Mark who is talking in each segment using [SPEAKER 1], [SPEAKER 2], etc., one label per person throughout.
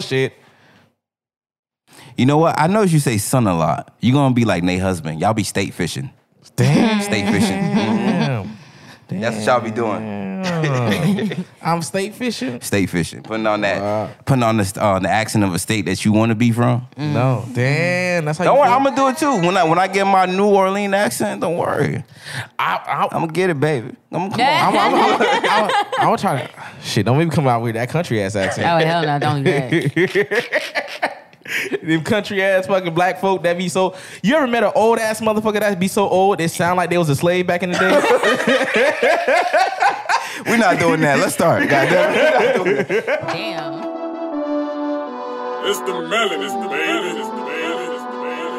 [SPEAKER 1] shit.
[SPEAKER 2] You know what? I notice you say son a lot. You're gonna be like Nate husband. Y'all be state fishing.
[SPEAKER 1] Damn.
[SPEAKER 2] State fishing.
[SPEAKER 1] Damn.
[SPEAKER 2] That's what y'all be doing.
[SPEAKER 1] I'm state fishing?
[SPEAKER 2] State fishing. Putting on that, putting on the uh, the accent of a state that you want to be from.
[SPEAKER 1] No. Damn. That's how
[SPEAKER 2] Don't
[SPEAKER 1] you
[SPEAKER 2] worry,
[SPEAKER 1] feel?
[SPEAKER 2] I'm gonna do it too. When I when I get my New Orleans accent, don't worry.
[SPEAKER 1] I,
[SPEAKER 2] I'm gonna get it, baby. I'm come on.
[SPEAKER 1] I'm, I'm, I'm, I'm, I'm, I'm trying to. Shit, don't even come out with that country ass accent.
[SPEAKER 3] Oh hell no! Don't do that.
[SPEAKER 1] Them country ass fucking black folk that be so. You ever met an old ass motherfucker that be so old? It sound like they was a slave back in the day.
[SPEAKER 2] We're not doing that. Let's start. Goddamn. it.
[SPEAKER 3] Damn.
[SPEAKER 4] It's the melon, it's the melon, it's the melon, it's the melon, it's the melon.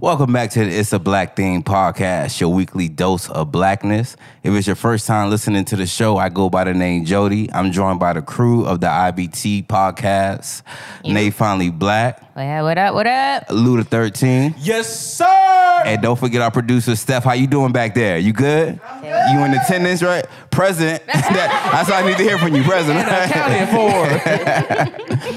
[SPEAKER 2] Welcome back to the It's a Black Thing podcast, your weekly dose of blackness. If it's your first time listening to the show, I go by the name Jody. I'm joined by the crew of the IBT podcast, Nate Finally Black,
[SPEAKER 3] Well, yeah, what up? What up?
[SPEAKER 2] Luda 13.
[SPEAKER 1] yes, sir.
[SPEAKER 2] And don't forget our producer, Steph. How you doing back there? You good? You in attendance, right? Present. That- that's all I need to hear from you, present.
[SPEAKER 1] Accounted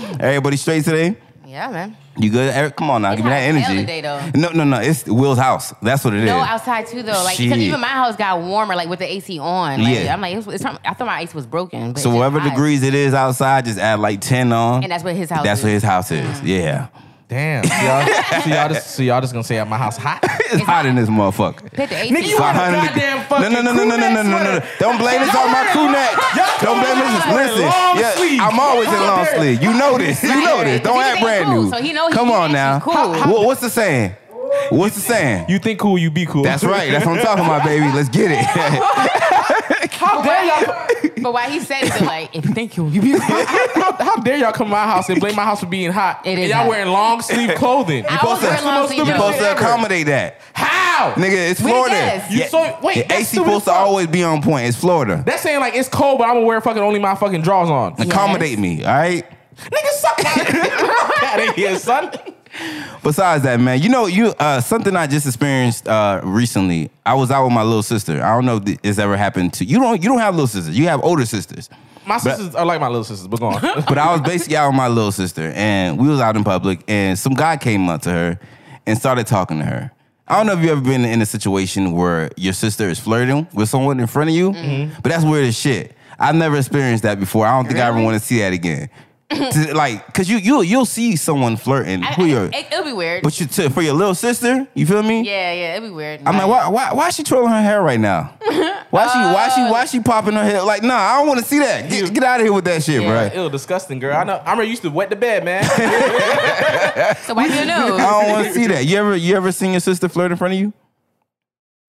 [SPEAKER 1] for.
[SPEAKER 2] Everybody straight today?
[SPEAKER 3] Yeah, man.
[SPEAKER 2] You good? Eric, come on now, give me
[SPEAKER 3] hot
[SPEAKER 2] that
[SPEAKER 3] as hell
[SPEAKER 2] energy.
[SPEAKER 3] today, though.
[SPEAKER 2] No, no, no. It's Will's house. That's what it is.
[SPEAKER 3] No, outside too though. Like 'cause
[SPEAKER 2] Shit.
[SPEAKER 3] even my house got warmer, like with the AC on. Like,
[SPEAKER 2] Yeah.
[SPEAKER 3] I'm like, it's, it's, I thought my AC was broken. But
[SPEAKER 2] So
[SPEAKER 3] it's just
[SPEAKER 2] whatever
[SPEAKER 3] hot.
[SPEAKER 2] degrees it is outside, just add like ten on.
[SPEAKER 3] And that's what his house
[SPEAKER 2] That's
[SPEAKER 3] is. Uh-huh.
[SPEAKER 2] what his house is. Yeah,
[SPEAKER 1] Damn. So y'all, so y'all just so y'all just gonna say at my house hot?
[SPEAKER 2] it's hot in this motherfucker.
[SPEAKER 3] Put the AC
[SPEAKER 1] Nigga, you
[SPEAKER 3] on.
[SPEAKER 1] want a
[SPEAKER 2] 500
[SPEAKER 1] goddamn
[SPEAKER 2] No,
[SPEAKER 1] fucking
[SPEAKER 2] no, no, no, no, no, no, no, no, no. Don't blame this on my crew neck. Don't blame this.
[SPEAKER 1] wearing
[SPEAKER 2] Listen,
[SPEAKER 1] long
[SPEAKER 2] yeah,
[SPEAKER 1] sleeves.
[SPEAKER 2] I'm always in long
[SPEAKER 1] there.
[SPEAKER 2] sleeve. You know this. You know this. Don't
[SPEAKER 3] He
[SPEAKER 2] act
[SPEAKER 3] think
[SPEAKER 2] brand
[SPEAKER 3] cool,
[SPEAKER 2] new.
[SPEAKER 3] so he know he-
[SPEAKER 2] Come
[SPEAKER 3] he
[SPEAKER 2] on
[SPEAKER 3] think
[SPEAKER 2] now.
[SPEAKER 3] he's cool.
[SPEAKER 2] Wha- What's the saying? What's the saying?
[SPEAKER 1] You think cool, you be cool.
[SPEAKER 2] That's right. That's what I'm talking about, baby. Let's get it.
[SPEAKER 1] How dare y'all?
[SPEAKER 3] But why he said it? Like, if thank you, you be.
[SPEAKER 1] How, how dare y'all come to my house and blame my house for being hot?
[SPEAKER 3] It is
[SPEAKER 1] and y'all
[SPEAKER 3] hot.
[SPEAKER 1] wearing long sleeve clothing.
[SPEAKER 3] I was wearing long sleeve
[SPEAKER 2] You're supposed to accommodate that,
[SPEAKER 1] How?
[SPEAKER 2] nigga. It's
[SPEAKER 3] We
[SPEAKER 2] Florida.
[SPEAKER 3] guess.
[SPEAKER 1] You so wait.
[SPEAKER 2] The
[SPEAKER 1] that's stupid
[SPEAKER 2] AC
[SPEAKER 1] as
[SPEAKER 2] supposed to
[SPEAKER 1] fuck.
[SPEAKER 2] always be on point. It's Florida.
[SPEAKER 1] That's saying like it's cold, but I'm gonna wear fucking only my fucking drawers on.
[SPEAKER 2] Accommodate me, all right?
[SPEAKER 1] Nigga, suck out of here, son.
[SPEAKER 2] Besides that, man, you know, you uh, something I just experienced uh, recently. I was out with my little sister. I don't know if th- it's ever happened to you. Don't you don't have little sisters? You have older sisters.
[SPEAKER 1] My sisters are like my little sisters, but go on.
[SPEAKER 2] But I was basically out with my little sister, and we was out in public, and some guy came up to her and started talking to her. I don't know if you ever been in a situation where your sister is flirting with someone in front of you,
[SPEAKER 3] Mm-hmm.
[SPEAKER 2] but that's weird as shit. I've never experienced that before. I don't think I ever
[SPEAKER 3] Really?
[SPEAKER 2] want to see that again. To- like, cause you you you'll see someone flirting
[SPEAKER 3] I,
[SPEAKER 2] who you're.
[SPEAKER 3] it, it'll be weird.
[SPEAKER 2] But you t- for your little sister, you feel me?
[SPEAKER 3] yeah, yeah, it'll be weird.
[SPEAKER 2] I'm like, why, why, why is she twirling her hair right now? Why she, why she, why
[SPEAKER 3] Oh.
[SPEAKER 2] she popping her hair? Like, nah, I don't want to see that. Get, get out of here with that shit,
[SPEAKER 3] Yeah.
[SPEAKER 2] bruh.
[SPEAKER 1] Ew, disgusting, girl. I know. I remember you used to wet the bed, man.
[SPEAKER 3] So why do you know?
[SPEAKER 2] I don't want to see that. You ever, you ever seen your sister flirt in front of you?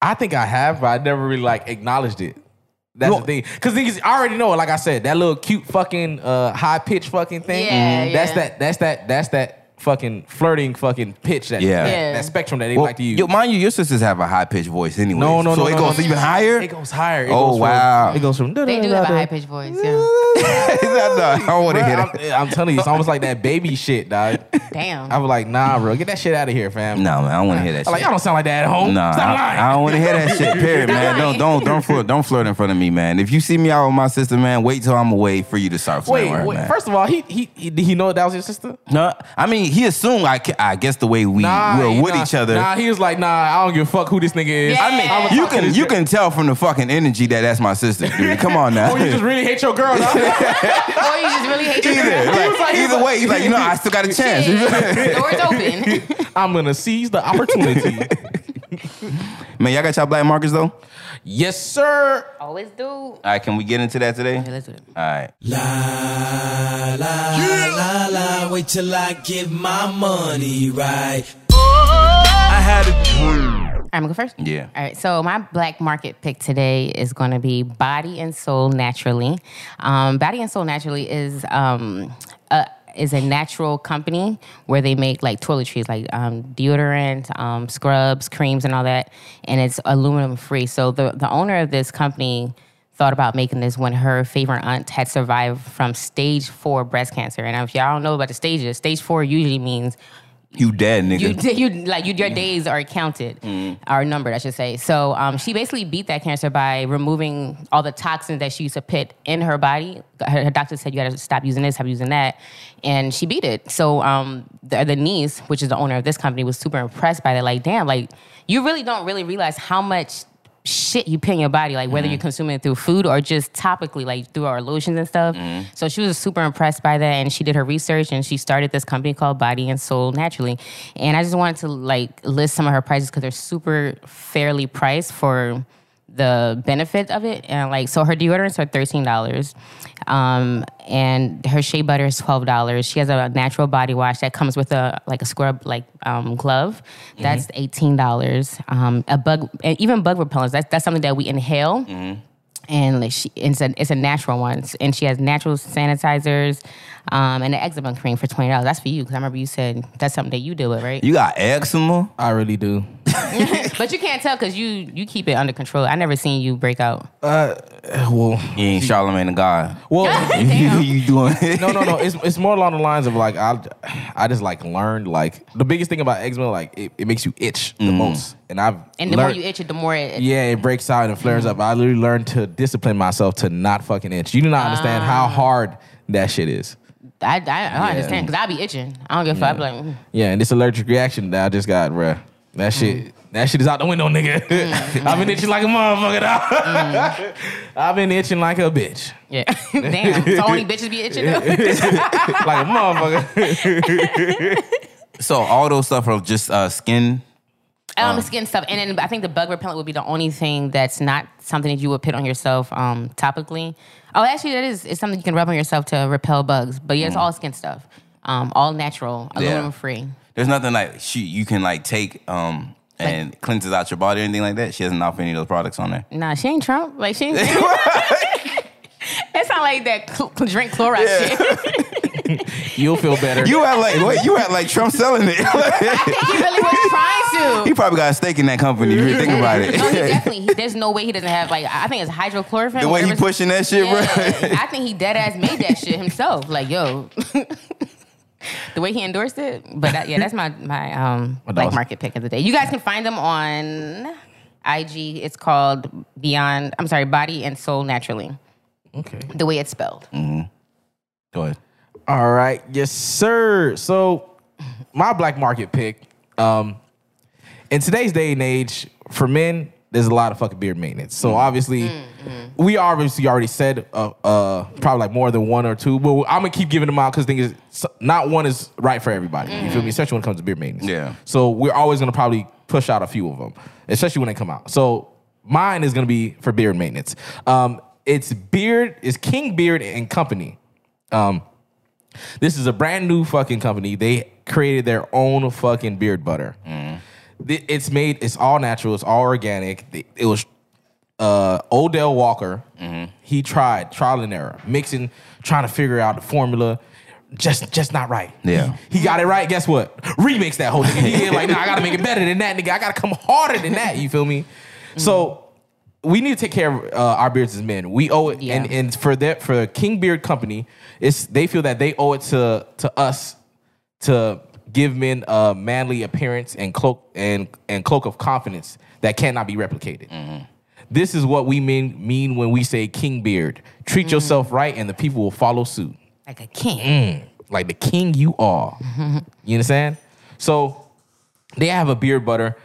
[SPEAKER 1] I think I have, but I never really like acknowledged it. That's
[SPEAKER 2] No.
[SPEAKER 1] the thing, because niggas I already know. Like I said, that little cute fucking uh, high pitch fucking thing.
[SPEAKER 2] Mm-hmm.
[SPEAKER 3] Yeah,
[SPEAKER 1] That's
[SPEAKER 3] yeah.
[SPEAKER 1] that. That's that. That's that fucking flirting fucking pitch. That,
[SPEAKER 2] Yeah.
[SPEAKER 1] that,
[SPEAKER 3] Yeah.
[SPEAKER 1] that spectrum that they
[SPEAKER 2] Well,
[SPEAKER 1] like to use.
[SPEAKER 2] yo, mind you, your sisters have a high pitched voice anyway.
[SPEAKER 1] No, no,
[SPEAKER 2] so
[SPEAKER 1] no,
[SPEAKER 2] it
[SPEAKER 1] no,
[SPEAKER 2] goes
[SPEAKER 1] no.
[SPEAKER 2] even higher.
[SPEAKER 1] it goes higher. It
[SPEAKER 2] Oh,
[SPEAKER 1] goes from-
[SPEAKER 2] wow.
[SPEAKER 1] it goes from.
[SPEAKER 3] They do have a high pitched voice. Yeah.
[SPEAKER 2] I don't want to hear
[SPEAKER 1] I'm, eh,
[SPEAKER 2] that.
[SPEAKER 1] I'm telling you, it's almost like that baby shit, dog.
[SPEAKER 3] Damn.
[SPEAKER 1] I was like, nah, bro, get that shit out of here, fam.
[SPEAKER 2] No, man, I don't want to hear that.
[SPEAKER 1] I'm like,
[SPEAKER 2] shit.
[SPEAKER 1] y'all don't sound like that at home.
[SPEAKER 2] Nah,
[SPEAKER 1] Stop
[SPEAKER 2] I,
[SPEAKER 1] lying.
[SPEAKER 2] I don't want to hear that shit. Period, man. Don't
[SPEAKER 3] lying.
[SPEAKER 2] don't don't flirt don't flirt in front of me, man. If you see me out with my sister, man, wait till I'm away for you to start
[SPEAKER 1] wait,
[SPEAKER 2] flirting with her,
[SPEAKER 1] wait
[SPEAKER 2] man.
[SPEAKER 1] first of all, he he he- did he know that was your sister?
[SPEAKER 2] No, I mean he assumed. I, ca- I guess the way we were
[SPEAKER 1] he-
[SPEAKER 2] with each other.
[SPEAKER 1] Nah, he was like, nah, I don't give a fuck who this nigga is.
[SPEAKER 3] Yeah.
[SPEAKER 1] I mean, I'ma
[SPEAKER 2] you
[SPEAKER 1] talk to
[SPEAKER 2] can
[SPEAKER 1] this
[SPEAKER 2] you
[SPEAKER 1] nigga.
[SPEAKER 2] can tell from the fucking energy that that's my sister. Dude. Come on now.
[SPEAKER 1] Oh, you just really hate your girl. dog.
[SPEAKER 3] or you just really hate your
[SPEAKER 2] either
[SPEAKER 3] girl.
[SPEAKER 2] like, either way, he's like you know I still got a chance.
[SPEAKER 3] Shit. Doors open.
[SPEAKER 1] I'm gonna seize the opportunity.
[SPEAKER 2] man, y'all got y'all black markers though. All
[SPEAKER 1] yes, sir.
[SPEAKER 3] Always do. All
[SPEAKER 2] right, can we get into that today?
[SPEAKER 3] right, let's do it.
[SPEAKER 2] All right.
[SPEAKER 5] La la, wait till I get my money right. I had a dream.
[SPEAKER 3] I'm gonna go first.
[SPEAKER 2] Yeah.
[SPEAKER 3] All right. So my black market pick today is going to be Body and Soul Naturally. Um, Body and Soul Naturally is um, a is a natural company where they make like toiletries, like um, deodorant, um, scrubs, creams, and all that, and it's aluminum free. So the the owner of this company thought about making this when her favorite aunt had survived from stage four breast cancer. And if y'all don't know about the stages, stage four usually means
[SPEAKER 2] You dead, nigga.
[SPEAKER 3] you, you like you, your days are counted, are numbered, I should say. So um, she basically beat that cancer by removing all the toxins that she used to put in her body. Her, her doctor said you got to stop using this, stop using that, and she beat it. So um, the, the niece, which is the owner of this company, was super impressed by that. Like, damn, like you really don't really realize how much shit you put in your body, like whether you're consuming it through food or just topically, like through our lotions and stuff. So she was super impressed by that, and she did her research and she started this company called Body and Soul Naturally. And I just wanted to like list some of her prices because they're super fairly priced for the benefit of it. And like, so her deodorants are thirteen dollars, um, and her shea butter is twelve dollars. She has a natural body wash that comes with a like a scrub like um, glove. That's eighteen dollars. Um, a bug, and even bug repellents. That's that's something that we inhale. And like she, it's a it's a natural one, and she has natural sanitizers, um, and an eczema cream for twenty dollars. That's for you because I remember you said that's something that you deal with, right?
[SPEAKER 2] You got eczema?
[SPEAKER 1] I really do.
[SPEAKER 3] but you can't tell because you you keep it under control. I never seen you break out.
[SPEAKER 1] Well,
[SPEAKER 2] You ain't Charlemagne the God.
[SPEAKER 1] well,
[SPEAKER 2] you doing
[SPEAKER 1] no, no, no. It's it's more along the lines of like I, I just like learned like the biggest thing about eczema like it, it makes you itch the most, and I've
[SPEAKER 3] And the
[SPEAKER 1] learned-
[SPEAKER 3] more you itch it, the more it. Mm-hmm.
[SPEAKER 1] Yeah, it breaks out and flares up. I literally learned to discipline myself to not fucking itch. You do not understand
[SPEAKER 3] Ah.
[SPEAKER 1] how hard that shit is.
[SPEAKER 3] I, I, I don't understand because I be itching. I don't give a fuck. I be like, mm,
[SPEAKER 1] Yeah, and this allergic reaction that I just got, bruh. That shit,
[SPEAKER 3] Mm.
[SPEAKER 1] that shit is out the window, nigga.
[SPEAKER 3] Mm-hmm.
[SPEAKER 1] I've been itching like a motherfucker. dawg.
[SPEAKER 3] Mm.
[SPEAKER 1] I've been itching like a bitch,
[SPEAKER 3] yeah, damn. So only bitches be itching. though?
[SPEAKER 1] like a motherfucker.
[SPEAKER 2] So all those stuff are just uh, skin.
[SPEAKER 3] um, skin stuff, and then I think the bug repellent would be the only thing that's not something that you would put on yourself um, topically. Oh, actually, that is it's something you can rub on yourself to repel bugs. But yeah, it's all skin stuff, um, all natural,
[SPEAKER 2] Mm. Yeah.
[SPEAKER 3] aluminum free.
[SPEAKER 2] There's nothing like she you can like take um and cleanses out your body or anything like that. She doesn't offer any of those products on there.
[SPEAKER 3] Nah, she ain't Trump. Like she ain't. It's not like that cl- drink chloride shit.
[SPEAKER 1] You'll feel better.
[SPEAKER 2] You had like wait, you had like Trump selling it.
[SPEAKER 3] he really was trying to.
[SPEAKER 2] he probably got a stake in that company. If you think about
[SPEAKER 3] No, he
[SPEAKER 2] it.
[SPEAKER 3] definitely. he- there's no way he doesn't have like. I think it's hydrochlorophane.
[SPEAKER 2] the way he
[SPEAKER 3] whatever-
[SPEAKER 2] pushing that shit, bro.
[SPEAKER 3] Yeah. I think he dead ass made that shit himself. Like yo, the way he endorsed it. But that, yeah, that's my my um
[SPEAKER 1] What
[SPEAKER 3] black
[SPEAKER 1] else?
[SPEAKER 3] market pick of the day. You guys can find them on IG. It's called Beyond. I'm sorry, Body and Soul Naturally.
[SPEAKER 1] okay.
[SPEAKER 3] The way it's spelled.
[SPEAKER 2] Go ahead.
[SPEAKER 1] All right, yes, sir. So my black market pick. Um, in today's day and age, for men, there's a lot of fucking beard maintenance.
[SPEAKER 2] Mm.
[SPEAKER 1] So obviously, we obviously already said uh, uh, probably like more than one or two. But I'm gonna keep giving them out because thing is, s- not one is right for everybody. You feel me? Especially when it comes to beard maintenance.
[SPEAKER 2] Yeah.
[SPEAKER 1] So we're always gonna probably push out a few of them, especially when they come out. So mine is gonna be for beard maintenance. Um, it's beard is King Beard and Company. Um, this is a brand new fucking company. They created their own fucking beard butter. Th- It's made. It's all natural. It's all organic. Th- It was uh, Odell Walker. He tried trial and error, mixing, trying to figure out the formula. Just, just not right.
[SPEAKER 2] Yeah.
[SPEAKER 1] he, he got it right. Guess what? Remix that whole thing. He like, nah, I gotta make it better than that, nigga. I gotta come harder than that. You feel me? So we need to take care of uh, our beards as men. We owe it,
[SPEAKER 3] Yeah.
[SPEAKER 1] and, and for that, for King Beard Company, it's they feel that they owe it to to us to give men a manly appearance and cloak and and cloak of confidence that cannot be replicated. This is what we mean mean when we say King Beard. Treat yourself right, and the people will follow suit
[SPEAKER 3] Like a king.
[SPEAKER 1] like the king you are. you understand? So they have a beard butter,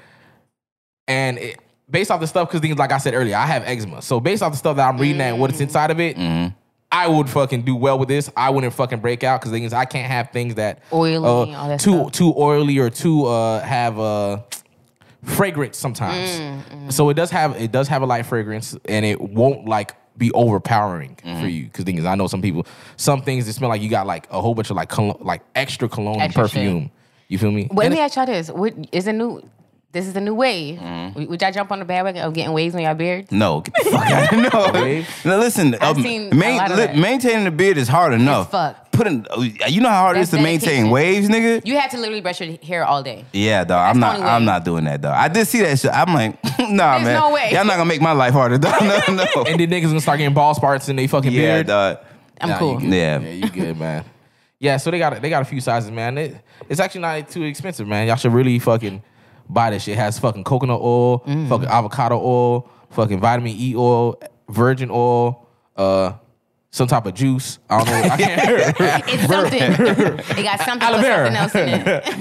[SPEAKER 1] and it, based off the stuff, because things like I said earlier, I have eczema. So based off the stuff that I'm reading and what it's inside of it,
[SPEAKER 3] Mm-hmm.
[SPEAKER 1] I would fucking do well with this. I wouldn't fucking break out because things I can't have things that
[SPEAKER 3] Oily,
[SPEAKER 1] uh,
[SPEAKER 3] all that
[SPEAKER 1] too
[SPEAKER 3] stuff.
[SPEAKER 1] too oily or too uh, have uh, fragrance sometimes.
[SPEAKER 3] Mm,
[SPEAKER 1] So it does have it does have a light fragrance and it won't like be overpowering for
[SPEAKER 3] Mm-hmm.
[SPEAKER 1] you. Because thing is, I know some people some things that smell like you got like a whole bunch of like colo- like extra cologne
[SPEAKER 3] Extra
[SPEAKER 1] and
[SPEAKER 3] shit.
[SPEAKER 1] perfume. You feel me?
[SPEAKER 3] Wait, let
[SPEAKER 1] And
[SPEAKER 3] me ask y'all this. What is a new this is the new wave. Would- Would y'all jump on the bandwagon of getting waves on y'all beard?
[SPEAKER 2] No, get the fuck out of no.
[SPEAKER 1] Wave?
[SPEAKER 2] Now listen, um,
[SPEAKER 3] seen a
[SPEAKER 2] main-
[SPEAKER 3] lot of
[SPEAKER 2] li-
[SPEAKER 3] that.
[SPEAKER 2] maintaining the beard is hard enough.
[SPEAKER 3] fuck.
[SPEAKER 2] Putting, uh, you know how hard
[SPEAKER 3] That's
[SPEAKER 2] it is to maintain
[SPEAKER 3] dedication.
[SPEAKER 2] waves, nigga.
[SPEAKER 3] You had to literally brush your hair all day.
[SPEAKER 2] yeah, dog. I'm
[SPEAKER 3] That's
[SPEAKER 2] not.
[SPEAKER 3] the only
[SPEAKER 2] I'm
[SPEAKER 3] way.
[SPEAKER 2] not doing that, dog. I did see that shit. I'm like, nah,
[SPEAKER 3] There's
[SPEAKER 2] man.
[SPEAKER 3] no way.
[SPEAKER 2] Y'all not gonna make my life harder, dog. No, no.
[SPEAKER 1] And then niggas gonna start getting ball parts in they fucking
[SPEAKER 2] yeah,
[SPEAKER 1] beard.
[SPEAKER 2] dog.
[SPEAKER 3] I'm
[SPEAKER 1] Nah, you
[SPEAKER 3] cool.
[SPEAKER 1] good.
[SPEAKER 2] Yeah.
[SPEAKER 1] yeah, you good, man. Yeah, so they got they got a few sizes, man. It, it's actually not too expensive, man. Y'all should really fucking buy this shit. It has fucking coconut oil, fucking avocado oil, fucking vitamin E oil, virgin oil, uh, some type of juice. I don't know. I can't.
[SPEAKER 3] It's something. it got something,
[SPEAKER 1] Aloe
[SPEAKER 3] but
[SPEAKER 1] vera.
[SPEAKER 3] something else in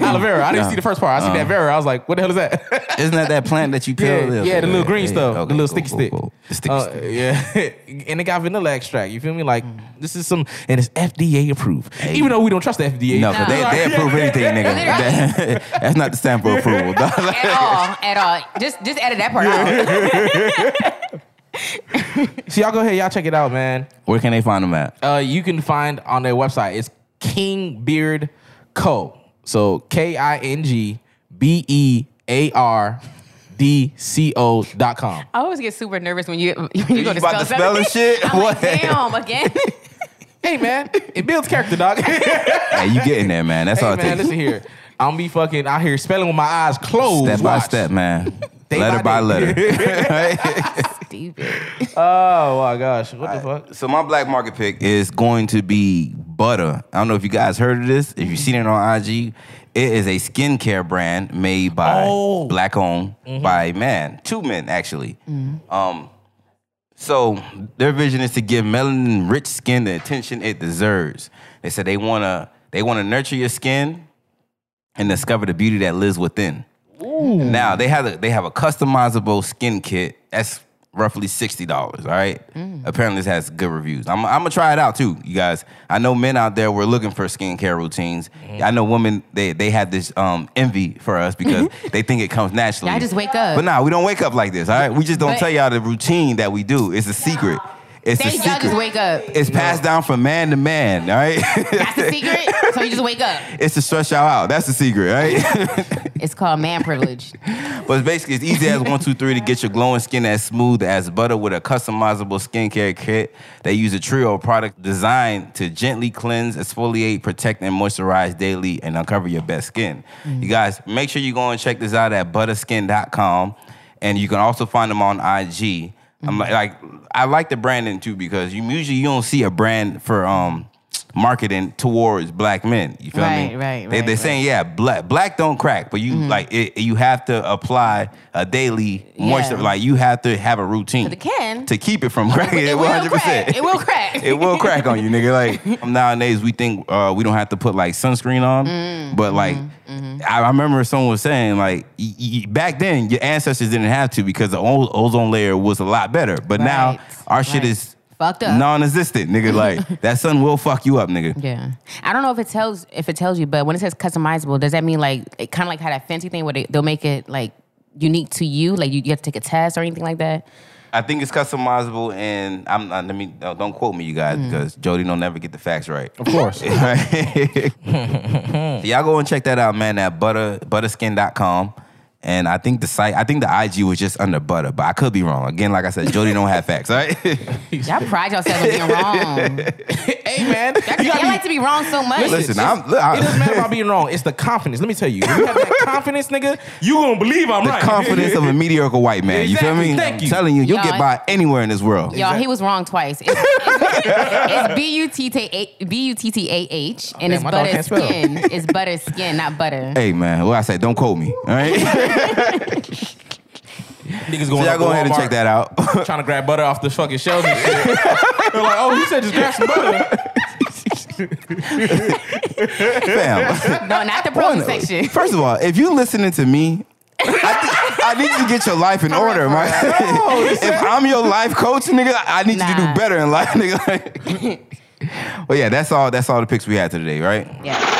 [SPEAKER 3] it.
[SPEAKER 1] Aloe vera. I didn't see the first part. I see that vera. I was like, what the hell is that?
[SPEAKER 2] Isn't that that plant that you peel?
[SPEAKER 1] Yeah, yeah, the little green
[SPEAKER 2] yeah,
[SPEAKER 1] stuff,
[SPEAKER 2] okay,
[SPEAKER 1] the little
[SPEAKER 2] cool,
[SPEAKER 1] sticky
[SPEAKER 2] cool,
[SPEAKER 1] stick.
[SPEAKER 2] cool. The sticky
[SPEAKER 1] Uh,
[SPEAKER 2] stick.
[SPEAKER 1] Yeah, and it got vanilla extract. You feel me? Like this is some, and it's FDA approved. Even though we don't trust the FDA.
[SPEAKER 2] No, 'cause they, they approve anything, nigga. That- that's not the stamp for approval, dog.
[SPEAKER 3] at all, at all. Just just edit that part out.
[SPEAKER 1] So y'all go ahead, y'all check it out, man.
[SPEAKER 2] Where can they find them at?
[SPEAKER 1] Uh, you can find on their website. It's King Beard Co. So K I N G B E A R D C O dot com.
[SPEAKER 3] I always get super nervous when you when you,
[SPEAKER 2] You
[SPEAKER 3] go to
[SPEAKER 2] about
[SPEAKER 3] spell
[SPEAKER 2] to spell
[SPEAKER 3] something.
[SPEAKER 2] and shit?
[SPEAKER 3] I'm
[SPEAKER 2] What?
[SPEAKER 3] like, damn, again.
[SPEAKER 1] Hey man, it builds character, dog.
[SPEAKER 2] Hey, you getting there, man? That's
[SPEAKER 1] hey
[SPEAKER 2] all it
[SPEAKER 1] man,
[SPEAKER 2] takes.
[SPEAKER 1] listen here. I'm be fucking out here spelling with my eyes closed.
[SPEAKER 2] Step by
[SPEAKER 1] Watch.
[SPEAKER 2] step, man. letter by
[SPEAKER 1] by
[SPEAKER 2] letter. Right?
[SPEAKER 3] Stupid.
[SPEAKER 1] Oh my gosh, what the fuck?
[SPEAKER 2] So my black market pick is going to be butter. I don't know if you guys heard of this. If you've seen it on IG, it is a skincare brand made by
[SPEAKER 1] Oh.
[SPEAKER 2] black owned by a man, two men actually. Um, so their vision is to give melanin rich skin the attention it deserves. They said they wanna they wanna nurture your skin and discover the beauty that lives within. Now they have a, they have a customizable skin kit that's roughly sixty dollars. All right.
[SPEAKER 3] Mm.
[SPEAKER 2] Apparently, this has good reviews. I'm, I'm gonna try it out too, you guys. I know men out there were looking for skincare routines.
[SPEAKER 3] Mm.
[SPEAKER 2] I know women they they have this um, envy for us because they think it comes naturally.
[SPEAKER 3] Y'all just wake up.
[SPEAKER 2] But nah, we don't wake up like this. All right. We just don't
[SPEAKER 3] But-
[SPEAKER 2] tell y'all the routine that we do. It's a secret. It's a
[SPEAKER 3] Thank y'all
[SPEAKER 2] secret.
[SPEAKER 3] just wake up.
[SPEAKER 2] it's passed down from man to man. All right.
[SPEAKER 3] That's the secret. So you just wake up.
[SPEAKER 2] it's to stress y'all out. That's the secret. Right.
[SPEAKER 3] It's called man privilege.
[SPEAKER 2] But it's basically, it's easy as one, two, three to get your glowing skin as smooth as butter with a customizable skincare kit. They use a trio of product designed to gently cleanse, exfoliate, protect, and moisturize daily and uncover your best skin.
[SPEAKER 3] Mm.
[SPEAKER 2] You guys, make sure you go and check this out at butterskin.com. And you can also find them on IG. I'm
[SPEAKER 3] Mm.
[SPEAKER 2] like, like, I like the branding too because you usually you don't see a brand for um marketing towards black men. You feel me?
[SPEAKER 3] Right, right,
[SPEAKER 2] They,
[SPEAKER 3] right,
[SPEAKER 2] they're
[SPEAKER 3] right.
[SPEAKER 2] saying saying, yeah, black black don't crack, but you
[SPEAKER 3] Mm-hmm.
[SPEAKER 2] like it, you have to apply a daily moisture.
[SPEAKER 3] Yeah.
[SPEAKER 2] Like you have to have a routine.
[SPEAKER 3] But it can.
[SPEAKER 2] to keep it from cracking.
[SPEAKER 3] It will
[SPEAKER 2] 100%.
[SPEAKER 3] crack. It will crack.
[SPEAKER 2] it will crack on you, nigga. Like nowadays, we think uh, we don't have to put like sunscreen on,
[SPEAKER 3] Mm-hmm.
[SPEAKER 2] but like I, I remember someone was saying like y- y- back then your ancestors didn't have to because the old ozone layer was a lot better, but now
[SPEAKER 3] Right.
[SPEAKER 2] our shit
[SPEAKER 3] Right.
[SPEAKER 2] is.
[SPEAKER 3] Fucked up.
[SPEAKER 2] Non-existent, nigga. Like that sun will fuck you up, nigga.
[SPEAKER 3] Yeah, I don't know if it tells if it tells you, but when it says customizable, does that mean like it kind of like how that fancy thing where they, they'll make it like unique to you, like you, you have to take a test or anything like that?
[SPEAKER 2] I think it's customizable, and I'm not, let me no, don't quote me, you guys, because Jody don't never get the facts right. Of
[SPEAKER 1] course.
[SPEAKER 2] Y'all go and check that out, man, at butter butterskin.com. And I think the site, I think the IG was just under butter, but I could be wrong. Again, like I said, Jody don't have facts, all right?
[SPEAKER 3] Y'all pride yourselves on being wrong.
[SPEAKER 1] Hey man,
[SPEAKER 3] Y'all, y'all like to be wrong so much.
[SPEAKER 2] Listen, I'm, look, I-
[SPEAKER 1] It doesn't matter about being wrong. It's the confidence. Let me tell you. When you have that confidence, nigga, you gonna believe I'm
[SPEAKER 2] the
[SPEAKER 1] right.
[SPEAKER 2] confidence of a mediocre white man. You
[SPEAKER 1] Exactly,
[SPEAKER 2] feel me?
[SPEAKER 1] thank
[SPEAKER 2] I'm
[SPEAKER 1] you.
[SPEAKER 2] telling you, you'll
[SPEAKER 3] Y'all-
[SPEAKER 2] get by anywhere in this world.
[SPEAKER 3] Y'all, he was wrong twice. It's, it's, it's B-U-T-T-A- B-U-T-T-A-H, and
[SPEAKER 1] damn,
[SPEAKER 3] it's
[SPEAKER 1] my dog
[SPEAKER 3] butter
[SPEAKER 1] can't spell.
[SPEAKER 3] skin. It's butter skin, not butter.
[SPEAKER 2] Hey man, what I say, don't quote me. All right.
[SPEAKER 1] niggas
[SPEAKER 2] so
[SPEAKER 1] going.
[SPEAKER 2] y'all
[SPEAKER 1] up
[SPEAKER 2] go
[SPEAKER 1] to
[SPEAKER 2] ahead and check
[SPEAKER 1] Walmart
[SPEAKER 2] that out.
[SPEAKER 1] Trying to grab butter off the fucking shelves and shit. They're like, oh, you said just grab some butter.
[SPEAKER 2] Fam.
[SPEAKER 3] No, not the protein
[SPEAKER 2] One,
[SPEAKER 3] section.
[SPEAKER 2] First of all, if you listening to me, I, thi- I need you to get your life in order,
[SPEAKER 3] real, for
[SPEAKER 2] man. if I'm your life coach, nigga, I need you to
[SPEAKER 3] Nah.
[SPEAKER 2] do better in life, nigga. Like, well, yeah, that's all. That's all the picks we had today, right?
[SPEAKER 3] Yeah.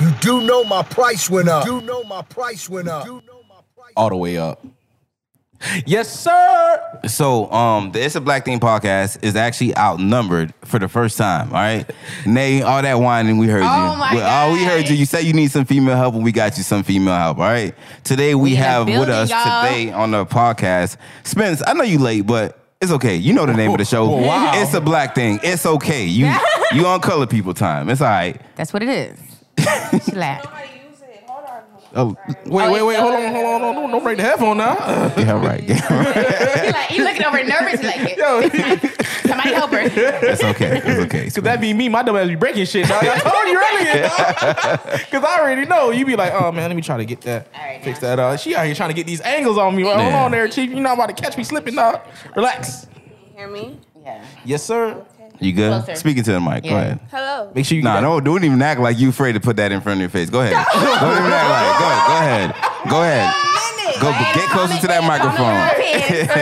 [SPEAKER 6] You do know my price went up. You do know my price went up. You do know my price
[SPEAKER 1] All the way up. Yes, sir.
[SPEAKER 2] So, um, the It's a Black Thing podcast is actually outnumbered for the first time. All right, Nay, all that whining we heard you.
[SPEAKER 3] Oh, my
[SPEAKER 2] We- All we heard you.
[SPEAKER 3] God.
[SPEAKER 2] You said you need some female help, and we got you some female help. All right. Today we,
[SPEAKER 3] in the
[SPEAKER 2] have with
[SPEAKER 3] building,
[SPEAKER 2] us
[SPEAKER 3] y'all.
[SPEAKER 2] today on the podcast, Spence. I know you late, but it's okay. You know the name of the show.
[SPEAKER 1] Whoa, wow.
[SPEAKER 2] It's a Black Thing. It's okay. You you on color people time. It's all right.
[SPEAKER 3] That's what it is. she laughed.
[SPEAKER 2] Oh,
[SPEAKER 1] Wait,
[SPEAKER 3] Oh,
[SPEAKER 1] wait,
[SPEAKER 3] it's
[SPEAKER 1] wait. Hold on, hold on, hold on. Don't break the headphone now.
[SPEAKER 2] yeah, all right.
[SPEAKER 3] He like, he looking over nervous. He like,
[SPEAKER 1] Yo,
[SPEAKER 3] somebody help her.
[SPEAKER 2] it's okay. It's okay.
[SPEAKER 1] Cause that be me, my dumb ass be breaking shit. Dog. I told you earlier. dog. Cause I already know. You be like, oh man, let me try to get that,
[SPEAKER 3] All right,
[SPEAKER 1] fix
[SPEAKER 3] now.
[SPEAKER 1] that. Uh, she out here trying to get these angles on me. Like, Hold
[SPEAKER 2] Yeah.
[SPEAKER 1] on there, chief. You're not about to catch me slipping, dog. Relax.
[SPEAKER 6] Hear me?
[SPEAKER 3] Yeah.
[SPEAKER 1] Yes, sir.
[SPEAKER 2] You good?
[SPEAKER 3] Closer.
[SPEAKER 2] Speaking to the mic. Go
[SPEAKER 3] Yeah.
[SPEAKER 2] ahead.
[SPEAKER 6] Hello.
[SPEAKER 1] Make sure you.
[SPEAKER 2] Nah,
[SPEAKER 1] get that-
[SPEAKER 2] don't, don't even act like you afraid to put that in front of your face. Go ahead. don't even act like. Go, go ahead. Go ahead. Go get closer to that microphone.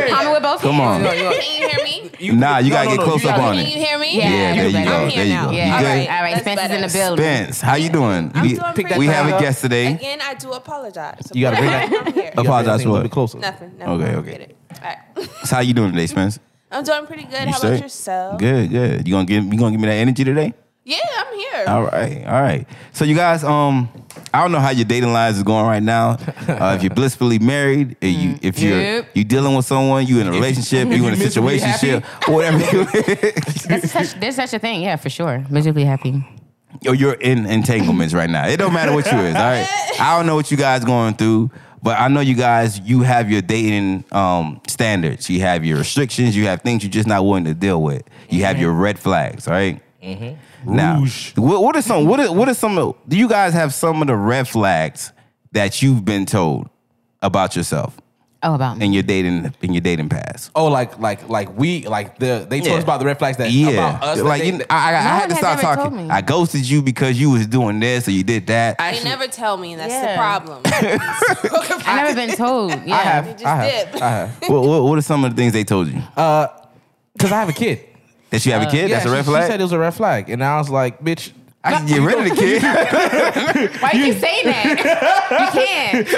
[SPEAKER 3] Comment with both hands.
[SPEAKER 2] Come on.
[SPEAKER 6] Can you hear me?
[SPEAKER 2] Nah, you gotta get close
[SPEAKER 1] you
[SPEAKER 2] up
[SPEAKER 1] gotta-
[SPEAKER 2] on
[SPEAKER 6] Can
[SPEAKER 2] it.
[SPEAKER 6] you hear me?
[SPEAKER 3] Yeah,
[SPEAKER 2] Yeah, there
[SPEAKER 3] you
[SPEAKER 2] you
[SPEAKER 3] better.
[SPEAKER 2] go.
[SPEAKER 6] I'm
[SPEAKER 2] There
[SPEAKER 6] here
[SPEAKER 2] you
[SPEAKER 6] now.
[SPEAKER 2] go.
[SPEAKER 3] Yeah. All
[SPEAKER 2] You
[SPEAKER 3] right.
[SPEAKER 2] good?
[SPEAKER 3] All right.
[SPEAKER 6] That's
[SPEAKER 3] Spence is in the
[SPEAKER 6] better.
[SPEAKER 3] building.
[SPEAKER 2] Spence, how you doing?
[SPEAKER 6] I'm
[SPEAKER 2] We-
[SPEAKER 6] doing
[SPEAKER 1] Pick that
[SPEAKER 6] pretty
[SPEAKER 2] we
[SPEAKER 1] thing
[SPEAKER 2] have
[SPEAKER 1] up.
[SPEAKER 2] a guest today.
[SPEAKER 6] Again, I do apologize.
[SPEAKER 1] You gotta bring that-
[SPEAKER 6] I'm
[SPEAKER 1] you
[SPEAKER 6] here.
[SPEAKER 1] gotta bring that
[SPEAKER 2] Apologize
[SPEAKER 1] thing a little
[SPEAKER 2] for
[SPEAKER 1] bit
[SPEAKER 2] what?
[SPEAKER 1] closer.
[SPEAKER 6] Nothing. No,
[SPEAKER 2] Okay,
[SPEAKER 6] okay,
[SPEAKER 2] okay.
[SPEAKER 6] okay. Get it. All right.
[SPEAKER 2] So how you doing today, Spence?
[SPEAKER 6] I'm doing pretty good.
[SPEAKER 2] You
[SPEAKER 6] How
[SPEAKER 2] straight?
[SPEAKER 6] about yourself?
[SPEAKER 2] Good, good. You gonna give you gonna give me that energy today?
[SPEAKER 6] Yeah, I'm here.
[SPEAKER 2] All right, all right. So you guys, um, I don't know how your dating lives is going right now. Uh, if you're blissfully married, if you if you're
[SPEAKER 3] Yep.
[SPEAKER 2] you dealing with someone, you in a relationship, you in a
[SPEAKER 1] Mm. you miserably
[SPEAKER 2] situationship, whatever.
[SPEAKER 3] That's such, there's such a thing. Yeah, for sure. Miserably happy.
[SPEAKER 2] Yo, Oh, you're in entanglements right now. It don't matter what you is. All right, I don't know what you guys going through, but I know you guys. You have your dating um, standards. You have your restrictions. You have things you're just not willing to deal with. You have your red flags. All right? Now,
[SPEAKER 1] Mm-hmm. Rouge.
[SPEAKER 2] what, what are some? What are, what are some? of- Do you guys have some of the red flags that you've been told about yourself
[SPEAKER 3] Oh, about me.
[SPEAKER 2] in your dating in your dating past?
[SPEAKER 1] Oh, like, like, like we, like the they told
[SPEAKER 2] Yeah.
[SPEAKER 1] us about the red flags that about us. that
[SPEAKER 2] like
[SPEAKER 1] they-
[SPEAKER 2] you, I, I, I had
[SPEAKER 3] one
[SPEAKER 2] to
[SPEAKER 3] had
[SPEAKER 2] stop
[SPEAKER 3] never told
[SPEAKER 2] talking.
[SPEAKER 3] me.
[SPEAKER 2] I ghosted you because you was doing this or you did that.
[SPEAKER 6] they never tell me. That's
[SPEAKER 3] Yeah.
[SPEAKER 6] the problem.
[SPEAKER 3] I never been told. Yeah.
[SPEAKER 1] I have,
[SPEAKER 6] They just
[SPEAKER 1] I have,
[SPEAKER 6] dip.
[SPEAKER 1] I have.
[SPEAKER 2] what, what, what are some of the things they told you?
[SPEAKER 1] Cause I have a kid.
[SPEAKER 2] that you have a kid?
[SPEAKER 1] Yeah,
[SPEAKER 2] That's a red
[SPEAKER 1] she, She said
[SPEAKER 2] flag?
[SPEAKER 1] it was a red flag, and I was like, bitch.
[SPEAKER 2] I can get rid of the kid.
[SPEAKER 3] Why you keep saying that? you can't.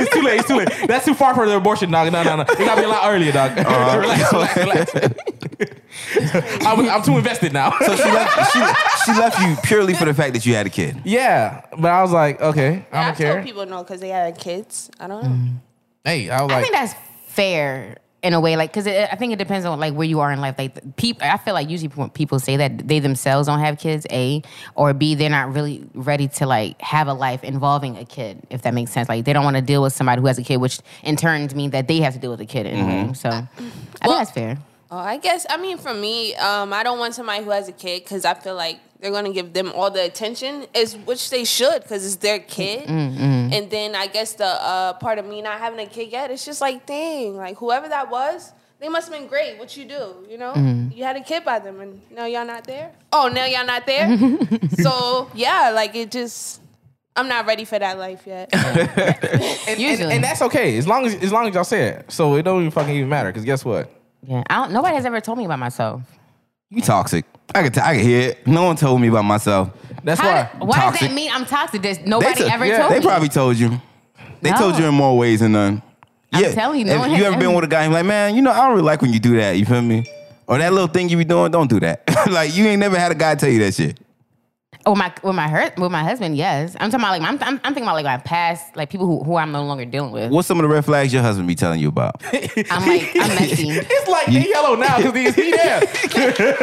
[SPEAKER 1] It's too late. It's too late. That's too far for the abortion, dog. No, no, no. It gotta be a lot earlier, dog.
[SPEAKER 2] Uh-huh.
[SPEAKER 1] relax, relax, relax. I'm, I'm too invested now.
[SPEAKER 2] so she left, she, she left you purely for the fact that you had a kid.
[SPEAKER 1] yeah, but I was like, okay, I
[SPEAKER 6] I
[SPEAKER 1] don't
[SPEAKER 6] told
[SPEAKER 1] care.
[SPEAKER 6] people no because they had kids. I don't know.
[SPEAKER 1] Hey, I was
[SPEAKER 3] I
[SPEAKER 1] like,
[SPEAKER 3] think that's fair in a way, like because I think it depends on like where you are in life. Like people, I feel like usually when people say that they themselves don't have kids, a or b, they're not really ready to like have a life involving a kid, if that makes sense. Like they don't want to deal with somebody who has a kid, which in turn means that they have to deal with a kid
[SPEAKER 1] Mm-hmm.
[SPEAKER 3] in a way. So I think that's fair.
[SPEAKER 6] Oh, I guess. I mean, for me, um, I don't want somebody who has a kid because I feel like they're gonna give them all the attention, is which they should because it's their kid. And then I guess the uh, part of me not having a kid yet, it's just like, dang, like whoever that was, they must have been great. What you do, you know? You had a kid by them, and now y'all not there. Oh, now y'all not there. so yeah, like it just, I'm not ready for that life yet.
[SPEAKER 1] and, and,
[SPEAKER 3] Usually.
[SPEAKER 1] and that's okay as long as as long as y'all say it. So it don't even fucking even matter. Cause guess what?
[SPEAKER 3] Yeah, I don't. Nobody has ever told me about myself.
[SPEAKER 2] You toxic. I could, t- I could hear it. No one told me about myself.
[SPEAKER 1] That's
[SPEAKER 3] How,
[SPEAKER 1] why.
[SPEAKER 3] do- why does
[SPEAKER 2] Toxic.
[SPEAKER 3] that mean I'm toxic? There's nobody
[SPEAKER 2] to-
[SPEAKER 3] ever
[SPEAKER 1] yeah,
[SPEAKER 3] told
[SPEAKER 2] They
[SPEAKER 3] me.
[SPEAKER 2] probably told you. They
[SPEAKER 3] No.
[SPEAKER 2] told you in more ways than none. yeah.
[SPEAKER 3] telling you, no
[SPEAKER 2] If
[SPEAKER 3] one
[SPEAKER 2] you
[SPEAKER 3] has
[SPEAKER 2] ever been
[SPEAKER 3] ever-
[SPEAKER 2] with a guy and be like, man, you know, I don't really like when you do that. You feel me? Or that little thing you be doing, don't do that. like you ain't never had a guy tell you that shit.
[SPEAKER 3] Oh my, with my hurt, with my husband, yes. I'm talking about like my, I'm, I'm thinking about like my past, like people who, who I'm no longer dealing with.
[SPEAKER 2] What's some of the red flags your husband be telling you about?
[SPEAKER 3] I'm like, I'm messy. yeah,
[SPEAKER 1] It's like they yellow now because he's he there.
[SPEAKER 3] they're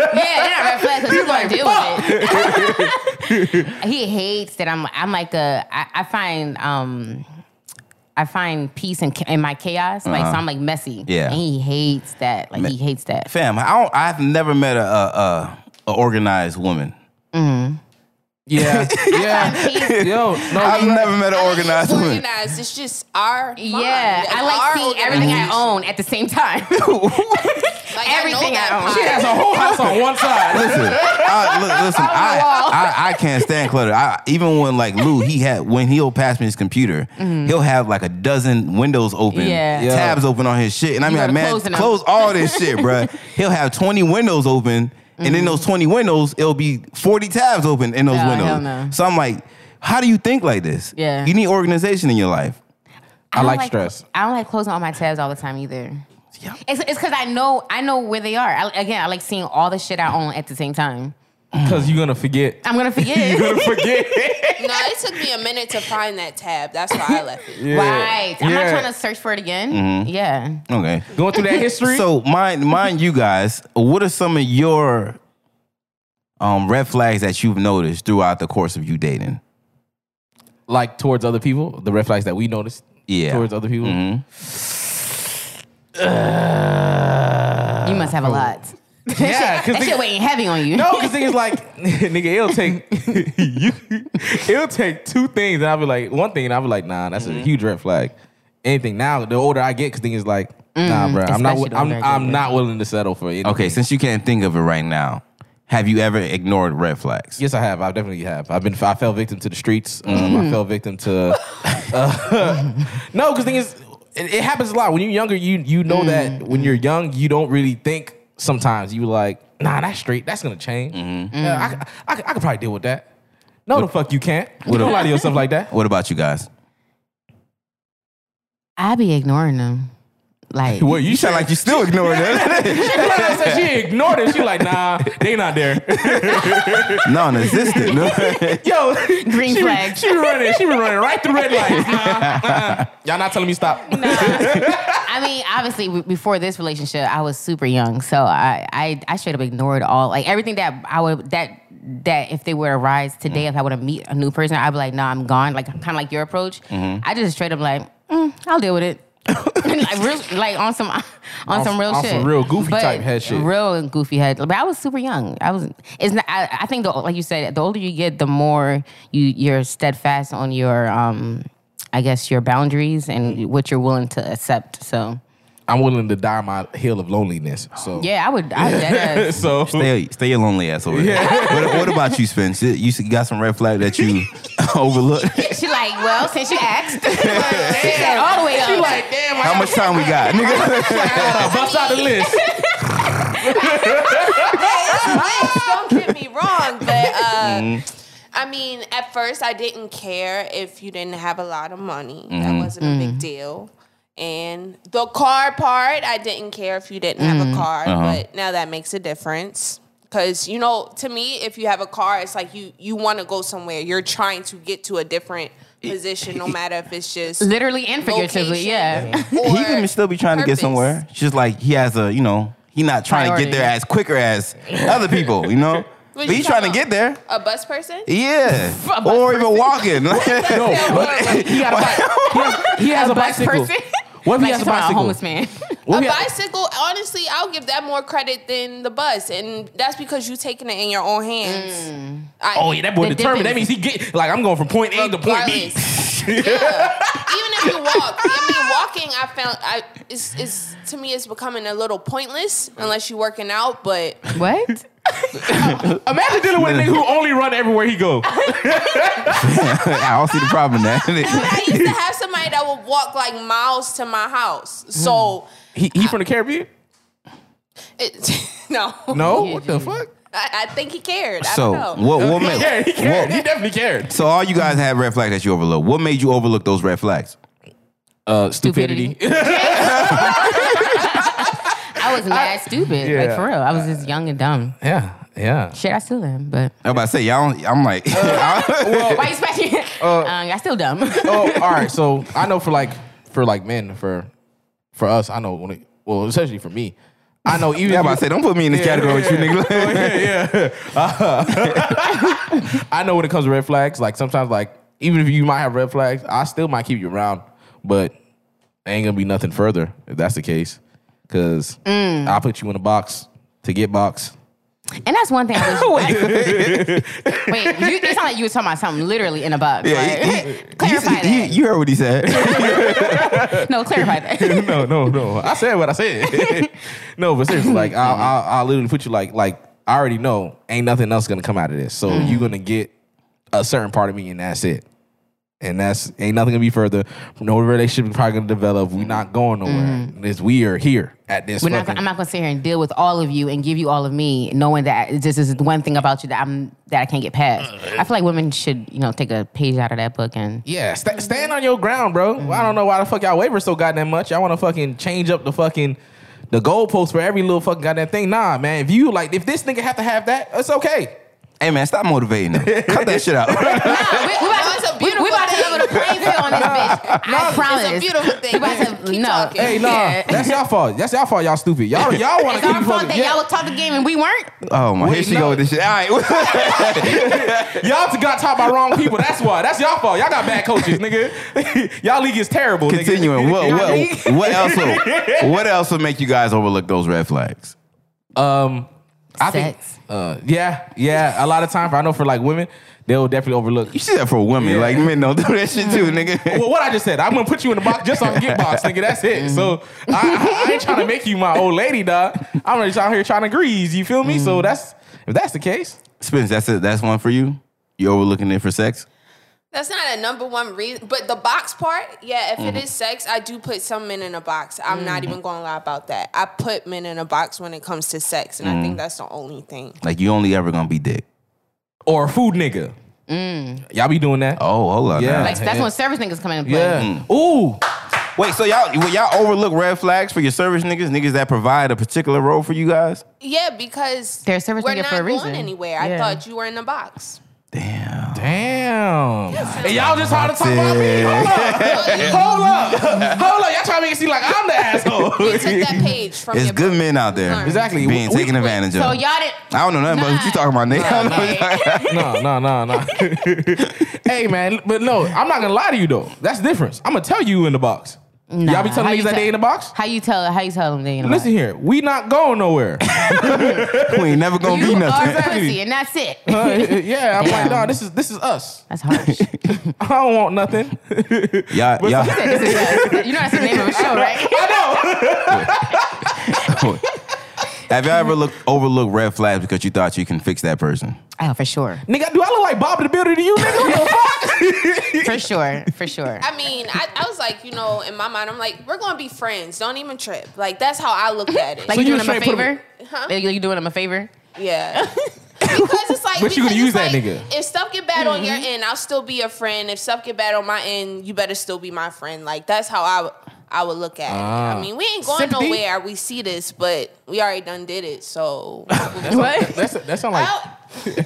[SPEAKER 3] not red flags. 'cause He's gonna
[SPEAKER 1] like,
[SPEAKER 3] deal with it. he hates that I'm. I'm like a. I, I find. um I find peace in, in my chaos, like
[SPEAKER 1] Uh-huh.
[SPEAKER 3] so. I'm like messy,
[SPEAKER 2] Yeah.
[SPEAKER 3] And he hates that, like he hates that.
[SPEAKER 2] Fam, I don't, I've never met a, a, a, a organized woman.
[SPEAKER 1] Yeah, yeah.
[SPEAKER 3] Peace.
[SPEAKER 1] Yo, no,
[SPEAKER 2] I've never met an organized
[SPEAKER 6] it's
[SPEAKER 2] woman.
[SPEAKER 6] organized. It's just our. mind.
[SPEAKER 3] yeah, I
[SPEAKER 6] our
[SPEAKER 3] like seeing everything I
[SPEAKER 1] Mm-hmm.
[SPEAKER 6] organization.
[SPEAKER 3] own at the same time.
[SPEAKER 6] Like,
[SPEAKER 3] everything I
[SPEAKER 6] know that
[SPEAKER 3] own.
[SPEAKER 6] part.
[SPEAKER 1] she has a whole house on one side.
[SPEAKER 2] Listen, I, li- listen, I, I, I can't stand clutter. I, even when like Lou, he had when he'll pass me his computer, he'll have like a dozen windows open,
[SPEAKER 3] Mm-hmm. Yeah. Yeah.
[SPEAKER 2] tabs open on his shit, and I mean,
[SPEAKER 3] gotta
[SPEAKER 2] like, man,
[SPEAKER 3] close them.
[SPEAKER 2] close all this shit, bruh. He'll have twenty windows open, and
[SPEAKER 3] Mm-hmm.
[SPEAKER 2] in those twenty windows, it'll be forty tabs open in those
[SPEAKER 3] No, hell
[SPEAKER 2] windows.
[SPEAKER 3] no.
[SPEAKER 2] So I'm like, how do you think like this?
[SPEAKER 3] Yeah.
[SPEAKER 2] you need organization in your life.
[SPEAKER 1] I,
[SPEAKER 3] don't
[SPEAKER 1] like, stress.
[SPEAKER 3] I don't like closing all my tabs all the time either.
[SPEAKER 2] Yeah.
[SPEAKER 3] It's it's because I know I know where they are. I, again, I like seeing all the shit I own at the same time.
[SPEAKER 1] Because you're gonna forget.
[SPEAKER 3] I'm gonna forget.
[SPEAKER 1] You're gonna forget.
[SPEAKER 6] No, it took me a minute to find that tab. That's why I left it.
[SPEAKER 3] Right. I'm not
[SPEAKER 1] Yeah. Mm-hmm.
[SPEAKER 3] trying to search for it again. Yeah.
[SPEAKER 2] Okay.
[SPEAKER 1] Going through that history.
[SPEAKER 2] So mind mind you guys, what are some of your um red flags that you've noticed throughout the course of you dating?
[SPEAKER 1] like towards other people, the red flags that we noticed
[SPEAKER 2] Yeah.
[SPEAKER 1] towards other people.
[SPEAKER 3] Mm-hmm. You must have a lot.
[SPEAKER 1] Yeah, because
[SPEAKER 3] That shit weighing heavy on you.
[SPEAKER 1] Uh, no, because things like nigga, it'll take you, it'll take two things, and I'll be like one thing, and I'll be like, nah, that's a
[SPEAKER 3] Mm-hmm.
[SPEAKER 1] huge red flag. Anything now, the older I get, because things like, nah, bro, I'm not,
[SPEAKER 3] Mm-hmm. especially the
[SPEAKER 1] wi- I'm,
[SPEAKER 3] older I get,
[SPEAKER 1] I'm
[SPEAKER 3] bro.
[SPEAKER 1] not willing to settle for anything.
[SPEAKER 2] Okay, since you can't think of it right now, have you ever ignored red flags?
[SPEAKER 1] Yes, I have. I definitely have. I've been. I fell victim to the streets. Um,
[SPEAKER 3] Mm.
[SPEAKER 1] I fell victim to. uh, no, because thing is, it, it happens a lot when you're younger. You you know
[SPEAKER 3] Mm.
[SPEAKER 1] that when you're young, you don't really think. Sometimes you like, nah, that's straight. That's gonna change. Yeah, I, c- I, c- I could probably deal with that. No, the fuck you can't. You don't lie to yourself like that.
[SPEAKER 2] What about you guys?
[SPEAKER 3] I be ignoring them. Like
[SPEAKER 1] Well,
[SPEAKER 2] You sound like you still ignoring it.
[SPEAKER 1] said she ignored it. She like, nah, they not there.
[SPEAKER 2] Non-existent.
[SPEAKER 1] Yo, she,
[SPEAKER 3] Green
[SPEAKER 1] be-
[SPEAKER 3] flag.
[SPEAKER 1] She be running. She be running right through red lights. Nah, uh-uh. y'all not telling me stop.
[SPEAKER 3] I mean, obviously, w- before this relationship, I was super young, so I, I, I straight up ignored all like everything that I would that that if they were to rise today, if I were to meet a new person, I'd be like, nah, I'm gone. Like kind of like your approach.
[SPEAKER 1] Mm-hmm.
[SPEAKER 3] I just straight up like, mm, I'll deal with it. like, real, like on some on, some real
[SPEAKER 1] on
[SPEAKER 3] shit,
[SPEAKER 1] some real goofy type head shit.
[SPEAKER 3] real and goofy head. But I was super young. I was. It's not. I, I think the like you said, the older you get, the more you you're steadfast on your um, I guess your boundaries and what you're willing to accept. So
[SPEAKER 1] I'm willing to die on my hill of loneliness. So
[SPEAKER 3] yeah, I would. I dead ass.
[SPEAKER 1] so
[SPEAKER 2] Stay, stay your lonely ass over there. What, what about you, Spence? You- You got some red flag that you overlooked?
[SPEAKER 3] She like, well, since you asked, she said all the way up. She like,
[SPEAKER 1] damn,
[SPEAKER 2] How much time we got, nigga?
[SPEAKER 1] bust out the list.
[SPEAKER 6] Don't get me wrong, but uh, I mean, at first I didn't care if you didn't have a lot of money. That wasn't a
[SPEAKER 3] Mm-hmm.
[SPEAKER 6] big deal. And the car part, I didn't care if you didn't have
[SPEAKER 3] Mm-hmm.
[SPEAKER 6] a car, but now that makes a difference. Cause you know, to me, if you have a car, it's like you you want to go somewhere. You're trying to get to a different position, no matter if it's just
[SPEAKER 3] literally and figuratively,
[SPEAKER 6] Location.
[SPEAKER 3] yeah.
[SPEAKER 6] or
[SPEAKER 2] he can still be trying to get
[SPEAKER 6] purpose.
[SPEAKER 2] somewhere. It's Just like he has a, you know, he not trying to get there
[SPEAKER 3] Priority.
[SPEAKER 2] as quicker as other people, you know. but
[SPEAKER 6] you
[SPEAKER 2] he's trying to
[SPEAKER 6] talking
[SPEAKER 2] get there.
[SPEAKER 6] A bus person?
[SPEAKER 2] Yeah, or even walking. no,
[SPEAKER 1] He got a bike. He has, he has a, bicycle.
[SPEAKER 3] person.
[SPEAKER 1] What if he
[SPEAKER 3] Like
[SPEAKER 1] has a
[SPEAKER 3] she's talking about
[SPEAKER 1] bicycle?
[SPEAKER 3] homeless man.
[SPEAKER 1] What if
[SPEAKER 6] A
[SPEAKER 1] he has-
[SPEAKER 6] bicycle, honestly, I'll give that more credit than the bus, and that's because you taking it in your own hands.
[SPEAKER 3] Mm.
[SPEAKER 6] I,
[SPEAKER 1] Oh yeah, that boy
[SPEAKER 3] The
[SPEAKER 1] determined. That means
[SPEAKER 3] difference-
[SPEAKER 1] he get like I'm going from point A to point B.
[SPEAKER 6] Regardless. yeah. Even if you walk, I mean, walking, I found, I it's, it's to me, it's becoming a little pointless unless you're working out. But
[SPEAKER 3] what?
[SPEAKER 1] Imagine dealing with a nigga who only run everywhere he go.
[SPEAKER 2] I don't see the problem in that.
[SPEAKER 6] I used to have somebody that would walk like miles to my house, so
[SPEAKER 1] He, he from the Caribbean?
[SPEAKER 6] it, no,
[SPEAKER 1] No, what the fuck?
[SPEAKER 6] I, I think he cared. I
[SPEAKER 2] so,
[SPEAKER 6] don't know.
[SPEAKER 2] what woman?
[SPEAKER 1] Yeah, he cared. He definitely cared.
[SPEAKER 2] So, all you guys had red flags that you overlooked. What made you overlook those red flags?
[SPEAKER 1] Uh, stupidity.
[SPEAKER 3] I was mad stupid. Like
[SPEAKER 1] yeah.
[SPEAKER 3] for real, I was just young and dumb.
[SPEAKER 1] yeah, yeah.
[SPEAKER 3] Shit, I still am, but
[SPEAKER 2] I'm about to say, y'all. don't- I'm like,
[SPEAKER 3] why you expecting?
[SPEAKER 1] uh,
[SPEAKER 3] um, I still dumb.
[SPEAKER 1] oh, all right. So I know for like for like men for for us, I know when it well, especially for me, I know even
[SPEAKER 2] yeah, I'm
[SPEAKER 1] if
[SPEAKER 2] about
[SPEAKER 1] you-
[SPEAKER 2] to say, don't put me in this category with you, nigga.
[SPEAKER 1] I know when it comes to red flags, like sometimes, like even if you might have red flags, I still might keep you around, but ain't gonna be nothing further if that's the case, because
[SPEAKER 3] Mm.
[SPEAKER 1] I put you in a box to get box.
[SPEAKER 3] And that's one thing. I was, wait, you, it sounded like you were talking about something literally in a box.
[SPEAKER 2] Yeah,
[SPEAKER 3] like,
[SPEAKER 2] he- he-
[SPEAKER 3] clarify
[SPEAKER 2] he- he-
[SPEAKER 3] that.
[SPEAKER 2] you heard what he said.
[SPEAKER 3] no, clarify that.
[SPEAKER 1] no, no, no. I said what I said. no, but seriously, like I'll, I'll, I'll literally put you like like I already
[SPEAKER 3] Mm.
[SPEAKER 1] know ain't nothing else gonna come out of this, so you're gonna get a certain part of me, and that's it. And that's ain't nothing gonna be further. No relationship probably gonna develop. We're not going nowhere. It's we are here at this.
[SPEAKER 3] Mm-hmm. We're not,
[SPEAKER 1] fucking-
[SPEAKER 3] gonna- I'm not gonna sit here and deal with all of you and give you all of me, knowing that this is the one thing about you that I'm that I can't get past. I feel like women should, you know, take a page out of that book and
[SPEAKER 1] Yeah, sta stand on your ground, bro. I don't know why the fuck y'all waver so goddamn much. Y'all want to fucking change up the fucking the goalpost for every little fucking goddamn thing. Nah, man. If you like, if this nigga have to have that, it's okay.
[SPEAKER 2] Hey man, stop motivating them. Cut that shit out.
[SPEAKER 6] Ah,
[SPEAKER 3] we, we about,
[SPEAKER 6] it's a
[SPEAKER 3] to- we- we about to
[SPEAKER 6] beautiful thing.
[SPEAKER 3] level the playing field on this bitch. I promise.
[SPEAKER 6] It's a beautiful thing.
[SPEAKER 3] We about to,
[SPEAKER 6] Keep
[SPEAKER 3] no.
[SPEAKER 6] talking.
[SPEAKER 1] Hey, nah,
[SPEAKER 3] Yeah.
[SPEAKER 1] that's y'all fault. That's y'all fault. Y'all stupid. Y'all, y'all want
[SPEAKER 3] It's
[SPEAKER 1] to keep
[SPEAKER 3] our fault that
[SPEAKER 1] fucking.
[SPEAKER 3] y'all talked the game and we weren't.
[SPEAKER 2] oh my, here
[SPEAKER 1] Wait,
[SPEAKER 2] she
[SPEAKER 1] no.
[SPEAKER 2] go with this shit. All right,
[SPEAKER 1] Y'all t- got taught by wrong people. That's why. That's y'all fault. Y'all got bad coaches, nigga. y'all league is terrible. nigga.
[SPEAKER 2] continuing. What
[SPEAKER 1] Y'all league-
[SPEAKER 2] what what else? Will, what else would make you guys overlook those red flags?
[SPEAKER 1] Um, I think.
[SPEAKER 3] Sex.
[SPEAKER 1] Uh, yeah, yeah. A lot of time for I know for like women, they'll definitely overlook.
[SPEAKER 2] You see that for women, like men don't do that shit too, nigga.
[SPEAKER 1] Well, what I just said, I'm gonna put you in the box just so I can get boxed, nigga. That's it. So I, I, I ain't trying to make you my old lady, dog. I'm just out here trying to grease. You feel me? So that's if that's the case.
[SPEAKER 2] Spence, that's it. That's one for you. You overlooking it for sex.
[SPEAKER 6] That's not a number one reason, but the box part, yeah. If
[SPEAKER 3] Mm-hmm.
[SPEAKER 6] it is sex, I do put some men in a box. I'm not even going to lie about that. I put men in a box when it comes to sex, and I
[SPEAKER 3] Mm-hmm.
[SPEAKER 6] think that's the only thing.
[SPEAKER 2] Like you only ever gonna be dick.
[SPEAKER 1] Or a food nigga. Y'all be doing that?
[SPEAKER 2] Oh, hold on.
[SPEAKER 1] Yeah.
[SPEAKER 2] now.
[SPEAKER 3] Like that's when service niggas come in and play.
[SPEAKER 1] yeah. Ooh.
[SPEAKER 2] Wait, so y'all well, y'all overlook red flags for your service niggas, niggas that provide a particular role for you guys?
[SPEAKER 6] Yeah, because
[SPEAKER 3] They're a service
[SPEAKER 6] we're
[SPEAKER 3] nigga
[SPEAKER 6] not
[SPEAKER 3] for a
[SPEAKER 6] going
[SPEAKER 3] reason.
[SPEAKER 6] anywhere. I
[SPEAKER 3] Yeah.
[SPEAKER 6] thought you were in a box.
[SPEAKER 2] Damn.
[SPEAKER 1] Damn. And y'all just trying to talk about me. Hold up.
[SPEAKER 6] you
[SPEAKER 1] Hold up. Hold up. Y'all trying to make it seem like I'm the asshole.
[SPEAKER 6] took that page from
[SPEAKER 2] It's
[SPEAKER 6] your
[SPEAKER 2] good
[SPEAKER 6] book.
[SPEAKER 2] men out there.
[SPEAKER 1] Exactly.
[SPEAKER 2] Being
[SPEAKER 1] We-
[SPEAKER 2] taken
[SPEAKER 1] we-
[SPEAKER 2] advantage
[SPEAKER 3] So
[SPEAKER 2] of.
[SPEAKER 3] y'all did.
[SPEAKER 2] I don't know nothing about what you talking about, nigga. I don't know what you talking about.
[SPEAKER 1] no, no, no, no. hey, man, but no, I'm not gonna lie to you though. That's the difference. I'm gonna tell you in the box. Y'all be
[SPEAKER 3] How
[SPEAKER 1] telling
[SPEAKER 3] you
[SPEAKER 1] niggas that
[SPEAKER 3] tell-
[SPEAKER 1] they in the box?
[SPEAKER 3] How you tell? How you tell them they in the
[SPEAKER 1] Listen
[SPEAKER 3] box?
[SPEAKER 1] here, we not going nowhere.
[SPEAKER 2] We ain't never gonna be
[SPEAKER 3] You are
[SPEAKER 2] nothing.
[SPEAKER 1] Exactly.
[SPEAKER 3] pussy, and that's it.
[SPEAKER 1] Uh, yeah, I'm like,
[SPEAKER 3] Damn.
[SPEAKER 1] nah, this is this is us.
[SPEAKER 3] That's harsh.
[SPEAKER 1] I don't want nothing.
[SPEAKER 2] Y'all, y'all,
[SPEAKER 3] This is us. you know that's the name of a show, right?
[SPEAKER 2] have y'all ever looked overlooked red flags because you thought you can fix that person?
[SPEAKER 3] Oh, for sure,
[SPEAKER 1] nigga, do I look like Bob the Builder to you, nigga? What the fuck?
[SPEAKER 3] for sure, for sure.
[SPEAKER 6] I mean, I, I was like, you know, in my mind, I'm like, we're going to be friends. Don't even trip. Like, that's how I looked at it.
[SPEAKER 3] Like
[SPEAKER 1] So
[SPEAKER 3] you
[SPEAKER 1] you
[SPEAKER 3] doing them a
[SPEAKER 1] straight put 'em-
[SPEAKER 3] favor? Like you doing them a favor?
[SPEAKER 6] Yeah. because it's like,
[SPEAKER 1] But you
[SPEAKER 6] because
[SPEAKER 1] gonna use
[SPEAKER 6] it's
[SPEAKER 1] that
[SPEAKER 6] like,
[SPEAKER 1] nigga.
[SPEAKER 6] If stuff get bad on your end, I'll still be your friend. If stuff get bad on my end, you better still be my friend. Like that's how I would- I would look at
[SPEAKER 1] Ah.
[SPEAKER 6] it. I mean, we ain't going
[SPEAKER 1] Sympathy?
[SPEAKER 6] nowhere. We see this, but we already done did it. So
[SPEAKER 3] What?
[SPEAKER 1] That's that sound like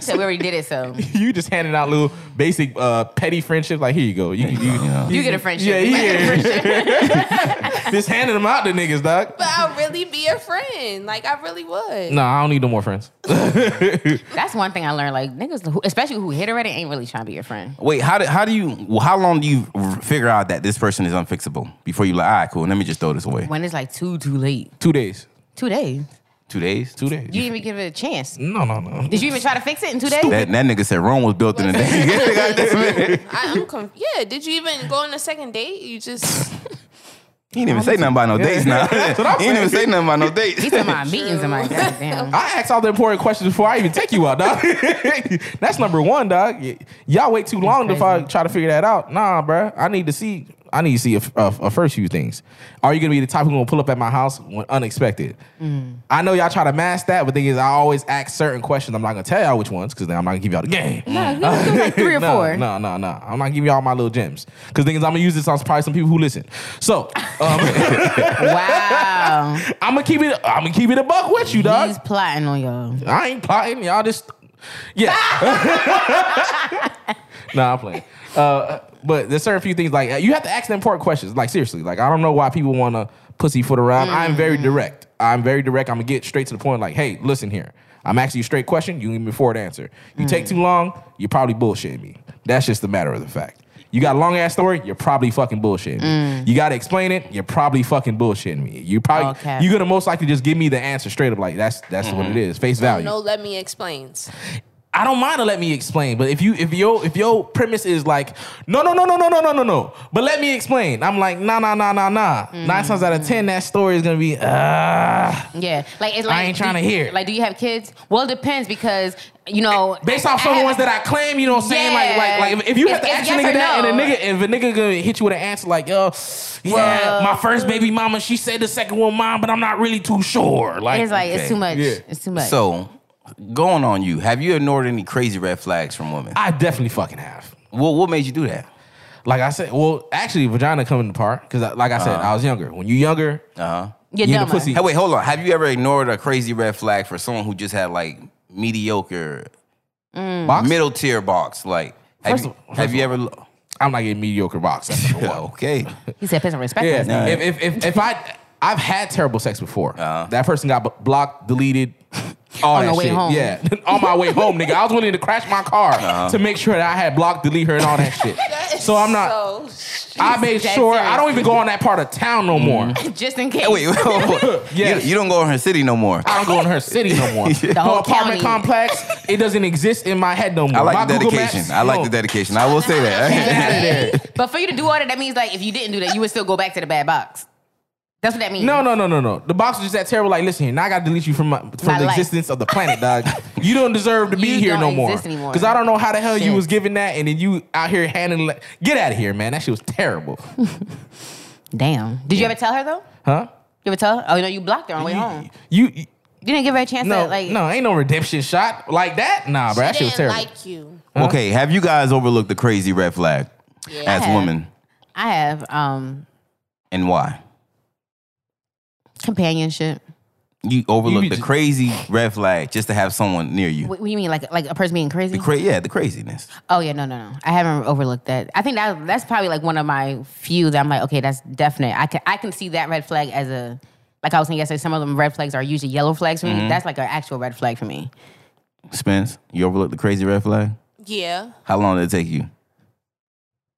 [SPEAKER 3] so we already did it. So
[SPEAKER 1] you just handing out little basic uh, petty friendships. Like here you go, you, you,
[SPEAKER 2] Yeah.
[SPEAKER 3] you get a friendship.
[SPEAKER 1] Yeah, yeah. just handing them out to niggas, dog.
[SPEAKER 6] but I'll really be your friend. Like I really would.
[SPEAKER 1] No, I don't need no more friends.
[SPEAKER 3] That's one thing I learned. Like niggas, who- especially who hit already, ain't really trying to be your friend.
[SPEAKER 2] Wait, how do how do you well, how long do you r- figure out that this person is unfixable before you like, all right, cool, let me just throw this away.
[SPEAKER 3] When it's like too too late.
[SPEAKER 1] Two days.
[SPEAKER 3] Two days.
[SPEAKER 2] Two days?
[SPEAKER 1] Two days.
[SPEAKER 3] You didn't even give it a chance.
[SPEAKER 1] no, no, no.
[SPEAKER 3] Did you even try to fix it in two days?
[SPEAKER 2] That, that nigga said Rome was built in a day.
[SPEAKER 6] I, I'm conf- yeah. Did you even go on a second date? You just
[SPEAKER 2] he didn't even say nothing about no dates now. he didn't even say nothing about no dates.
[SPEAKER 3] He's talking about meetings. I'm like, goddamn.
[SPEAKER 1] I ask all the important questions before I even take you out, dog. That's number one, dog. Y- Y'all wait too long if I
[SPEAKER 3] crazy.
[SPEAKER 1] try to figure that out. Nah, bruh. I need to see. I need to see a, f- a- a first few things. Are you gonna be the type who's gonna pull up at my house when unexpected?
[SPEAKER 3] Mm.
[SPEAKER 1] I know y'all try to mask that, but thing is, I always ask certain questions. I'm not gonna tell y'all which ones because then I'm not gonna give y'all the game.
[SPEAKER 3] No, you can do like three or
[SPEAKER 1] no,
[SPEAKER 3] four.
[SPEAKER 1] No, no, no. I'm not giving y'all my little gems because thing is, I'm gonna use this on probably some people who listen. So um,
[SPEAKER 3] Wow.
[SPEAKER 1] I'm gonna keep it. I'm gonna keep it a buck with you, dog.
[SPEAKER 3] He's plotting on y'all.
[SPEAKER 1] I ain't plotting. Y'all just, yeah. nah, I'm playing. Uh, but there's certain few things like you have to ask the important questions. Like seriously, like I don't know why people want to pussyfoot around. I'm very direct. I'm very direct. I'm gonna get straight to the point. Like, hey, listen here. I'm asking you a straight question. You give me a forward answer. You take too long. You're probably bullshitting me. That's just a matter of the fact. You got a long ass story. You're probably fucking bullshitting me. You got to explain it. You're probably fucking bullshitting me. You probably
[SPEAKER 3] Okay.
[SPEAKER 1] you're gonna most likely just give me the answer straight up. Like that's that's what it is. Face value.
[SPEAKER 6] no. Let me explains.
[SPEAKER 1] I don't mind to let me explain, but if you if your if your premise is like no no no no no no no no no, but let me explain. I'm like nah nah nah nah nah.
[SPEAKER 3] Mm-hmm.
[SPEAKER 1] Nine times out of ten, that story is gonna be uh
[SPEAKER 3] Yeah, like it's like
[SPEAKER 1] ain't
[SPEAKER 3] do-
[SPEAKER 1] trying to hear it.
[SPEAKER 3] Like, do you have kids? Well, it depends because you know
[SPEAKER 1] based off some of the ones that I claim, you know what I'm saying?
[SPEAKER 3] Yeah.
[SPEAKER 1] Like, like, like if you have
[SPEAKER 3] It's-
[SPEAKER 1] to
[SPEAKER 3] it's
[SPEAKER 1] ask a
[SPEAKER 3] yes
[SPEAKER 1] nigga
[SPEAKER 3] or
[SPEAKER 1] that,
[SPEAKER 3] no.
[SPEAKER 1] and a nigga, if a nigga gonna hit you with an answer like, yo, yeah,
[SPEAKER 3] Well-
[SPEAKER 1] my first baby mama, she said the second one mine, but I'm not really too sure. Like,
[SPEAKER 3] it's like
[SPEAKER 2] Okay.
[SPEAKER 3] it's too much.
[SPEAKER 1] Yeah.
[SPEAKER 3] It's too much.
[SPEAKER 2] So, going on you, have you ignored any crazy red flags from women?
[SPEAKER 1] I definitely fucking have.
[SPEAKER 2] what what made you do that?
[SPEAKER 1] Like I said, well, actually, vagina coming apart because, like I said,
[SPEAKER 2] Uh-huh.
[SPEAKER 1] I was younger. When you younger,
[SPEAKER 2] Uh huh.
[SPEAKER 3] you're
[SPEAKER 1] you the
[SPEAKER 3] dumber.
[SPEAKER 1] pussy.
[SPEAKER 2] Hey, wait, hold on. Have you ever ignored a crazy red flag for someone who just had like mediocre
[SPEAKER 1] box,
[SPEAKER 2] middle tier box? Like, have
[SPEAKER 1] First
[SPEAKER 2] you,
[SPEAKER 1] of- first
[SPEAKER 2] have you
[SPEAKER 1] of-
[SPEAKER 2] ever? oh,
[SPEAKER 1] I'm like a mediocre box. That's number one.
[SPEAKER 2] okay.
[SPEAKER 3] He said, "Put some respect."
[SPEAKER 1] Yeah.
[SPEAKER 3] on his name."
[SPEAKER 1] If, if, if, if I, I've had terrible sex before.
[SPEAKER 2] Uh-huh.
[SPEAKER 1] That person got b- blocked, deleted. All
[SPEAKER 3] On
[SPEAKER 1] that
[SPEAKER 3] the way
[SPEAKER 1] shit.
[SPEAKER 3] home.
[SPEAKER 1] Yeah. on my way home, nigga. I was willing to crash my car
[SPEAKER 2] Uh-huh.
[SPEAKER 1] to make sure that I had blocked, delete her, and all that shit. so I'm not.
[SPEAKER 6] So,
[SPEAKER 1] I made
[SPEAKER 3] That's
[SPEAKER 1] sure
[SPEAKER 3] serious.
[SPEAKER 1] I don't even go on that part of town no more.
[SPEAKER 2] Mm-hmm.
[SPEAKER 3] Just in
[SPEAKER 2] Hey,
[SPEAKER 3] case.
[SPEAKER 2] wait, wait, wait, wait.
[SPEAKER 1] Yes.
[SPEAKER 2] you, you don't go in her city no more.
[SPEAKER 1] I don't go in her city no more. the
[SPEAKER 3] whole
[SPEAKER 1] apartment
[SPEAKER 3] county.
[SPEAKER 1] complex, it doesn't exist in my head no more.
[SPEAKER 2] I
[SPEAKER 1] my
[SPEAKER 2] like the
[SPEAKER 1] Google
[SPEAKER 2] dedication.
[SPEAKER 1] Maps,
[SPEAKER 2] I like
[SPEAKER 1] no.
[SPEAKER 2] the dedication. I will say that.
[SPEAKER 1] Get out of there.
[SPEAKER 3] But for you to do all that, that means like if you didn't do that, you would still go back to the bad box. That's what that means.
[SPEAKER 1] No, no, no, no, no. The box was just that terrible. Like, listen here, now I gotta delete you from my, from
[SPEAKER 3] My
[SPEAKER 1] the
[SPEAKER 3] life.
[SPEAKER 1] existence of the planet, dog. you don't deserve to be
[SPEAKER 3] You
[SPEAKER 1] here
[SPEAKER 3] don't
[SPEAKER 1] no more.
[SPEAKER 3] exist anymore.
[SPEAKER 1] Because I don't know how the hell you
[SPEAKER 3] Shit.
[SPEAKER 1] was giving that, and then you out here handing. Like, get out of here, man. That shit was terrible,
[SPEAKER 3] Damn. Did you ever tell her though?
[SPEAKER 1] huh?
[SPEAKER 3] You ever tell her? Oh, you know, you blocked her on the way home.
[SPEAKER 1] You, you, you-
[SPEAKER 3] You didn't give her a chance
[SPEAKER 1] no,
[SPEAKER 3] to like.
[SPEAKER 1] no, ain't no redemption shot like that. Nah, bro, that shit
[SPEAKER 6] she
[SPEAKER 1] was
[SPEAKER 6] didn't
[SPEAKER 1] terrible.
[SPEAKER 6] like you.
[SPEAKER 2] okay, have you guys overlooked the crazy red flag as
[SPEAKER 3] I have.
[SPEAKER 2] women
[SPEAKER 3] I have um
[SPEAKER 2] and why?
[SPEAKER 3] companionship.
[SPEAKER 2] You overlook
[SPEAKER 1] be
[SPEAKER 2] the
[SPEAKER 1] ju-
[SPEAKER 2] crazy red flag just to have someone near you.
[SPEAKER 3] What, what do you mean, like like a person being crazy?
[SPEAKER 2] The cra- yeah, the craziness.
[SPEAKER 3] oh yeah, no, no, no. I haven't overlooked that. I think that that's probably like one of my few that I'm like, okay, that's definite. I can I can see that red flag as a like I was saying yesterday. Some of them red flags are usually yellow flags for me. That's like an actual red flag for me.
[SPEAKER 2] Spence, you overlook the crazy red flag?
[SPEAKER 6] Yeah.
[SPEAKER 2] How long did it take you?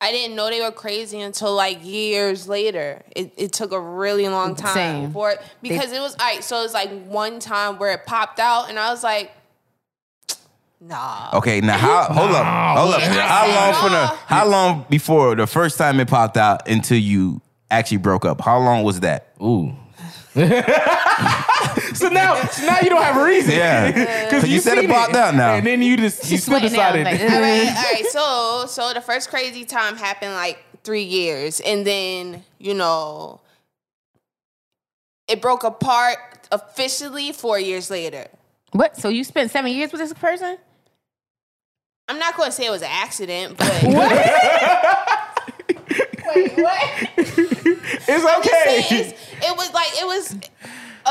[SPEAKER 6] I didn't know they were crazy until like years later. It, it took a really long time
[SPEAKER 3] Same.
[SPEAKER 6] for it because it was all right. So it was like one time where it popped out, and I was like, nah.
[SPEAKER 2] Okay, now how hold up. Hold up. How long from the how long before the first time it popped out until you actually broke up? How long was that?
[SPEAKER 1] Ooh. so now, so now you don't have a reason.
[SPEAKER 2] Yeah.
[SPEAKER 1] because
[SPEAKER 2] you said it
[SPEAKER 1] seen
[SPEAKER 2] popped out now.
[SPEAKER 1] and then you just you still
[SPEAKER 3] Sweating now,
[SPEAKER 1] decided.
[SPEAKER 3] like,
[SPEAKER 6] All right, all right. So so the first crazy time happened like three years, and then you know it broke apart officially four years later.
[SPEAKER 3] What? So you spent seven years with this person?
[SPEAKER 6] I'm not going to say it was an accident, but what? Wait, what?
[SPEAKER 1] it's okay.
[SPEAKER 6] It's- it was like it was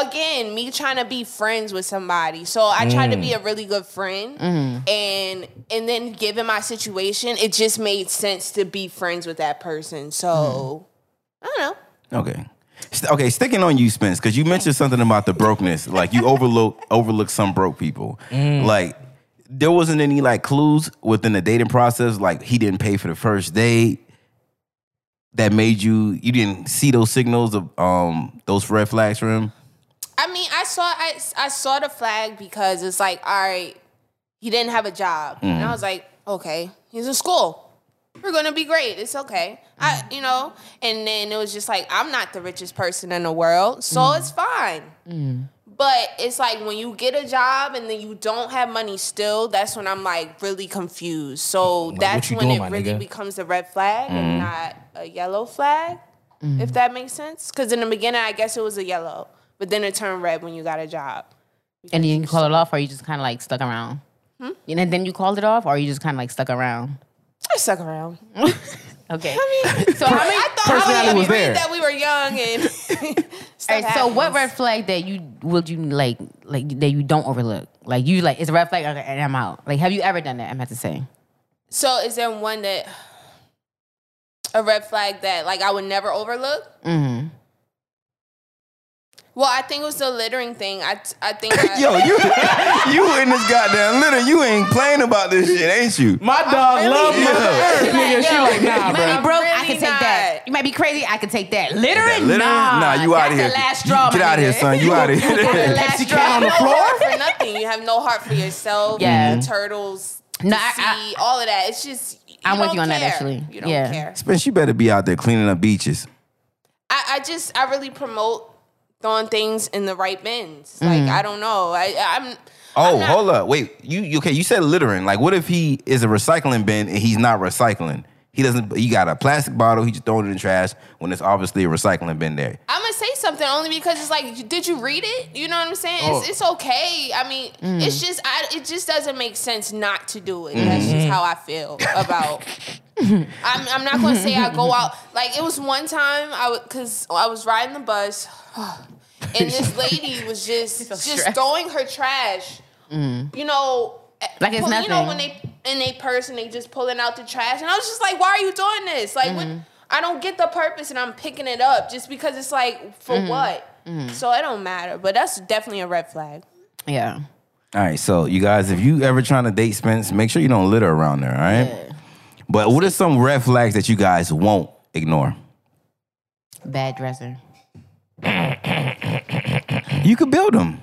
[SPEAKER 6] again me trying to be friends with somebody. So I tried to be a really good friend, and and then given my situation, it just made sense to be friends with that person. So I don't know.
[SPEAKER 2] Okay. St- Okay, sticking on you, Spence, because you mentioned something about the brokenness. Like you overlook overlook some broke people. Like there wasn't any like clues within the dating process. Like he didn't pay for the first date. That made you you didn't see those signals of um those red flags for him.
[SPEAKER 6] I mean, I saw I, I saw the flag because it's like, all right, he didn't have a job, and
[SPEAKER 1] Mm.
[SPEAKER 6] I was like, okay, he's in school. We're gonna be great. It's okay. I, you know, and then it was just like, I'm not the richest person in the world, so
[SPEAKER 1] Mm.
[SPEAKER 6] it's fine. But it's like when you get a job and then you don't have money still, that's when I'm like really confused. So that's
[SPEAKER 1] you
[SPEAKER 6] when
[SPEAKER 1] doing,
[SPEAKER 6] it
[SPEAKER 1] my
[SPEAKER 6] really
[SPEAKER 1] nigga? Mm.
[SPEAKER 6] becomes a red flag and not a yellow flag if that makes sense. Because in the beginning, I guess it was a yellow, but then it turned red when you got a job.
[SPEAKER 3] And then you call it off, or you just kind of like stuck around?
[SPEAKER 6] Hmm?
[SPEAKER 3] And then- then you called it off, or you just kind of like stuck around?
[SPEAKER 6] I stuck around.
[SPEAKER 3] Okay. so how many?
[SPEAKER 6] I thought
[SPEAKER 1] personality
[SPEAKER 6] I
[SPEAKER 1] was
[SPEAKER 6] was
[SPEAKER 1] there.
[SPEAKER 6] that we were young and.
[SPEAKER 3] All
[SPEAKER 6] stuff
[SPEAKER 3] right, so what
[SPEAKER 6] happens.
[SPEAKER 3] red flag that you would you like like that you don't overlook? Like you like it's a red flag okay, and I'm out. Like have you ever done that? I'm about to say.
[SPEAKER 6] So is there one that a red flag that like I would never overlook? Mm-hmm. Well, I think it was the littering thing. I, I think. I,
[SPEAKER 2] Yo, you you in this goddamn litter. You ain't playing about this shit, ain't you?
[SPEAKER 1] My dog
[SPEAKER 6] really-
[SPEAKER 1] love my
[SPEAKER 2] Yeah.
[SPEAKER 1] earth, nigga. She
[SPEAKER 3] Yo,
[SPEAKER 1] like, nah, bro.
[SPEAKER 3] you might be
[SPEAKER 6] I'm
[SPEAKER 3] broke. I can
[SPEAKER 6] really
[SPEAKER 3] take that.
[SPEAKER 6] not.
[SPEAKER 3] You might be crazy. I can take that. Littering?
[SPEAKER 2] Litter?
[SPEAKER 3] Nah,
[SPEAKER 2] Nah, you out
[SPEAKER 3] that's
[SPEAKER 2] of here.
[SPEAKER 3] The last straw,
[SPEAKER 2] Get
[SPEAKER 3] my
[SPEAKER 2] out of here,
[SPEAKER 3] nigga.
[SPEAKER 2] son. You out of
[SPEAKER 3] The
[SPEAKER 2] here.
[SPEAKER 3] last
[SPEAKER 1] Pepsi
[SPEAKER 3] straw.
[SPEAKER 1] can on the
[SPEAKER 6] no
[SPEAKER 1] floor.
[SPEAKER 6] heart for nothing. You have no heart for yourself.
[SPEAKER 3] Yeah.
[SPEAKER 6] the turtles.
[SPEAKER 3] Mm-hmm. No,
[SPEAKER 6] No,
[SPEAKER 3] I- I-
[SPEAKER 6] all of that. It's just. You
[SPEAKER 3] I'm with
[SPEAKER 6] don't
[SPEAKER 3] you on that,
[SPEAKER 6] care.
[SPEAKER 3] actually.
[SPEAKER 6] You don't
[SPEAKER 3] Yeah.
[SPEAKER 6] care.
[SPEAKER 2] Spence, you better be out there cleaning up beaches.
[SPEAKER 6] I, I just I really promote throwing things in the right bins. Like
[SPEAKER 1] Mm-hmm.
[SPEAKER 6] I don't know. I I'm
[SPEAKER 2] Oh,
[SPEAKER 6] I'm not-
[SPEAKER 2] hold up. Wait, you you- okay? You said littering. Like, what if he is a recycling bin and he's not recycling? He doesn't. He got a plastic bottle. He just throwing it in the trash when there's obviously a recycling bin there.
[SPEAKER 6] I'm gonna say something only because it's like, did you read it? You know what I'm saying? It's,
[SPEAKER 2] Oh.
[SPEAKER 6] it's okay. I mean, it's just I it just doesn't make sense not to do it. That's just how I feel about. I'm, I'm not gonna say I go out like it was one time I would because I was riding the bus and this lady was just just
[SPEAKER 3] stressed.
[SPEAKER 6] throwing her trash. You know,
[SPEAKER 3] Mm.
[SPEAKER 6] eh,
[SPEAKER 3] Like it's
[SPEAKER 6] pull- You know
[SPEAKER 3] nothing.
[SPEAKER 6] when they in their purse and they just pulling out the trash, and I was just like, why are you doing this? Like,
[SPEAKER 3] Mm-hmm.
[SPEAKER 6] what, I don't get the purpose, and I'm picking it up just because it's like for
[SPEAKER 3] Mm-hmm.
[SPEAKER 6] what? So it don't matter. But that's definitely a red flag.
[SPEAKER 3] Yeah.
[SPEAKER 2] All right, so you guys, if you ever trying to date Spence, make sure you don't litter around there. All right. But what are some red flags that you guys won't ignore?
[SPEAKER 3] Bad dresser.
[SPEAKER 2] You can build them.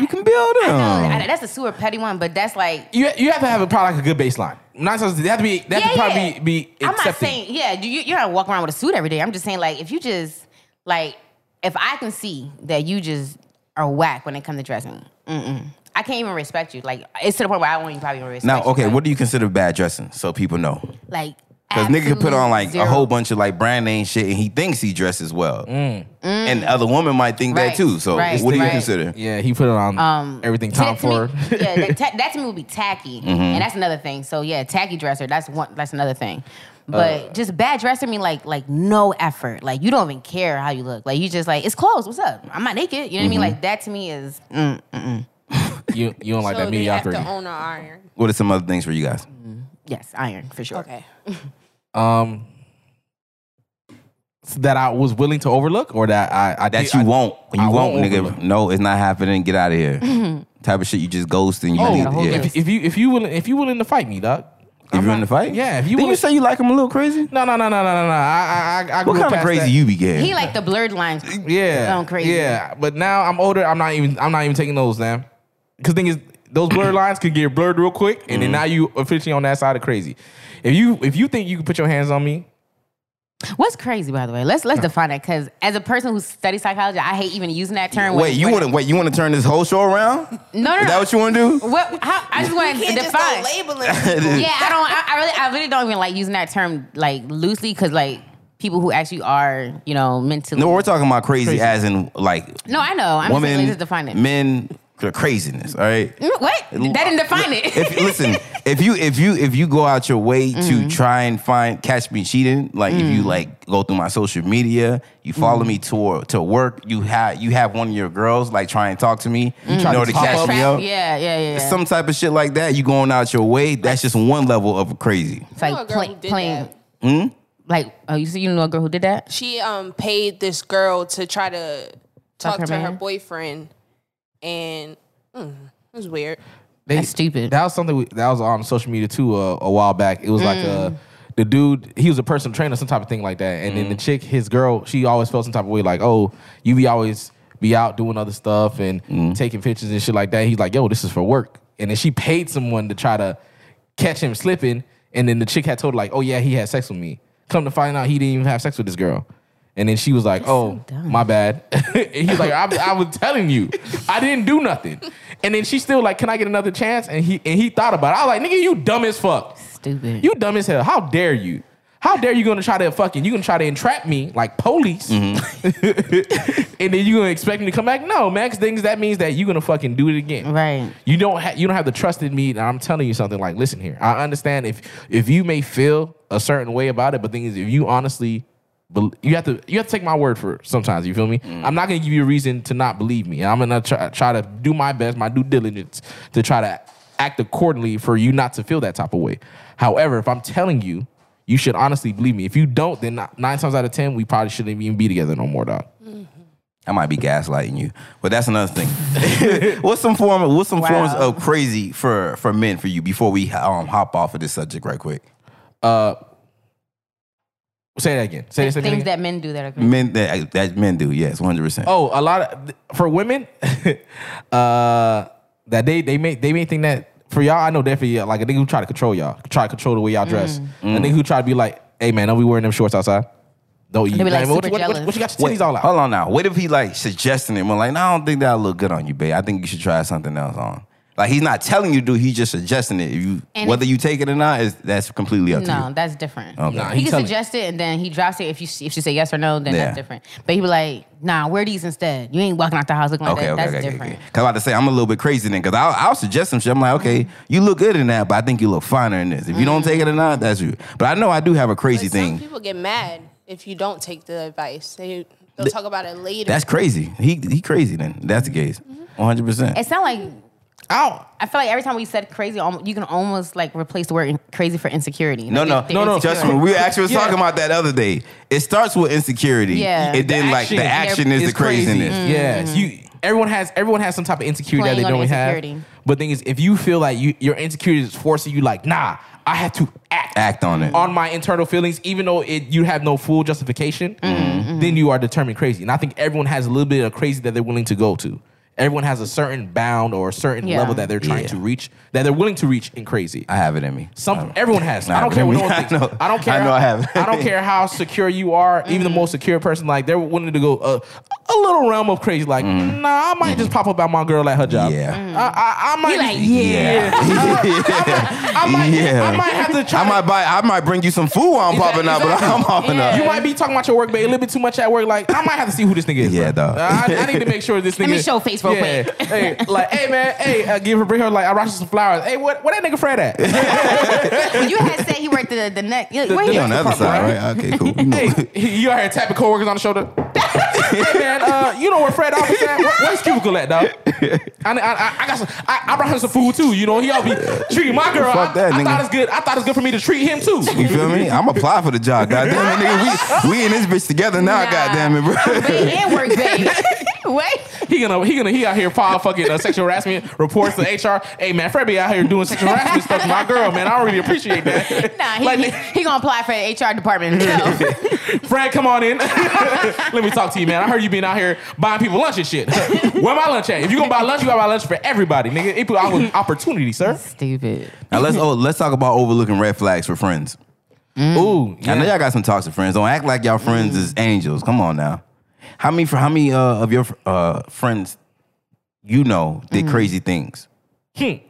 [SPEAKER 2] You can build
[SPEAKER 3] No, I-
[SPEAKER 2] them.
[SPEAKER 3] that's a super petty one, but that's like.
[SPEAKER 1] You, you have to have a product a good baseline. Not supposed to, they have to be they have to
[SPEAKER 3] Yeah,
[SPEAKER 1] probably
[SPEAKER 3] yeah.
[SPEAKER 1] be, be
[SPEAKER 3] I'm
[SPEAKER 1] accepted.
[SPEAKER 3] not saying, yeah, do you, you're not walking around with a suit every day. I'm just saying, like, if you just, like, if I can see that you just are whack when it comes to dressing, mm-mm. I can't even respect you. Like, it's to the point where I won't even probably even respect
[SPEAKER 2] Now,
[SPEAKER 3] you.
[SPEAKER 2] okay,
[SPEAKER 3] Like,
[SPEAKER 2] what do you consider bad dressing? So people know.
[SPEAKER 3] Like,
[SPEAKER 2] Because nigga could put on like
[SPEAKER 3] absolute
[SPEAKER 2] a whole
[SPEAKER 3] zero.
[SPEAKER 2] bunch of like brand name shit and he thinks he dresses well.
[SPEAKER 1] Mm.
[SPEAKER 2] And the other woman might think
[SPEAKER 3] Mm. Right,
[SPEAKER 2] that too. So
[SPEAKER 3] right,
[SPEAKER 2] what do you
[SPEAKER 3] right.
[SPEAKER 2] consider?
[SPEAKER 1] Yeah, he put it on everything
[SPEAKER 3] So
[SPEAKER 1] Tom
[SPEAKER 3] that Um, to me-
[SPEAKER 1] Ford.
[SPEAKER 3] yeah, that, ta- that to me would be tacky,
[SPEAKER 2] Mm-hmm.
[SPEAKER 3] and that's another thing. So yeah, tacky dresser. That's one. That's another thing.
[SPEAKER 2] Uh,
[SPEAKER 3] But just bad dresser mean like like no effort. Like you don't even care how you look. Like you just like it's clothes. What's up? I'm not naked. You know what I
[SPEAKER 2] Mm-hmm.
[SPEAKER 3] mean? Like that to me is mm,
[SPEAKER 1] you you don't like
[SPEAKER 6] so
[SPEAKER 1] that
[SPEAKER 6] they have to
[SPEAKER 1] mediocrity.
[SPEAKER 6] own an iron.
[SPEAKER 2] What are some other things for you guys?
[SPEAKER 3] yes, iron for sure.
[SPEAKER 6] Okay.
[SPEAKER 1] Um, that I was willing to overlook, or that I, I
[SPEAKER 2] That
[SPEAKER 1] did-
[SPEAKER 2] you
[SPEAKER 1] I-
[SPEAKER 2] won't. You
[SPEAKER 1] I
[SPEAKER 2] won't,
[SPEAKER 1] won't
[SPEAKER 2] nigga.
[SPEAKER 1] overlook.
[SPEAKER 2] No, it's not happening. Get out of here. type of shit you just ghost and you
[SPEAKER 1] Oh,
[SPEAKER 2] leave.
[SPEAKER 3] whole
[SPEAKER 2] Yeah.
[SPEAKER 3] list.
[SPEAKER 2] If,
[SPEAKER 1] if, if you if you willing if you willing to fight me, dog.
[SPEAKER 2] you're in the fight?
[SPEAKER 1] Yeah, if you
[SPEAKER 2] Didn't you
[SPEAKER 1] wanna-
[SPEAKER 2] say you like him a little crazy?
[SPEAKER 1] No, no, no, no, no, no, no. I I I, I
[SPEAKER 2] What
[SPEAKER 1] grew
[SPEAKER 2] kind of
[SPEAKER 1] past
[SPEAKER 2] crazy
[SPEAKER 1] that.
[SPEAKER 2] you be getting?
[SPEAKER 3] He like the blurred lines.
[SPEAKER 1] Yeah,
[SPEAKER 3] Going crazy.
[SPEAKER 1] Yeah, but now I'm older. I'm not even I'm not even taking those, man. Because thing is, those blurred lines could get blurred real quick, and then now you officially on that side of crazy. If you if you think you can put your hands on me,
[SPEAKER 3] What's crazy by the way? Let's let's define that because as a person who studies psychology, I hate even using that term.
[SPEAKER 2] wait, you want to
[SPEAKER 3] to?
[SPEAKER 2] wait? You want to turn this whole show around? Is
[SPEAKER 3] No, no.
[SPEAKER 2] that what you want to do?
[SPEAKER 3] What? How, I just want to
[SPEAKER 6] Can't just go
[SPEAKER 3] define.
[SPEAKER 6] labeling. people.
[SPEAKER 3] yeah, I don't. I, I really, I really don't even like using that term like loosely because like people who actually are, you know, mentally.
[SPEAKER 2] No, we're talking about crazy, as in like
[SPEAKER 3] No, I know. I'm just,
[SPEAKER 2] women,
[SPEAKER 3] saying, just define it.
[SPEAKER 2] men, craziness. All right.
[SPEAKER 3] Mm, what? That didn't define it.
[SPEAKER 2] if listen, if you if you if you go out your way
[SPEAKER 3] Mm.
[SPEAKER 2] to try and find catch me cheating, like if you like go through my social media, you follow
[SPEAKER 3] Mm.
[SPEAKER 2] me to to work, you have you have one of your girls like try and talk to me,
[SPEAKER 3] Mm.
[SPEAKER 2] you
[SPEAKER 1] try
[SPEAKER 2] know
[SPEAKER 1] to
[SPEAKER 2] to
[SPEAKER 1] talk
[SPEAKER 2] catch
[SPEAKER 1] up.
[SPEAKER 2] me
[SPEAKER 3] yeah,
[SPEAKER 2] up,
[SPEAKER 3] yeah, yeah. yeah.
[SPEAKER 2] some type of shit like that. You going out your way, that's just one level of crazy.
[SPEAKER 3] it's
[SPEAKER 6] I know a
[SPEAKER 3] like
[SPEAKER 6] girl
[SPEAKER 3] plain,
[SPEAKER 6] who did
[SPEAKER 3] plain.
[SPEAKER 2] Hmm?
[SPEAKER 6] that.
[SPEAKER 3] Like, oh, you see, you know a girl who did that?
[SPEAKER 6] She um paid this girl to try to talk
[SPEAKER 3] her
[SPEAKER 6] to her
[SPEAKER 3] man?
[SPEAKER 6] boyfriend, and mm, it was weird.
[SPEAKER 1] they,
[SPEAKER 3] That's stupid.
[SPEAKER 1] That was something we, that was on social media too uh, a while back. It was like
[SPEAKER 3] Mm.
[SPEAKER 1] uh, the dude, he was a personal trainer, some type of thing like that. And
[SPEAKER 3] Mm.
[SPEAKER 1] then the chick, his girl, she always felt some type of way, like, oh, you be always be out doing other stuff and
[SPEAKER 3] Mm.
[SPEAKER 1] taking pictures and shit like that. He's like, yo, this is for work. And then she paid someone to try to catch him slipping. And then the chick had told her, like, oh yeah, he had sex with me. Come to find out, he didn't even have sex with this girl. And then she was like, "Oh,
[SPEAKER 3] dumb.
[SPEAKER 1] my bad." and he's like, I, "I was telling you, I didn't do nothing." And then she's still like, "Can I get another chance?" And he and he thought about it. I was like, "Nigga, you dumb as fuck.
[SPEAKER 3] Stupid.
[SPEAKER 1] You dumb as hell. How dare you? How dare you gonna try to fucking you gonna try to entrap me like police, and then you gonna expect me to come back? No, Max. Things that means that you gonna fucking do it again,
[SPEAKER 3] Right.
[SPEAKER 1] you don't ha- you don't have the trust in me, and I'm telling you something. Like, listen here, I understand if if you may feel a certain way about it, but thing is, if you honestly, bel you have to you have to take my word for it. Sometimes you feel me. I'm not gonna give you a reason to not believe me. I'm gonna try, try to do my best, my due diligence to try to act accordingly for you not to feel that type of way. However, if I'm telling you, you should honestly believe me. If you don't, then n- nine times out of ten, we probably shouldn't even be together no more, dog.
[SPEAKER 2] I might be gaslighting you, but that's another thing. what's some form? Of, what's some
[SPEAKER 3] Wow.
[SPEAKER 2] forms of crazy for for men for you? Before we um, hop off of this subject, right quick.
[SPEAKER 1] Uh, Say that again. Say that
[SPEAKER 3] Things
[SPEAKER 1] statement again.
[SPEAKER 3] that men do that are crazy.
[SPEAKER 2] Men that that men do, yes, one hundred percent.
[SPEAKER 1] Oh, a lot of for women, uh, that they they may they may think that for y'all. I know that for you, like a nigga who try to control y'all, try to control the way y'all dress,
[SPEAKER 3] Mm.
[SPEAKER 1] a nigga who try to be like, hey man, don't be wearing them shorts outside. Don't you?
[SPEAKER 3] They be, like,
[SPEAKER 1] what,
[SPEAKER 3] super
[SPEAKER 1] what- what-
[SPEAKER 3] jealous.
[SPEAKER 1] what you got your
[SPEAKER 2] Wait,
[SPEAKER 1] titties all out?
[SPEAKER 2] Hold on now. What if he like suggesting him? Like, no, I don't think that'll look good on you, babe. I think you should try something else on. Like he's not telling you to do, he's just suggesting it. If you
[SPEAKER 3] And
[SPEAKER 2] whether
[SPEAKER 3] if-
[SPEAKER 2] you take it or not, is that's completely up to
[SPEAKER 3] No,
[SPEAKER 2] you.
[SPEAKER 3] that's different.
[SPEAKER 2] Okay. Nah,
[SPEAKER 1] he
[SPEAKER 3] he can
[SPEAKER 1] telling-
[SPEAKER 3] suggest it and then he drops it. If you if she say yes or no, then
[SPEAKER 2] Yeah.
[SPEAKER 3] that's different. But he be like, nah, wear these instead. You ain't walking out the house looking like
[SPEAKER 2] Okay,
[SPEAKER 3] that.
[SPEAKER 2] okay,
[SPEAKER 3] that's
[SPEAKER 2] okay, okay,
[SPEAKER 3] different.
[SPEAKER 2] okay. Cause I about to say I'm a little bit crazy then, cause I'll, I'll suggest some shit. I'm like, okay, you look good in that, but I think you look finer in this. If you don't take it or not, that's you. But I know I do have a crazy
[SPEAKER 6] But Some
[SPEAKER 2] thing.
[SPEAKER 6] people get mad if you don't take the advice. They they'll talk about it later.
[SPEAKER 2] That's crazy. He he crazy then. That's the case. 100. percent
[SPEAKER 3] It sound like
[SPEAKER 1] Ow.
[SPEAKER 3] I feel like every time we said crazy, almo- you can almost like replace the word in- crazy for insecurity.
[SPEAKER 2] No,
[SPEAKER 3] Like,
[SPEAKER 2] no,
[SPEAKER 3] they-
[SPEAKER 2] no,
[SPEAKER 3] they're
[SPEAKER 2] no.
[SPEAKER 3] insecure.
[SPEAKER 2] Just we actually was talking about that other day. It starts with insecurity.
[SPEAKER 3] Yeah.
[SPEAKER 2] And then like the action is Mm. the
[SPEAKER 1] It's crazy.
[SPEAKER 2] craziness.
[SPEAKER 1] Yeah, you. Everyone has everyone has some type of insecurity that
[SPEAKER 3] Mm. Playing
[SPEAKER 1] they
[SPEAKER 3] on
[SPEAKER 1] don't have.
[SPEAKER 3] insecurity.
[SPEAKER 1] But thing is, if you feel like you your insecurity is forcing you, like, nah, I have to act
[SPEAKER 2] Act on it.
[SPEAKER 1] on my internal feelings, even though it you have no full justification,
[SPEAKER 3] Mm-hmm,
[SPEAKER 1] then you are determined crazy. And I think everyone has a little bit of crazy that they're willing to go to. Everyone has a certain bound or a certain
[SPEAKER 3] Yeah.
[SPEAKER 1] level that they're trying
[SPEAKER 2] Yeah.
[SPEAKER 1] to reach that they're willing to reach in crazy.
[SPEAKER 2] I have it in me.
[SPEAKER 1] Some everyone has.
[SPEAKER 2] Nah,
[SPEAKER 1] I don't
[SPEAKER 2] but
[SPEAKER 1] care
[SPEAKER 2] I
[SPEAKER 1] what no
[SPEAKER 2] mean,
[SPEAKER 1] one
[SPEAKER 2] I
[SPEAKER 1] thinks.
[SPEAKER 2] know-
[SPEAKER 1] I don't care.
[SPEAKER 2] I know I have. Mm-hmm.
[SPEAKER 1] I don't care how secure you are. Even the most secure person, like they're willing to go a, a little realm of crazy. Like, nah, I might just pop up at my girl at her job.
[SPEAKER 2] Mm-hmm. Yeah.
[SPEAKER 1] I, I, I might.
[SPEAKER 3] You like,
[SPEAKER 1] just-
[SPEAKER 2] Yeah.
[SPEAKER 1] I might.
[SPEAKER 2] Yeah.
[SPEAKER 1] I might have to try.
[SPEAKER 2] I
[SPEAKER 1] to-
[SPEAKER 2] might buy. I might bring you some food while I'm
[SPEAKER 1] Exactly,
[SPEAKER 2] popping out, but
[SPEAKER 1] exactly.
[SPEAKER 2] I'm popping
[SPEAKER 3] Yeah.
[SPEAKER 2] up.
[SPEAKER 1] you might be talking about your work, but a little bit too much at work. Like, I might have to see who this nigga is.
[SPEAKER 2] Yeah,
[SPEAKER 1] bro.
[SPEAKER 2] dog.
[SPEAKER 1] I, I need to make sure this nigga.
[SPEAKER 3] Let me show face real
[SPEAKER 1] yeah.
[SPEAKER 3] quick.
[SPEAKER 1] hey, like, hey man, hey, uh, give her, bring her like I brought you some flowers. Hey, what, what that nigga Fred at?
[SPEAKER 3] Well, you had said he worked the the neck. You're like,
[SPEAKER 1] the
[SPEAKER 3] wait,
[SPEAKER 2] You on the other side, right? Okay, cool. You know.
[SPEAKER 1] Hey, you out here tapping coworkers on the shoulder. hey man, uh, you know where Fred office at? Where, where's cubicle at, dog? I, I, I, I got some. I, I brought him some food too. You know, he all be treating my girl.
[SPEAKER 2] Fuck
[SPEAKER 1] I,
[SPEAKER 2] that,
[SPEAKER 1] I
[SPEAKER 2] nigga.
[SPEAKER 1] thought it's good. I thought it's good for me to treat him too.
[SPEAKER 2] You feel me? I'm apply for the job. Goddamn it, nigga. We we in this bitch together now.
[SPEAKER 3] Nah.
[SPEAKER 2] Goddamn it, bro.
[SPEAKER 3] wait, and work, babe. wait.
[SPEAKER 1] He gonna he gonna he out here file fucking uh, sexual harassment reports to HR. Hey man, Fred be out here doing sexual harassment stuff to my girl, man. I really appreciate that.
[SPEAKER 3] Nah, he,
[SPEAKER 1] Like,
[SPEAKER 3] he, he gonna apply for the HR department himself.
[SPEAKER 1] Fred, come on in. Let me talk to you, man. I heard you been out here buying people lunch and shit. Where my lunch at? If you gonna buy lunch, you gotta buy lunch for everybody, nigga. Equal opp- opportunity, sir.
[SPEAKER 3] Stupid.
[SPEAKER 2] Now let's oh let's talk about overlooking red flags for friends.
[SPEAKER 1] Ooh,
[SPEAKER 2] Mm. I know y'all got some toxic friends. Don't act like y'all friends is angels. Come on now. How many how many uh, of your uh, friends you know did crazy things?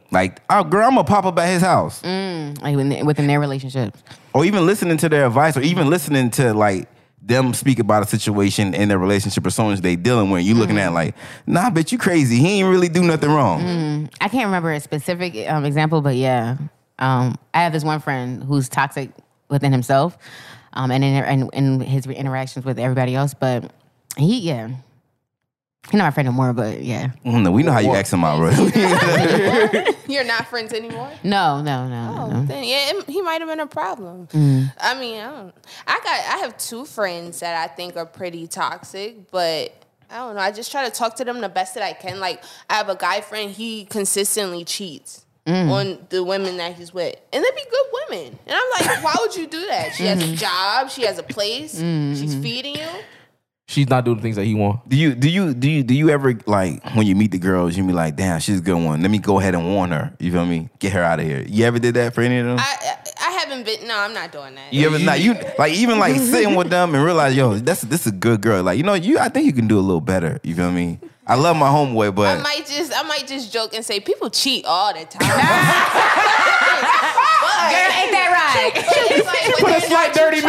[SPEAKER 2] Like, oh girl, I'm gonna pop up at his house.
[SPEAKER 3] Like within, within their relationship.
[SPEAKER 2] Or even listening to their advice, or even listening to like them speak about a situation in their relationship or someone they dealing with. You looking at like, nah, bitch, you crazy. He ain't really do nothing wrong.
[SPEAKER 3] I can't remember a specific um, example, but yeah, um, I have this one friend who's toxic within himself, um, and in and in his interactions with everybody else. But he, yeah, he's not my friend no more. But yeah,
[SPEAKER 2] Mm, no, we know how you X him out, bro.
[SPEAKER 6] You're not friends anymore.
[SPEAKER 3] no, no, no,
[SPEAKER 6] Oh,
[SPEAKER 3] no.
[SPEAKER 6] then yeah, it, he might have been a problem. I mean, I, don't, I got I have two friends that I think are pretty toxic, but I don't know. I just try to talk to them the best that I can. Like I have a guy friend, he consistently cheats. On the women that he's with, and they be good women, and I'm like, why would you do that? She has a job, she has a place, she's feeding you.
[SPEAKER 1] she's not doing the things that he want.
[SPEAKER 2] Do you do you do you do you ever like when you meet the girls, you be like, damn, she's a good one. Let me go ahead and warn her. You feel me? Get her out of here. You ever did that for any of them?
[SPEAKER 6] I I- I haven't been. No, I'm not doing that.
[SPEAKER 2] you ever not you like even like sitting with them and realize, yo, that's this is a good girl. Like, you know, you I think you can do a little better. You feel me? I love my homeboy,
[SPEAKER 6] I
[SPEAKER 2] but
[SPEAKER 6] might just I might just joke and say people cheat all the time.
[SPEAKER 3] Girl, ain't that right?
[SPEAKER 6] put
[SPEAKER 1] a slight dirty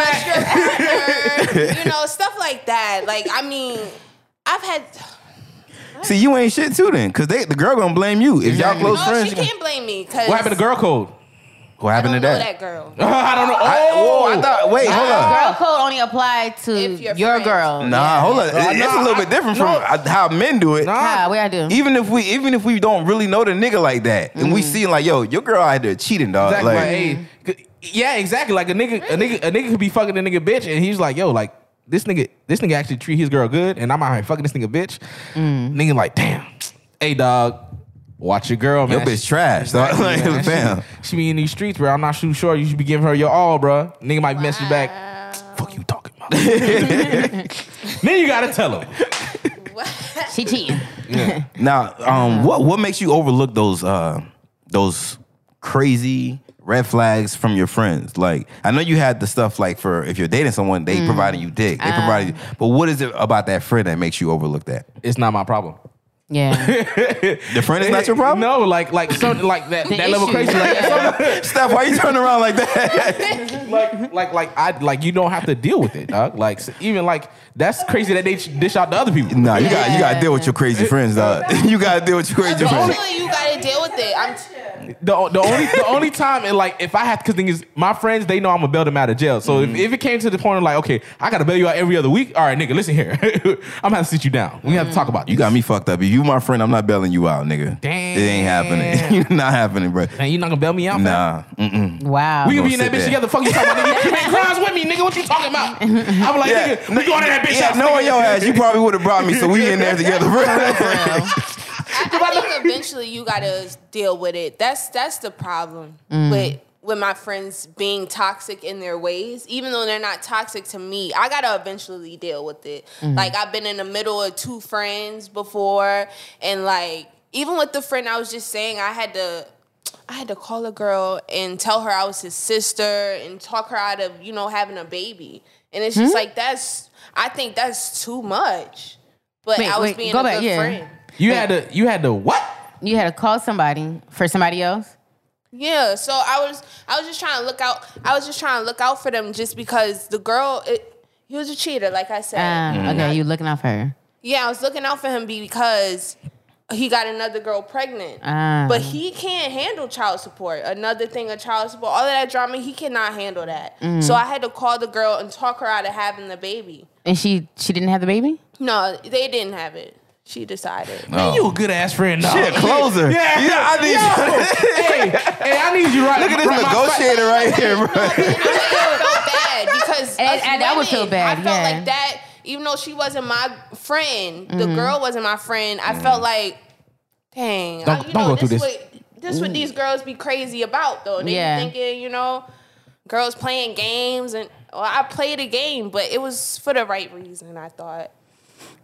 [SPEAKER 1] Mac.
[SPEAKER 6] You know, stuff like that. Like, I mean, I've had.
[SPEAKER 2] see you ain't shit too then. Cause they the girl gonna blame you. If y'all close
[SPEAKER 6] No,
[SPEAKER 2] friends,
[SPEAKER 6] Oh, she can't blame me. Cause
[SPEAKER 1] What happened to girl code?
[SPEAKER 2] what
[SPEAKER 6] I don't
[SPEAKER 2] happened
[SPEAKER 6] know
[SPEAKER 2] to
[SPEAKER 6] that,
[SPEAKER 2] that?
[SPEAKER 6] girl.
[SPEAKER 1] I don't know. Oh,
[SPEAKER 2] I, whoa, I thought wait, hold up.
[SPEAKER 3] Girl code only applied to
[SPEAKER 6] If you're
[SPEAKER 3] your
[SPEAKER 6] friends.
[SPEAKER 3] girl.
[SPEAKER 2] Nah, hold up. It- it's a little bit different from uh, how men do it.
[SPEAKER 3] Yeah, what I do? Mm-hmm.
[SPEAKER 2] even if we even if we don't really know the nigga like that, and we see like, yo, your girl out there cheating, dog.
[SPEAKER 1] exactly.
[SPEAKER 2] Uh, Like,
[SPEAKER 1] Like, hey, yeah, exactly. Like a nigga, a nigga, a nigga could be fucking a nigga bitch, and he's like, yo, like this nigga, this nigga actually treat his girl good, and I'm out here fucking this nigga bitch.
[SPEAKER 3] Mm.
[SPEAKER 1] Nigga like, damn, hey dog, watch your girl, man.
[SPEAKER 2] Your bitch trash. dog. Like,
[SPEAKER 1] Yeah, she-
[SPEAKER 2] fam.
[SPEAKER 1] She be in these streets, bro. I'm not too sure. You should be giving her your all, bro. Nigga might message you back. Fuck you talking about. then you gotta tell him.
[SPEAKER 3] She cheating.
[SPEAKER 2] Now, um, what what makes you overlook those uh, those crazy red flags from your friends? Like, I know you had the stuff like for if you're dating someone,
[SPEAKER 3] Mm.
[SPEAKER 2] they providing you dick, they providing you.
[SPEAKER 3] Ah.
[SPEAKER 2] But what is it about that friend that makes you overlook that?
[SPEAKER 1] It's not my problem.
[SPEAKER 3] Yeah.
[SPEAKER 2] The friend is not your problem.
[SPEAKER 1] No, like like something like that.
[SPEAKER 3] The
[SPEAKER 1] that level
[SPEAKER 3] issue.
[SPEAKER 1] crazy. Like,
[SPEAKER 2] Steph, why you turning around like that?
[SPEAKER 1] like like like I like you don't have to deal with it, dog. Like so even like that's crazy that they dish out to other people.
[SPEAKER 2] nah, you got you got to deal with your crazy friends, dog. you got to deal with your crazy friends.
[SPEAKER 6] Only you gotta deal with it. I'm
[SPEAKER 1] The, the only the only time and like if I have because thing is my friends they know I'm gonna bail them out of jail. So
[SPEAKER 2] Mm-hmm.
[SPEAKER 1] if, if it came to the point of like okay I gotta bail you out every other week. All right, nigga, listen here. I'm gonna have to sit you down. We have to talk about
[SPEAKER 2] You got me fucked up. If you my friend, I'm not bailing you out, nigga.
[SPEAKER 1] Damn.
[SPEAKER 2] It ain't happening. not happening, bro.
[SPEAKER 1] Man, you not gonna bail me out? fam?
[SPEAKER 2] Nah. Mm. Mm-mm.
[SPEAKER 3] Wow.
[SPEAKER 1] We
[SPEAKER 2] gonna
[SPEAKER 1] gonna be in that
[SPEAKER 2] sit
[SPEAKER 1] bitch
[SPEAKER 2] there.
[SPEAKER 1] together. Fuck you talking about nigga. You commit crimes with me, nigga. What you talking about? I was like, nigga, we going to that bitch
[SPEAKER 2] yeah,
[SPEAKER 1] house.
[SPEAKER 2] knowing
[SPEAKER 1] nigga.
[SPEAKER 2] your ass, you probably would have brought me. So we in there together, bro.
[SPEAKER 6] I think eventually you gotta deal with it. That's that's the problem
[SPEAKER 3] Mm.
[SPEAKER 6] with with my friends being toxic in their ways, even though they're not toxic to me. I gotta eventually deal with it.
[SPEAKER 3] Mm.
[SPEAKER 6] Like I've been in the middle of two friends before, and like even with the friend I was just saying, I had to. I had to call a girl and tell her I was his sister and talk her out of, you know, having a baby. And it's
[SPEAKER 3] Hmm?
[SPEAKER 6] just like that's I think that's too much. But
[SPEAKER 3] Wait,
[SPEAKER 6] I was
[SPEAKER 3] wait,
[SPEAKER 6] being
[SPEAKER 3] go
[SPEAKER 6] a
[SPEAKER 3] back,
[SPEAKER 6] good
[SPEAKER 3] yeah.
[SPEAKER 6] friend.
[SPEAKER 1] You had to you had to what?
[SPEAKER 3] You had to call somebody for somebody else.
[SPEAKER 6] Yeah, so I was I was just trying to look out. I was just trying to look out for them, just because the girl, it, he was a cheater, like I said.
[SPEAKER 3] Um,
[SPEAKER 1] Mm-hmm.
[SPEAKER 3] Okay, you looking out for her.
[SPEAKER 6] yeah, I was looking out for him because he got another girl pregnant,
[SPEAKER 3] Ah.
[SPEAKER 6] but he can't handle child support. Another thing of child support, all of that drama, he cannot handle that.
[SPEAKER 3] Mm.
[SPEAKER 6] So I had to call the girl and talk her out of having the baby.
[SPEAKER 3] And she she didn't have the baby.
[SPEAKER 6] No, they didn't have it. She decided.
[SPEAKER 1] Man, you a good ass friend, dog.
[SPEAKER 2] Oh. Shit, closer.
[SPEAKER 1] Yeah.
[SPEAKER 2] Yeah, I need you.
[SPEAKER 1] hey, hey, I need you right.
[SPEAKER 2] Look at this
[SPEAKER 1] right,
[SPEAKER 2] negotiator right here, bro.
[SPEAKER 6] I felt bad because
[SPEAKER 3] And-
[SPEAKER 6] us
[SPEAKER 3] and I would feel
[SPEAKER 6] women,
[SPEAKER 3] bad,
[SPEAKER 6] I felt
[SPEAKER 3] yeah. Mm-hmm.
[SPEAKER 6] like that, even though she wasn't my friend, the girl wasn't my friend. I felt like, dang,
[SPEAKER 1] Don't-
[SPEAKER 6] I,
[SPEAKER 1] don't
[SPEAKER 6] you know,
[SPEAKER 1] go through
[SPEAKER 6] this.
[SPEAKER 1] this.
[SPEAKER 6] What, this what these girls be crazy about though. They
[SPEAKER 3] Yeah.
[SPEAKER 6] be thinking, you know, girls playing games and well, I played a game, but it was for the right reason. I thought.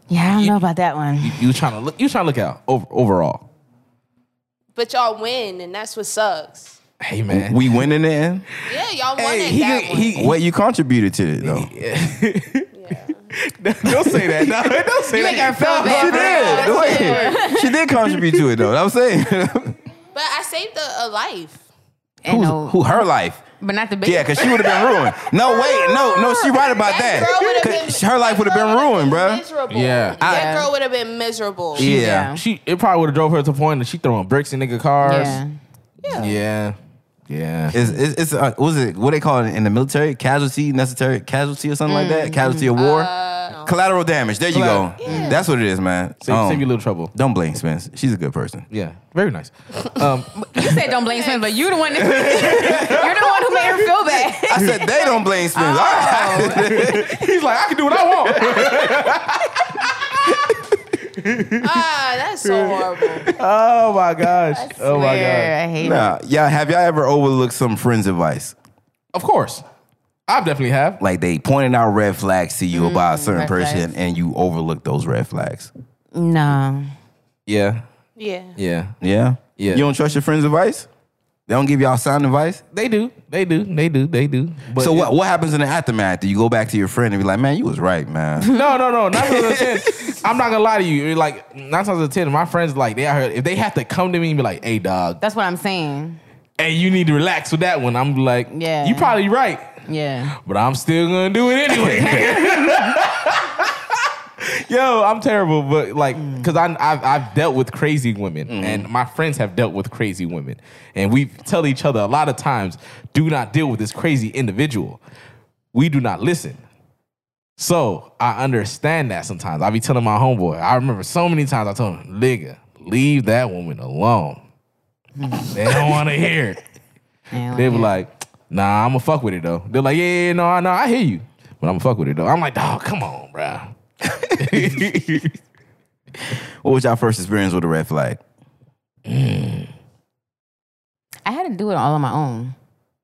[SPEAKER 3] Yeah, I don't know about that one.
[SPEAKER 1] You trying to look? You trying to look out over, overall?
[SPEAKER 6] But y'all win, and that's what sucks.
[SPEAKER 1] Hey man,
[SPEAKER 2] We win in the end.
[SPEAKER 6] Yeah, y'all won
[SPEAKER 1] Hey,
[SPEAKER 6] at
[SPEAKER 1] he
[SPEAKER 6] that
[SPEAKER 1] could-
[SPEAKER 6] one.
[SPEAKER 1] he-
[SPEAKER 2] What you contributed to it though?
[SPEAKER 1] don't say that. No, don't say that.
[SPEAKER 3] You make her feel
[SPEAKER 2] She
[SPEAKER 3] bad.
[SPEAKER 2] did. Wait, she did contribute to it though. I'm saying
[SPEAKER 6] but I saved a, a life.
[SPEAKER 3] Ain't no,
[SPEAKER 2] who her life.
[SPEAKER 3] but not the baby.
[SPEAKER 2] Yeah, because she would have been ruined. No, wait, no, no, she right about
[SPEAKER 6] That,
[SPEAKER 2] that.
[SPEAKER 6] girl would
[SPEAKER 2] 'Cause
[SPEAKER 6] have been
[SPEAKER 2] her life would have been ruined, bro.
[SPEAKER 6] Miserable.
[SPEAKER 1] Yeah.
[SPEAKER 6] that
[SPEAKER 3] I-
[SPEAKER 6] girl would have been miserable.
[SPEAKER 2] Yeah.
[SPEAKER 1] She it probably would have drove her to the point that she throwing bricks in nigga cars.
[SPEAKER 3] Yeah.
[SPEAKER 1] yeah, yeah.
[SPEAKER 2] It's, it's, it's uh, what was it? What they call it in the military? Casualty, necessary casualty, or something like that. Casualty of war, collateral damage. There you
[SPEAKER 1] Collateral.
[SPEAKER 2] go. That's what it is, man.
[SPEAKER 1] Save,
[SPEAKER 2] Um,
[SPEAKER 1] save you a little trouble.
[SPEAKER 2] Don't blame Spence. She's a good person.
[SPEAKER 1] Yeah, very nice. Um,
[SPEAKER 3] You said don't blame Smith, but you the one that you're the one who made her feel bad.
[SPEAKER 2] I said they don't blame Spence. All right.
[SPEAKER 1] he's like, I can do what I want.
[SPEAKER 6] Ah, that's so horrible.
[SPEAKER 1] oh my gosh. oh my god.
[SPEAKER 3] Swear, I hate it.
[SPEAKER 2] Nah, yeah. Have y'all ever overlooked some friend's advice?
[SPEAKER 1] Of course, I definitely have.
[SPEAKER 2] Like they pointed out red flags to you about a certain
[SPEAKER 3] red
[SPEAKER 2] person,
[SPEAKER 3] flags.
[SPEAKER 2] and you overlooked those red flags.
[SPEAKER 3] No.
[SPEAKER 1] Yeah,
[SPEAKER 6] Yeah.
[SPEAKER 1] yeah.
[SPEAKER 2] Yeah.
[SPEAKER 1] Yeah.
[SPEAKER 2] You don't trust your friend's advice. They don't give y'all sound advice.
[SPEAKER 1] They do, they do, they do, they do. But
[SPEAKER 2] So what, what happens in the aftermath? Do you go back to your friend and be like, "Man, you was right, man."
[SPEAKER 1] No, no, no. Nine times out of ten, I'm not gonna lie to you. You're Like nine times out of ten, my friends like they out here. If they have to come to me and be like, "Hey, dog,
[SPEAKER 3] That's what I'm saying.
[SPEAKER 1] hey, you need to relax with that one," I'm like,
[SPEAKER 3] Yeah.
[SPEAKER 1] you probably right,
[SPEAKER 3] Yeah.
[SPEAKER 1] but I'm still gonna do it anyway." Yo, I'm terrible, but like, cause I, I've, I've dealt with crazy women, and my friends have dealt with crazy women, and we tell each other a lot of times, "Do not deal with this crazy individual." we do not listen. So I understand that sometimes. I be telling my homeboy, I remember so many times I told him, nigga, leave that woman alone. they don't want to hear it.
[SPEAKER 3] Yeah,
[SPEAKER 2] Oh,
[SPEAKER 1] They were like, nah, I'm going to fuck with it though. They're like, yeah, yeah, no, I know, I hear you. But But I'm gonna fuck with it though. I'm like, dog, come on, bruh.
[SPEAKER 2] What was your first experience with a red flag?
[SPEAKER 3] I had to do it all on my own.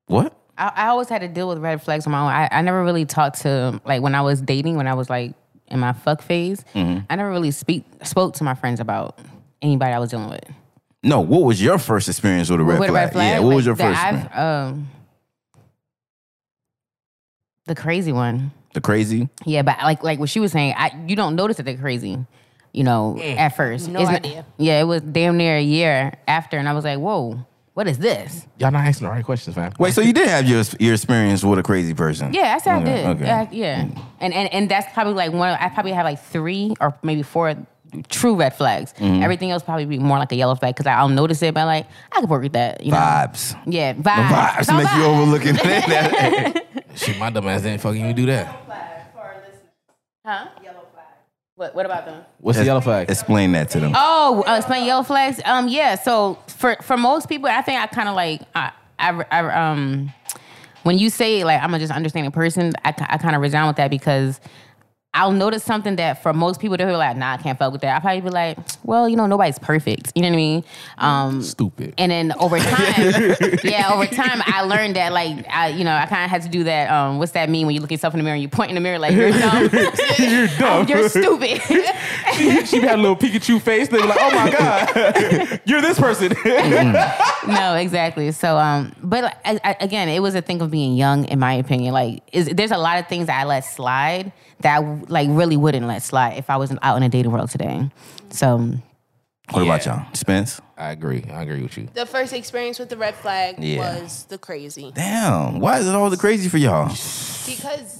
[SPEAKER 2] What?
[SPEAKER 3] I, I always had to deal with red flags on my own. I, I never really talked to like when I was dating, when I was like in my fuck phase.
[SPEAKER 2] Mm-hmm.
[SPEAKER 3] I never really speak spoke to my friends about anybody I was dealing with.
[SPEAKER 2] No, what was your first experience with a red, flag?
[SPEAKER 3] with a red flag.
[SPEAKER 2] Yeah, what was
[SPEAKER 3] like,
[SPEAKER 2] your
[SPEAKER 3] that
[SPEAKER 2] first
[SPEAKER 3] I've,
[SPEAKER 2] experience?
[SPEAKER 3] um, the crazy one.
[SPEAKER 2] The crazy?
[SPEAKER 3] Yeah, but like like what she was saying, I you don't notice that they're crazy, you know, at first.
[SPEAKER 6] No
[SPEAKER 3] not-
[SPEAKER 6] idea.
[SPEAKER 3] yeah, it was damn near a year after, and I was like, whoa, what is this?
[SPEAKER 1] Y'all not asking the right questions, man.
[SPEAKER 2] Wait, so you did have your your experience with a crazy person?
[SPEAKER 3] Yeah, I said
[SPEAKER 2] Okay,
[SPEAKER 3] I did.
[SPEAKER 2] okay. Mm.
[SPEAKER 3] Yeah, yeah. And, and and that's probably like one. Of, I probably have like three or maybe four true red flags.
[SPEAKER 2] Mm-hmm.
[SPEAKER 3] Everything else probably be more like a yellow flag because I'll notice it, but like I could work with that. You know?
[SPEAKER 2] Vibes.
[SPEAKER 3] Yeah, vibes.
[SPEAKER 2] Vibes
[SPEAKER 3] No
[SPEAKER 2] make you
[SPEAKER 3] vibes.
[SPEAKER 2] overlooking that.
[SPEAKER 1] Shit, my dumb ass didn't fucking even do that.
[SPEAKER 3] Huh? Yellow flag. What, what about them?
[SPEAKER 1] What's the yellow flag?
[SPEAKER 2] Explain that to them.
[SPEAKER 3] Oh, uh, explain yellow flags. Um, yeah. So for for most people, I think I kind of like I, I I um when you say like I'm a just understanding person, I ki- I kind of resound with that because. I'll notice something that for most people they're like, nah, I can't fuck with that. I'll probably be like, well, you know, nobody's perfect. You know what I mean? Um,
[SPEAKER 1] Stupid.
[SPEAKER 3] and then over time, yeah, over time, I learned that like I, you know, I kind of had to do that. Um, what's that mean when you look at yourself in the mirror and you point in the mirror like you're dumb,
[SPEAKER 1] You're dumb.
[SPEAKER 3] you're stupid.
[SPEAKER 1] she had a little Pikachu face. They were like, oh my God, you're this person.
[SPEAKER 3] no, exactly. So, um, but like, I, I, again, it was a thing of being young, in my opinion. Like, is, there's a lot of things that I let slide that I, w- like really wouldn't let slide if I wasn't out in the dating world today. So,
[SPEAKER 2] What about y'all? Spence?
[SPEAKER 1] I agree. I agree with you.
[SPEAKER 6] The first experience with the red flag
[SPEAKER 2] Yeah.
[SPEAKER 6] was the crazy
[SPEAKER 2] Damn, why is it all the crazy for y'all?
[SPEAKER 6] because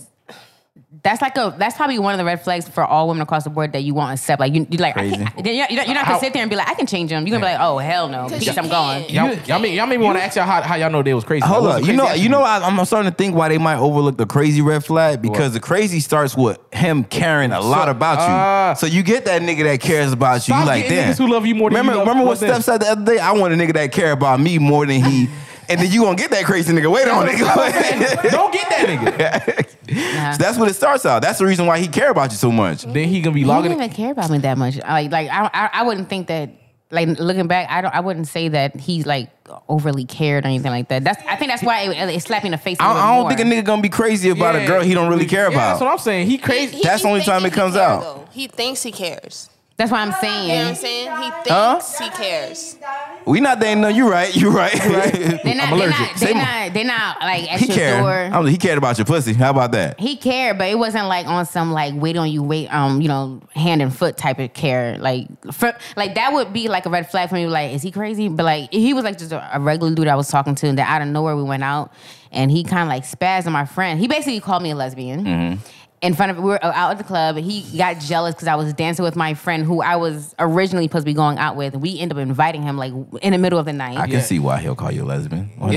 [SPEAKER 3] that's like a that's probably one of the red flags for all women across the board that you won't accept. Like, you, you like, I
[SPEAKER 2] Crazy.
[SPEAKER 3] can't, I- you're, you're not gonna sit there and be like, I can change them. You're gonna be like, oh hell no,
[SPEAKER 6] 'Cause
[SPEAKER 3] peace,
[SPEAKER 6] you
[SPEAKER 3] I'm going.
[SPEAKER 6] can't.
[SPEAKER 1] Y'all, y'all, may, y'all maybe want to ask y'all how, how y'all know they was crazy.
[SPEAKER 2] Hold
[SPEAKER 1] Like, what's
[SPEAKER 2] up,
[SPEAKER 1] the crazy
[SPEAKER 2] you know,
[SPEAKER 1] ass
[SPEAKER 2] you know, I, I'm starting to think why they might overlook the crazy red flag because
[SPEAKER 1] What?
[SPEAKER 2] the crazy starts with him caring a lot about you.
[SPEAKER 1] ah.
[SPEAKER 2] so you get that nigga that cares about you.
[SPEAKER 1] Stop
[SPEAKER 2] You like
[SPEAKER 1] getting
[SPEAKER 2] damn.
[SPEAKER 1] niggas who love you more than you
[SPEAKER 2] remember,
[SPEAKER 1] love-
[SPEAKER 2] remember
[SPEAKER 1] love
[SPEAKER 2] what
[SPEAKER 1] them.
[SPEAKER 2] Steph said the other day. I want a nigga that care about me more than he. and then you gonna get that crazy nigga. Wait on nigga.
[SPEAKER 1] nigga? Don't get that nigga.
[SPEAKER 2] So that's what it starts out. That's the reason why he care about you so much.
[SPEAKER 1] then he gonna be
[SPEAKER 3] He didn't
[SPEAKER 1] logging.
[SPEAKER 3] even care about me that much. I- Like, like I, I, I wouldn't think that. Like looking back, I don't. I wouldn't say that he like overly cared or anything like that. That's. I think that's why it, it slapped me in the face. a
[SPEAKER 2] I,
[SPEAKER 3] little
[SPEAKER 2] I don't
[SPEAKER 3] more.
[SPEAKER 2] think a nigga gonna be crazy about a
[SPEAKER 1] Yeah.
[SPEAKER 2] girl he don't really care
[SPEAKER 1] Yeah,
[SPEAKER 2] about.
[SPEAKER 1] That's what I'm saying. He crazy.
[SPEAKER 6] He-
[SPEAKER 2] That's the
[SPEAKER 6] he
[SPEAKER 2] only
[SPEAKER 6] thinks
[SPEAKER 2] time it
[SPEAKER 6] he
[SPEAKER 2] comes
[SPEAKER 6] care,
[SPEAKER 2] out.
[SPEAKER 6] though. He thinks he cares.
[SPEAKER 3] That's what I'm
[SPEAKER 6] You know what I'm
[SPEAKER 3] saying.
[SPEAKER 6] saying? He thinks
[SPEAKER 2] Huh?
[SPEAKER 6] he cares.
[SPEAKER 2] we not dating. No, you right. You right.
[SPEAKER 3] They're not.
[SPEAKER 2] I'm
[SPEAKER 3] They're
[SPEAKER 2] allergic.
[SPEAKER 3] not.
[SPEAKER 2] Say
[SPEAKER 3] They're
[SPEAKER 2] more.
[SPEAKER 3] not, they're not like at
[SPEAKER 2] He
[SPEAKER 3] your
[SPEAKER 2] cared.
[SPEAKER 3] door.
[SPEAKER 2] I'm- he cared about your pussy. How about that?
[SPEAKER 3] he cared, but it wasn't like on some like wait on you, wait um you know hand and foot type of care. Like for like that would be like a red flag for me. Like is he crazy? But like he was like just a, a regular dude I was talking to, and then out of nowhere we went out, and he kind of like spazzed on my friend. He basically called me a lesbian.
[SPEAKER 2] Mm-hmm.
[SPEAKER 3] In front of we were out at the club. He got jealous because I was dancing with my friend who I was originally supposed to be going out with. We end up inviting him like in the middle of the night.
[SPEAKER 2] I can see why he'll call you a lesbian.
[SPEAKER 3] Why?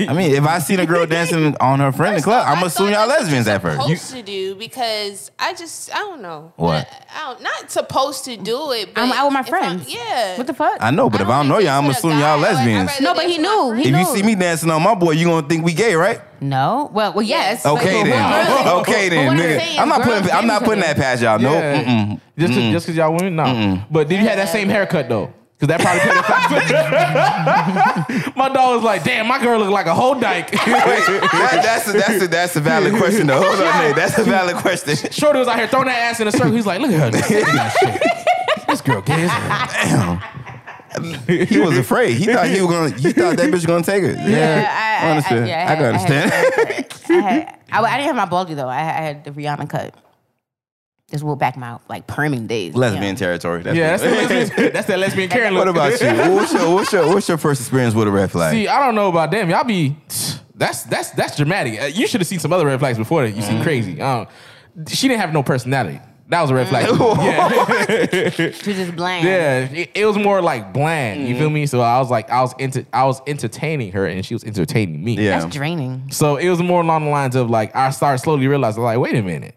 [SPEAKER 2] I mean, if I seen a girl dancing on her friend in the club, I'm
[SPEAKER 6] I
[SPEAKER 2] assuming y'all
[SPEAKER 6] thought that's
[SPEAKER 2] lesbians at
[SPEAKER 6] what
[SPEAKER 2] first.
[SPEAKER 6] you're Supposed to do because I just I don't know
[SPEAKER 2] What?
[SPEAKER 6] I, I don't, not supposed to do it. But
[SPEAKER 3] I'm out with my
[SPEAKER 6] if I'm-
[SPEAKER 3] friends.
[SPEAKER 6] Yeah.
[SPEAKER 3] What the fuck?
[SPEAKER 2] I know, but if I don't know y'all, I'm assuming y'all lesbians.
[SPEAKER 3] No, but he knew. He
[SPEAKER 2] If you
[SPEAKER 3] knew.
[SPEAKER 2] see me dancing on my boy, you gonna think we gay, right?
[SPEAKER 3] No. Well, well, yes. but-
[SPEAKER 2] Okay
[SPEAKER 3] but
[SPEAKER 2] then.
[SPEAKER 3] really-
[SPEAKER 2] Okay
[SPEAKER 3] but what
[SPEAKER 2] then,
[SPEAKER 3] I'm
[SPEAKER 2] nigga.
[SPEAKER 3] saying,
[SPEAKER 2] I'm not
[SPEAKER 3] girls
[SPEAKER 2] putting. I'm
[SPEAKER 3] did
[SPEAKER 2] not
[SPEAKER 3] to
[SPEAKER 2] putting
[SPEAKER 3] me.
[SPEAKER 2] that past y'all. No.
[SPEAKER 1] Yeah.
[SPEAKER 2] Mm-mm.
[SPEAKER 1] Just to- just because y'all women, no. But then you had that same haircut though, because that probably played a factor. my dog was like, "Damn, my girl look like a whole dyke."
[SPEAKER 2] Wait, that, that's a, that's a, that's a valid question though. Hold on, nigga. That's a valid question.
[SPEAKER 1] Shorty was out here throwing that ass in a circle. He's like, "Look at her, look at that shit. this girl gay as hell."
[SPEAKER 2] He was afraid. He thought he was gonna. He thought that bitch was gonna take it.
[SPEAKER 3] Yeah, I, I,
[SPEAKER 2] understand.
[SPEAKER 3] I, yeah,
[SPEAKER 2] I can
[SPEAKER 3] had- had-
[SPEAKER 2] understand.
[SPEAKER 3] I, had- I, I didn't have my bulgy though. I, had- I had the Rihanna cut. This will back my like perming days.
[SPEAKER 2] Lesbian
[SPEAKER 3] Yeah.
[SPEAKER 2] territory. That's
[SPEAKER 1] Yeah,
[SPEAKER 2] it.
[SPEAKER 1] that's that lesbian, that's that lesbian Karen look.
[SPEAKER 2] What about you? What's your, what's your what's your first experience with a red flag?
[SPEAKER 1] See, I don't know about them. Y'all be that's that's that's dramatic. Uh, You should have seen some other red flags before that. You
[SPEAKER 2] Mm-hmm.
[SPEAKER 1] seem crazy. Um, she didn't have no personality. That was a red flag. yeah,
[SPEAKER 3] She was just bland.
[SPEAKER 1] yeah. It, it was more like bland. You feel me? So I was like, I was into, I was entertaining her, and she was entertaining me.
[SPEAKER 2] yeah.
[SPEAKER 3] That's draining.
[SPEAKER 1] So it was more along the lines of like I started slowly realizing like, wait a minute.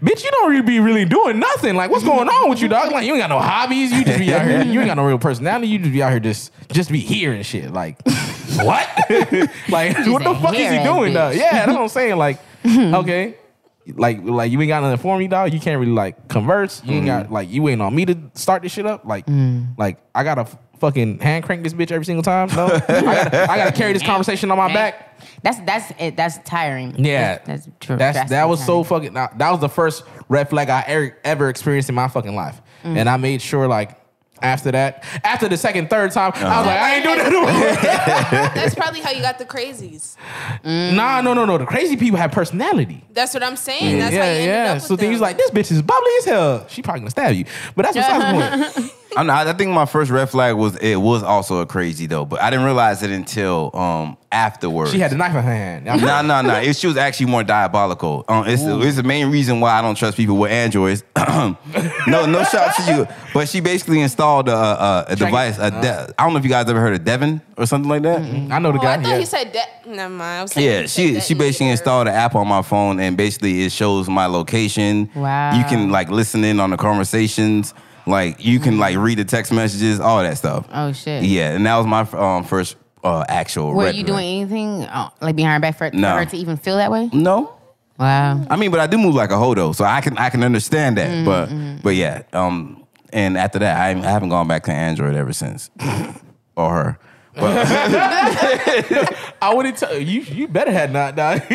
[SPEAKER 1] Bitch, you don't really be really doing nothing. Like, what's going on with you, dog? Like, you ain't got no hobbies. You just be out here. You ain't got no real personality. You just be out here just just be here and shit. Like, what? like, what the
[SPEAKER 3] a
[SPEAKER 1] fuck is he
[SPEAKER 3] here-ass
[SPEAKER 1] doing,
[SPEAKER 3] bitch.
[SPEAKER 1] dog? Yeah, that's what I'm saying. Like, okay. Like, like you ain't got nothing for me, dog. You can't really like converse. You ain't got like you waiting on me to start this shit up. Like, like I gotta f- fucking hand crank this bitch every single time. No, I, gotta, I gotta carry this conversation on my back.
[SPEAKER 3] That's that's it. That's tiring.
[SPEAKER 1] Yeah,
[SPEAKER 3] that's, that's true.
[SPEAKER 1] That's that was so fucking. That that was the first red flag I er, ever experienced in my fucking life,
[SPEAKER 6] Mm.
[SPEAKER 1] and I made sure like after that, after the second, third time, I was like, I ain't doing that no more.
[SPEAKER 6] That's probably how you got the crazies. Mm.
[SPEAKER 1] nah, no, no, no. The crazy people have personality.
[SPEAKER 6] That's what I'm saying. That's how you
[SPEAKER 1] yeah,
[SPEAKER 6] ended
[SPEAKER 1] yeah.
[SPEAKER 6] up with
[SPEAKER 1] so then
[SPEAKER 6] them.
[SPEAKER 1] he's like, this bitch is bubbly as hell. She probably gonna stab you, but that's besides the point.
[SPEAKER 2] I, know, I I think my first red flag was it was also a crazy though, but I didn't realize it until um afterwards.
[SPEAKER 1] She had the knife in her hand. I'm
[SPEAKER 2] No, no, no. It, she was actually more diabolical. Um, it's, it's the main reason why I don't trust people with androids. no, no shot to you. But she basically installed a, a, a device. A de- I don't know if you guys ever heard of Devin or something like that.
[SPEAKER 1] I know the
[SPEAKER 6] Oh,
[SPEAKER 1] guy.
[SPEAKER 6] I thought
[SPEAKER 1] yeah.
[SPEAKER 6] he said that. Never mind. I was like,
[SPEAKER 2] Yeah,
[SPEAKER 6] he said
[SPEAKER 2] she she
[SPEAKER 6] detonator.
[SPEAKER 2] basically installed an app on my phone, and basically it shows my location.
[SPEAKER 3] Wow.
[SPEAKER 2] You can like listen in on the conversations. Like you can like read the text messages, all that stuff.
[SPEAKER 3] Oh, shit.
[SPEAKER 2] Yeah, and that was my um, first uh, actual.
[SPEAKER 3] Were
[SPEAKER 2] red
[SPEAKER 3] you
[SPEAKER 2] flag.
[SPEAKER 3] doing anything uh, like behind her back for, for
[SPEAKER 2] No.
[SPEAKER 3] her to even feel that way?
[SPEAKER 2] No,
[SPEAKER 3] Wow.
[SPEAKER 2] I mean, but I do move like a hoe though, so I can I can understand that.
[SPEAKER 3] Mm-hmm,
[SPEAKER 2] But but yeah, um, and after that, I, haven't- I haven't gone back to Android ever since, or her. But
[SPEAKER 1] I wouldn't tell you. You better had not. Nah.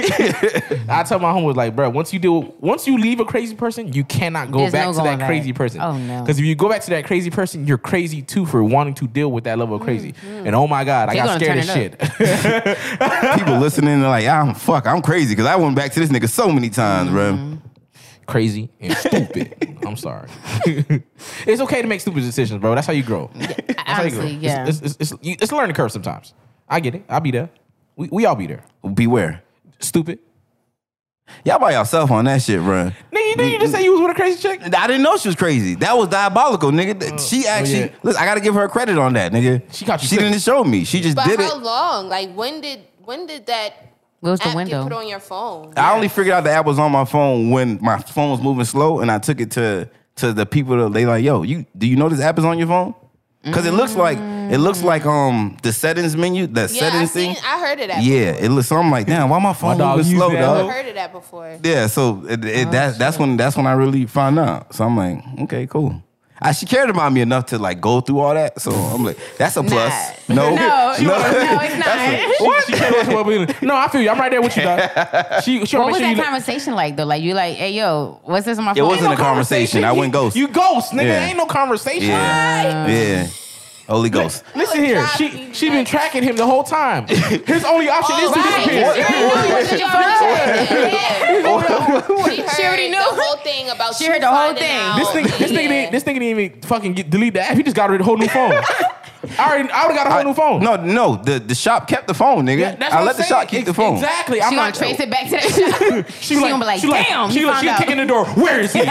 [SPEAKER 1] I tell my homies like, bro, once you do, once you leave a crazy person, you cannot go
[SPEAKER 3] There's
[SPEAKER 1] back
[SPEAKER 3] no
[SPEAKER 1] to that
[SPEAKER 3] going back.
[SPEAKER 1] crazy person.
[SPEAKER 3] Oh, no.
[SPEAKER 1] Because if you go back to that crazy person, you're crazy too for wanting to deal with that level of crazy. And oh my god, I
[SPEAKER 3] Mm,
[SPEAKER 1] got
[SPEAKER 3] They're gonna
[SPEAKER 1] scared as
[SPEAKER 3] turn
[SPEAKER 1] shit.
[SPEAKER 2] people listening, they're like, "Ah, I'm fuck, I'm crazy because I went back to this nigga so many times, bro.
[SPEAKER 1] crazy and stupid. I'm sorry. it's okay to make stupid decisions, bro. That's how you grow. That's how you grow.
[SPEAKER 3] honestly, yeah.
[SPEAKER 1] It's, it's, it's, you- it's a learning curve sometimes. I get it. I'll be there. We, we all be there.
[SPEAKER 3] Mm-hmm.
[SPEAKER 2] Beware.
[SPEAKER 1] Stupid.
[SPEAKER 2] Y'all by yourself on that shit, bro.
[SPEAKER 1] Nigga, did
[SPEAKER 3] Mm,
[SPEAKER 1] you just say you was with a crazy chick?
[SPEAKER 2] I didn't know she was crazy. That was diabolical, nigga. Th- She actually,
[SPEAKER 1] Mm. Oh, yeah.
[SPEAKER 2] listen, I gotta give her credit on that, nigga.
[SPEAKER 1] She caught you
[SPEAKER 2] She
[SPEAKER 1] slipping.
[SPEAKER 2] didn't show me. She just
[SPEAKER 6] But
[SPEAKER 2] did
[SPEAKER 6] how
[SPEAKER 2] it.
[SPEAKER 6] long? Like when did when did that
[SPEAKER 3] What was the
[SPEAKER 6] app get put
[SPEAKER 3] window?
[SPEAKER 6] on your phone?
[SPEAKER 2] I only figured out the app was on my phone when my phone was moving slow, and I took it to to the people that they like, yo, you do you know this app is on your phone? Because it looks like it looks like um the settings menu, that
[SPEAKER 6] Mm. Yeah, I
[SPEAKER 2] settings
[SPEAKER 6] seen.
[SPEAKER 2] thing.
[SPEAKER 6] I heard of that.
[SPEAKER 2] yeah, Oh. it looks. So I'm like, damn, why my phone
[SPEAKER 1] dog
[SPEAKER 2] moving
[SPEAKER 1] used
[SPEAKER 2] slow,
[SPEAKER 1] that
[SPEAKER 6] before. I
[SPEAKER 2] dog?
[SPEAKER 6] heard of that before.
[SPEAKER 2] Yeah, so it, it,
[SPEAKER 1] Oh,
[SPEAKER 2] that, that's when that's when I really found out. So I'm like, okay, cool. I, she cared about me enough to like go through all that. So I'm like, that's a plus. No,
[SPEAKER 3] no, no, it's not.
[SPEAKER 1] What? She can't watch what no, I feel you. I'm right there with you, dog. She, she wanna make
[SPEAKER 3] What
[SPEAKER 1] sure
[SPEAKER 3] was
[SPEAKER 1] you
[SPEAKER 3] that
[SPEAKER 1] know-
[SPEAKER 3] conversation like though? Like you like, hey yo, what's this on my
[SPEAKER 2] it
[SPEAKER 3] phone?
[SPEAKER 2] wasn't a
[SPEAKER 1] No
[SPEAKER 2] conversation. I went
[SPEAKER 1] You-
[SPEAKER 2] ghost.
[SPEAKER 1] You ghost, nigga.
[SPEAKER 2] Yeah.
[SPEAKER 1] Ain't no conversation.
[SPEAKER 2] yeah, yeah, Holy Ghost.
[SPEAKER 1] Listen here. She she been tracking him the whole time. His only option is to
[SPEAKER 6] Right.
[SPEAKER 1] disappear.
[SPEAKER 6] She already knew. She already knew. She
[SPEAKER 3] already
[SPEAKER 6] heard
[SPEAKER 3] knew.
[SPEAKER 6] the whole thing about
[SPEAKER 3] She
[SPEAKER 6] you
[SPEAKER 3] heard the whole
[SPEAKER 6] finding
[SPEAKER 3] thing.
[SPEAKER 6] out.
[SPEAKER 1] This thing, this
[SPEAKER 6] Yeah.
[SPEAKER 1] nigga, didn't, this nigga didn't even fucking get, delete the app. He just got a whole new phone. I already, I would have got a whole new phone.
[SPEAKER 2] No, no. The the shop kept the phone, nigga.
[SPEAKER 1] Yeah, that's
[SPEAKER 2] I
[SPEAKER 1] what
[SPEAKER 2] let
[SPEAKER 1] I'm
[SPEAKER 2] the
[SPEAKER 1] saying.
[SPEAKER 2] shop keep the
[SPEAKER 1] Ex-
[SPEAKER 2] phone.
[SPEAKER 1] Exactly.
[SPEAKER 3] She gonna trace it back to that shop.
[SPEAKER 1] She,
[SPEAKER 3] gonna be like, "Damn,
[SPEAKER 1] She,
[SPEAKER 3] he
[SPEAKER 1] like,
[SPEAKER 3] found
[SPEAKER 1] she
[SPEAKER 3] out."
[SPEAKER 1] kicking the door. Where is he?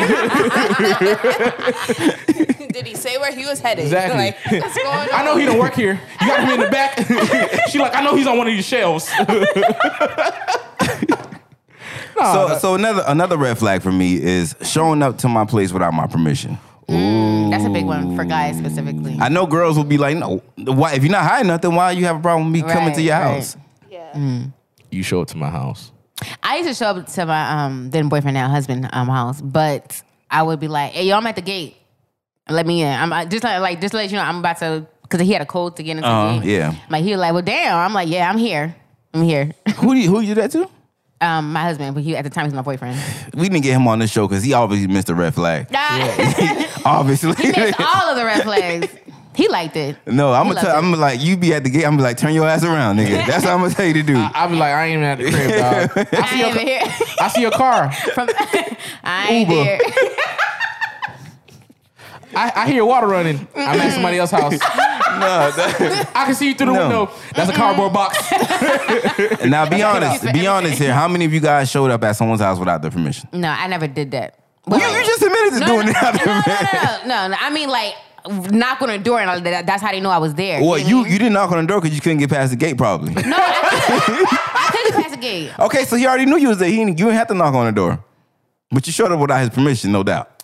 [SPEAKER 6] Did he say where he was headed?
[SPEAKER 1] Exactly.
[SPEAKER 6] Like, what's going on?
[SPEAKER 1] I know he don't work here. You got him in the back. she like, I know he's on one of these shelves.
[SPEAKER 2] So so another another red flag for me is showing up to my place without my permission.
[SPEAKER 3] That's a big one for guys specifically.
[SPEAKER 2] I know girls will be like, no, why if you're not high enough, then why you have a problem with me coming
[SPEAKER 3] Right,
[SPEAKER 2] to your
[SPEAKER 3] right.
[SPEAKER 2] house?
[SPEAKER 6] Yeah.
[SPEAKER 1] You show up to my house.
[SPEAKER 3] I used to show up to my um then boyfriend now husband um house, but I would be like, "Hey, yo, I'm at the gate. Let me in. I'm I, just like, like just to let you know I'm about to because he had a code to get into
[SPEAKER 2] Uh-huh,
[SPEAKER 1] Mm.
[SPEAKER 3] the gate.
[SPEAKER 2] yeah.
[SPEAKER 3] Like he was like, "Well, damn." I'm like, "Yeah, I'm here. I'm here."
[SPEAKER 2] Who do you, who you that to?
[SPEAKER 3] um, my husband, but he at the time he's my boyfriend.
[SPEAKER 2] We didn't get him on this show because he obviously missed a red flag. Obviously.
[SPEAKER 3] Missed all of the red flags. He liked it.
[SPEAKER 2] no, I'm
[SPEAKER 3] He
[SPEAKER 2] gonna tell
[SPEAKER 3] loved
[SPEAKER 2] I'm gonna like you be at the gate, I'm gonna be like, turn your ass around, nigga. That's what I'm gonna tell you to do.
[SPEAKER 1] I be like, I ain't even at the crib, dog. I
[SPEAKER 3] I
[SPEAKER 1] see
[SPEAKER 3] ain't
[SPEAKER 1] your,
[SPEAKER 3] even here.
[SPEAKER 1] I see your car.
[SPEAKER 3] From I ain't
[SPEAKER 1] Uber.
[SPEAKER 3] here.
[SPEAKER 1] I, I hear water running. I'm at somebody else's house.
[SPEAKER 2] no, that-
[SPEAKER 1] I can see you through the
[SPEAKER 2] No.
[SPEAKER 1] window. That's a cardboard box.
[SPEAKER 2] now be honest. Be honest here. How many of you guys showed up at someone's house without their permission?
[SPEAKER 3] No, I never did that.
[SPEAKER 2] You, you just admitted to
[SPEAKER 3] no,
[SPEAKER 2] doing
[SPEAKER 3] no,
[SPEAKER 2] it without their
[SPEAKER 3] no, no,
[SPEAKER 2] permission.
[SPEAKER 3] no, no, no, no. I mean, like knock on the door, and all that, that's how they know I was there.
[SPEAKER 2] Well,
[SPEAKER 3] know
[SPEAKER 2] you
[SPEAKER 3] what I mean?
[SPEAKER 2] you didn't knock on the door because you couldn't get past the gate, probably.
[SPEAKER 3] No, I couldn't. I couldn't pass the gate.
[SPEAKER 2] okay, so he already knew you was there. He didn't, you didn't have to knock on the door, but you showed up without his permission, no doubt.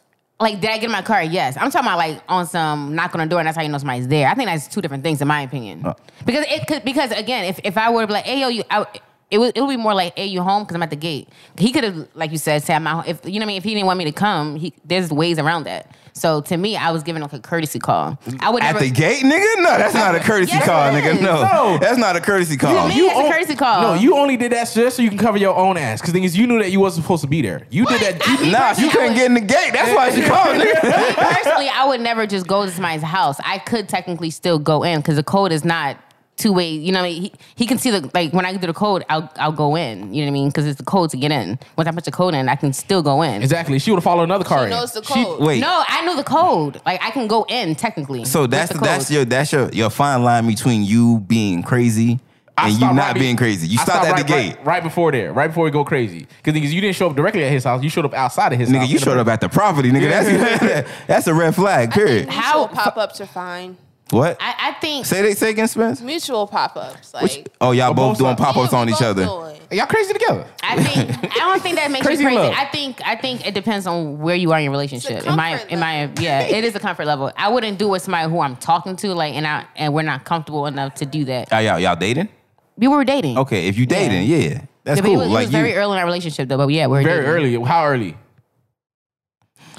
[SPEAKER 3] Like, did I get in my car? Yes. I'm talking about like on some knock on the door, and that's how you know somebody's
[SPEAKER 2] Uh.
[SPEAKER 3] there. I think that's two different things, in my opinion. Because it could. Because again, if, if I were to be like, "Hey, yo, you," I, It would it would be more like, hey, you home because I'm at the gate. He could have, like you said, said I'm out. If you know what I mean, if he didn't want me to come, he, there's ways around that. So to me, I was giving like a courtesy call. I would
[SPEAKER 2] At
[SPEAKER 3] never,
[SPEAKER 2] the gate, nigga? No, that's not a courtesy
[SPEAKER 3] Yes,
[SPEAKER 2] call,
[SPEAKER 3] it
[SPEAKER 2] nigga.
[SPEAKER 3] is.
[SPEAKER 2] No,
[SPEAKER 1] No.
[SPEAKER 2] that's not a courtesy call.
[SPEAKER 3] me, it's a
[SPEAKER 1] on-
[SPEAKER 3] courtesy call.
[SPEAKER 1] No, you only did that just so you can cover your own ass. Because thing is, you knew that you wasn't supposed to be there. You did that. You,
[SPEAKER 2] Nah, you couldn't get in the gate. That's why she called, nigga.
[SPEAKER 3] Me personally, I would never just go to somebody's house. I could technically still go in because the code is not two way. You know, what I mean? he, he can see the like when I do the code, I'll I'll go in. You know what I mean? Because it's the code to get in. Once I put the code in, I can still go in.
[SPEAKER 1] exactly. She would have followed another car.
[SPEAKER 6] She
[SPEAKER 1] in.
[SPEAKER 6] knows the
[SPEAKER 1] She-
[SPEAKER 6] code.
[SPEAKER 2] Wait.
[SPEAKER 3] No, I know the code. Like I can go in technically.
[SPEAKER 2] So
[SPEAKER 3] with
[SPEAKER 2] that's
[SPEAKER 3] the
[SPEAKER 2] that's
[SPEAKER 3] code.
[SPEAKER 2] your that's your your fine line between you being crazy
[SPEAKER 1] I
[SPEAKER 2] and you
[SPEAKER 1] stopped
[SPEAKER 2] not
[SPEAKER 1] right be-
[SPEAKER 2] being crazy. You
[SPEAKER 1] I
[SPEAKER 2] stopped at
[SPEAKER 1] right,
[SPEAKER 2] the gate.
[SPEAKER 1] Right, right before there, right before we go crazy. Because you didn't show up directly at his house. You showed up outside of his
[SPEAKER 2] Nigga,
[SPEAKER 1] house.
[SPEAKER 2] you showed up at the property, nigga. That's that's a red flag. Period.
[SPEAKER 6] Mutual
[SPEAKER 3] How-
[SPEAKER 6] pop ups are fine.
[SPEAKER 2] What?
[SPEAKER 3] I, I think
[SPEAKER 2] say they say again, Spence.
[SPEAKER 6] Mutual pop ups. Like
[SPEAKER 2] Which- oh, y'all
[SPEAKER 1] On
[SPEAKER 2] both
[SPEAKER 1] both
[SPEAKER 2] doing
[SPEAKER 1] sides.
[SPEAKER 2] pop ups
[SPEAKER 6] Yeah,
[SPEAKER 2] on
[SPEAKER 6] we
[SPEAKER 2] each
[SPEAKER 6] both
[SPEAKER 2] other.
[SPEAKER 6] doing.
[SPEAKER 1] Y'all crazy together.
[SPEAKER 3] I think I don't think that makes
[SPEAKER 1] Crazy
[SPEAKER 3] you crazy.
[SPEAKER 1] love.
[SPEAKER 3] I think I think it depends on where you are in your relationship.
[SPEAKER 6] It's a
[SPEAKER 3] in my
[SPEAKER 6] comfort
[SPEAKER 3] in my
[SPEAKER 6] level.
[SPEAKER 3] yeah, it is a comfort level. I wouldn't do with somebody who I'm talking to like and I and we're not comfortable enough to do that.
[SPEAKER 2] Are y'all y'all dating?
[SPEAKER 3] We were dating.
[SPEAKER 2] Okay, if you dating, yeah, that's
[SPEAKER 3] Yeah, but
[SPEAKER 2] cool.
[SPEAKER 3] It was, it
[SPEAKER 2] like
[SPEAKER 3] was
[SPEAKER 2] you,
[SPEAKER 3] very early in our relationship though. But yeah, we are
[SPEAKER 1] Very
[SPEAKER 3] dating.
[SPEAKER 1] early. How early?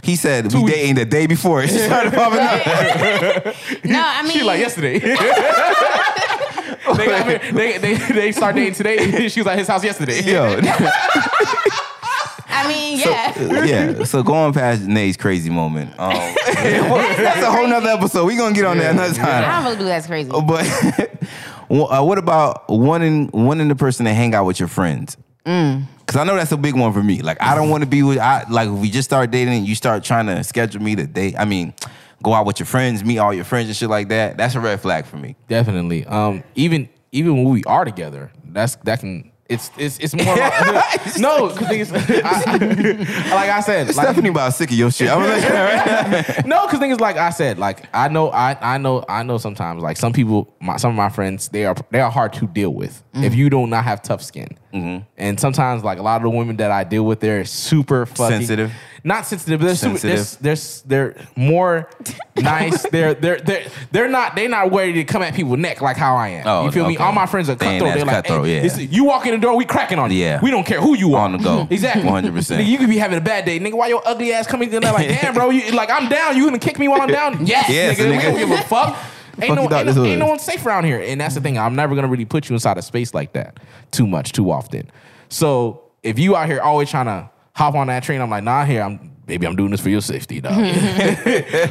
[SPEAKER 2] he said
[SPEAKER 1] Two
[SPEAKER 2] we
[SPEAKER 1] weeks.
[SPEAKER 2] dating the day before. It started popping up.
[SPEAKER 3] No, I mean
[SPEAKER 1] She like yesterday. they, got married- they, they, they start dating today. she was at his house yesterday.
[SPEAKER 2] Yo,
[SPEAKER 3] I mean yeah.
[SPEAKER 2] yeah. So going past Nate's crazy moment. Um, that's a whole nother episode. We gonna get on that another time.
[SPEAKER 3] I don't really believe that's
[SPEAKER 1] Oh,
[SPEAKER 3] crazy.
[SPEAKER 2] But well, uh, what about wanting wanting the person to hang out with your friends? Because I know that's a big one for me. Like I don't want to be with. I like if we just start dating and you start trying to schedule me to date. I mean, go out with your friends, meet all your friends and shit like that. That's a red flag for me.
[SPEAKER 1] Definitely. Um, even even when we are together, that's that can. It's it's it's more. About, no, because like I said, like,
[SPEAKER 2] Stephanie about sick of your shit. I'm like,
[SPEAKER 1] no, because things like I said, like I know, I I know, I know. Sometimes, like some people, my, some of my friends, they are they are hard to deal with if you do not have tough skin.
[SPEAKER 2] Mm-hmm.
[SPEAKER 1] And sometimes, like a lot of the women that I deal with, they're super fucking
[SPEAKER 2] Sensitive.
[SPEAKER 1] Not sensitive. But they're
[SPEAKER 2] Sensitive.
[SPEAKER 1] Super, they're, s- they're s- they're more nice. They're they're they're they're not they're not ready to come at people neck like how I am.
[SPEAKER 2] Oh,
[SPEAKER 1] you feel me?
[SPEAKER 2] okay.
[SPEAKER 1] All my friends are
[SPEAKER 2] They ain't
[SPEAKER 1] cutthroat.
[SPEAKER 2] as
[SPEAKER 1] They're like,
[SPEAKER 2] cutthroat,
[SPEAKER 1] hey,
[SPEAKER 2] yeah.
[SPEAKER 1] this is- you walk in the door, we cracking on you.
[SPEAKER 2] Yeah.
[SPEAKER 1] we don't care who you are
[SPEAKER 2] On the go.
[SPEAKER 1] Exactly,
[SPEAKER 2] 100%.
[SPEAKER 1] Nigga, You could be having a bad day, nigga. Why your ugly ass coming in there like, damn, bro? You like I'm down. You gonna kick me while I'm down? Yes,
[SPEAKER 2] Yes,
[SPEAKER 1] nigga. We
[SPEAKER 2] nigga.
[SPEAKER 1] don't give a fuck. Ain't
[SPEAKER 2] Fuck you
[SPEAKER 1] no,
[SPEAKER 2] thought
[SPEAKER 1] ain't,
[SPEAKER 2] this
[SPEAKER 1] no,
[SPEAKER 2] was?
[SPEAKER 1] ain't no one safe around here. And that's the thing. I'm never gonna really put you inside a space like that too much, too often. So if you out here always trying to hop on that train, I'm like, nah, here, I'm baby, I'm doing this for your safety, dog.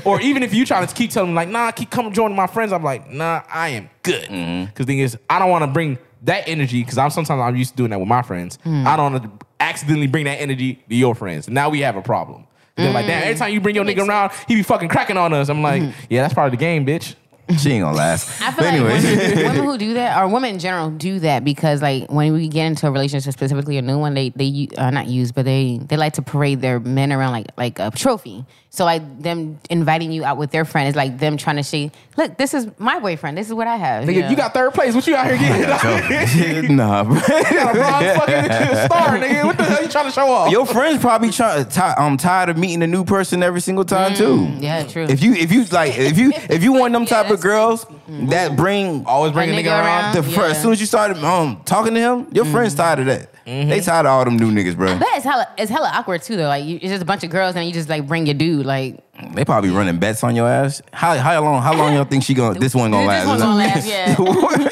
[SPEAKER 1] or even if you trying to keep telling them like, nah, keep come joining my friends, I'm like, nah, I am good. Because thing is, I don't want to bring that energy because I'm sometimes I'm used to doing that with my friends.
[SPEAKER 3] Hmm.
[SPEAKER 1] I don't want to accidentally bring that energy to your friends. Now we have a problem. They're like, damn,
[SPEAKER 3] Mm.
[SPEAKER 1] every time you bring your nigga around, he be fucking cracking on us. I'm like,
[SPEAKER 3] Mm-hmm.
[SPEAKER 1] yeah, that's part of the game, bitch.
[SPEAKER 2] she ain't gonna last.
[SPEAKER 3] I
[SPEAKER 2] But
[SPEAKER 3] feel
[SPEAKER 2] anyway,
[SPEAKER 3] like women, women who do that, or women in general, do that because, like, when we get into a relationship, specifically a new one, they they u- uh, not use, but they they like to parade their men around like like a trophy. So like them inviting you out with their friend is like them trying to say, "Look, this is my boyfriend. This is what I have."
[SPEAKER 1] Nigga, you got third place. What you out here getting?
[SPEAKER 2] nah, bro.
[SPEAKER 1] got a bronze fucking star, nigga. What the hell you trying to show off?
[SPEAKER 2] your friends probably try, ti I'm tired of meeting a new person every single time too.
[SPEAKER 3] Mm, yeah, true.
[SPEAKER 2] If you if you like if you if you want them type of girls that bring
[SPEAKER 1] Always bring a
[SPEAKER 3] A
[SPEAKER 1] nigga,
[SPEAKER 3] nigga
[SPEAKER 1] around.
[SPEAKER 2] the
[SPEAKER 3] around. Mm-hmm. Yeah. Mm-hmm.
[SPEAKER 2] first as soon as you started um talking to him, your friends tired of that. They tired of all them new niggas, bro.
[SPEAKER 3] but it's hella it's hella awkward too though. Like you, it's just a bunch of girls and you just like bring your dude. Like
[SPEAKER 2] They probably running bets on your ass. How how long how long y'all think she gonna this one gonna last?
[SPEAKER 3] This one's gonna last, yeah.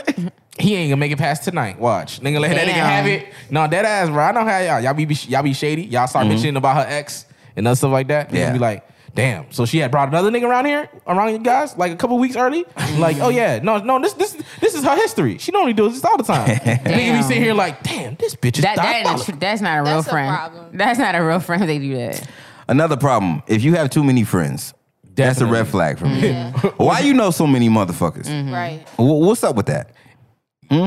[SPEAKER 1] He ain't gonna make it past tonight. Watch, nigga, let that nigga
[SPEAKER 3] Damn.
[SPEAKER 1] have it. No, that ass, bro. I know how y'all y'all be y'all be shady. Y'all start
[SPEAKER 3] Mm-hmm.
[SPEAKER 1] mentioning about her ex and other stuff like that. you
[SPEAKER 2] Yeah.
[SPEAKER 1] be like, damn. So she had brought another nigga around here, around you guys, like a couple weeks early. Like, oh yeah, no, no, this this this is her history. She normally does this all the time. nigga be
[SPEAKER 3] Damn.
[SPEAKER 1] sitting here like, damn, this bitch is
[SPEAKER 3] that, that ain't a
[SPEAKER 1] diabolical.
[SPEAKER 3] tr- that's not a real
[SPEAKER 6] That's a
[SPEAKER 3] friend.
[SPEAKER 6] problem.
[SPEAKER 3] That's not a real friend. if They do that.
[SPEAKER 2] Another problem, if you have too many friends, that's a red
[SPEAKER 1] Definitely.
[SPEAKER 2] flag for me. Why you know so many motherfuckers?
[SPEAKER 3] Mm-hmm. Hmm.
[SPEAKER 6] Right.
[SPEAKER 2] Wh- What's up with that?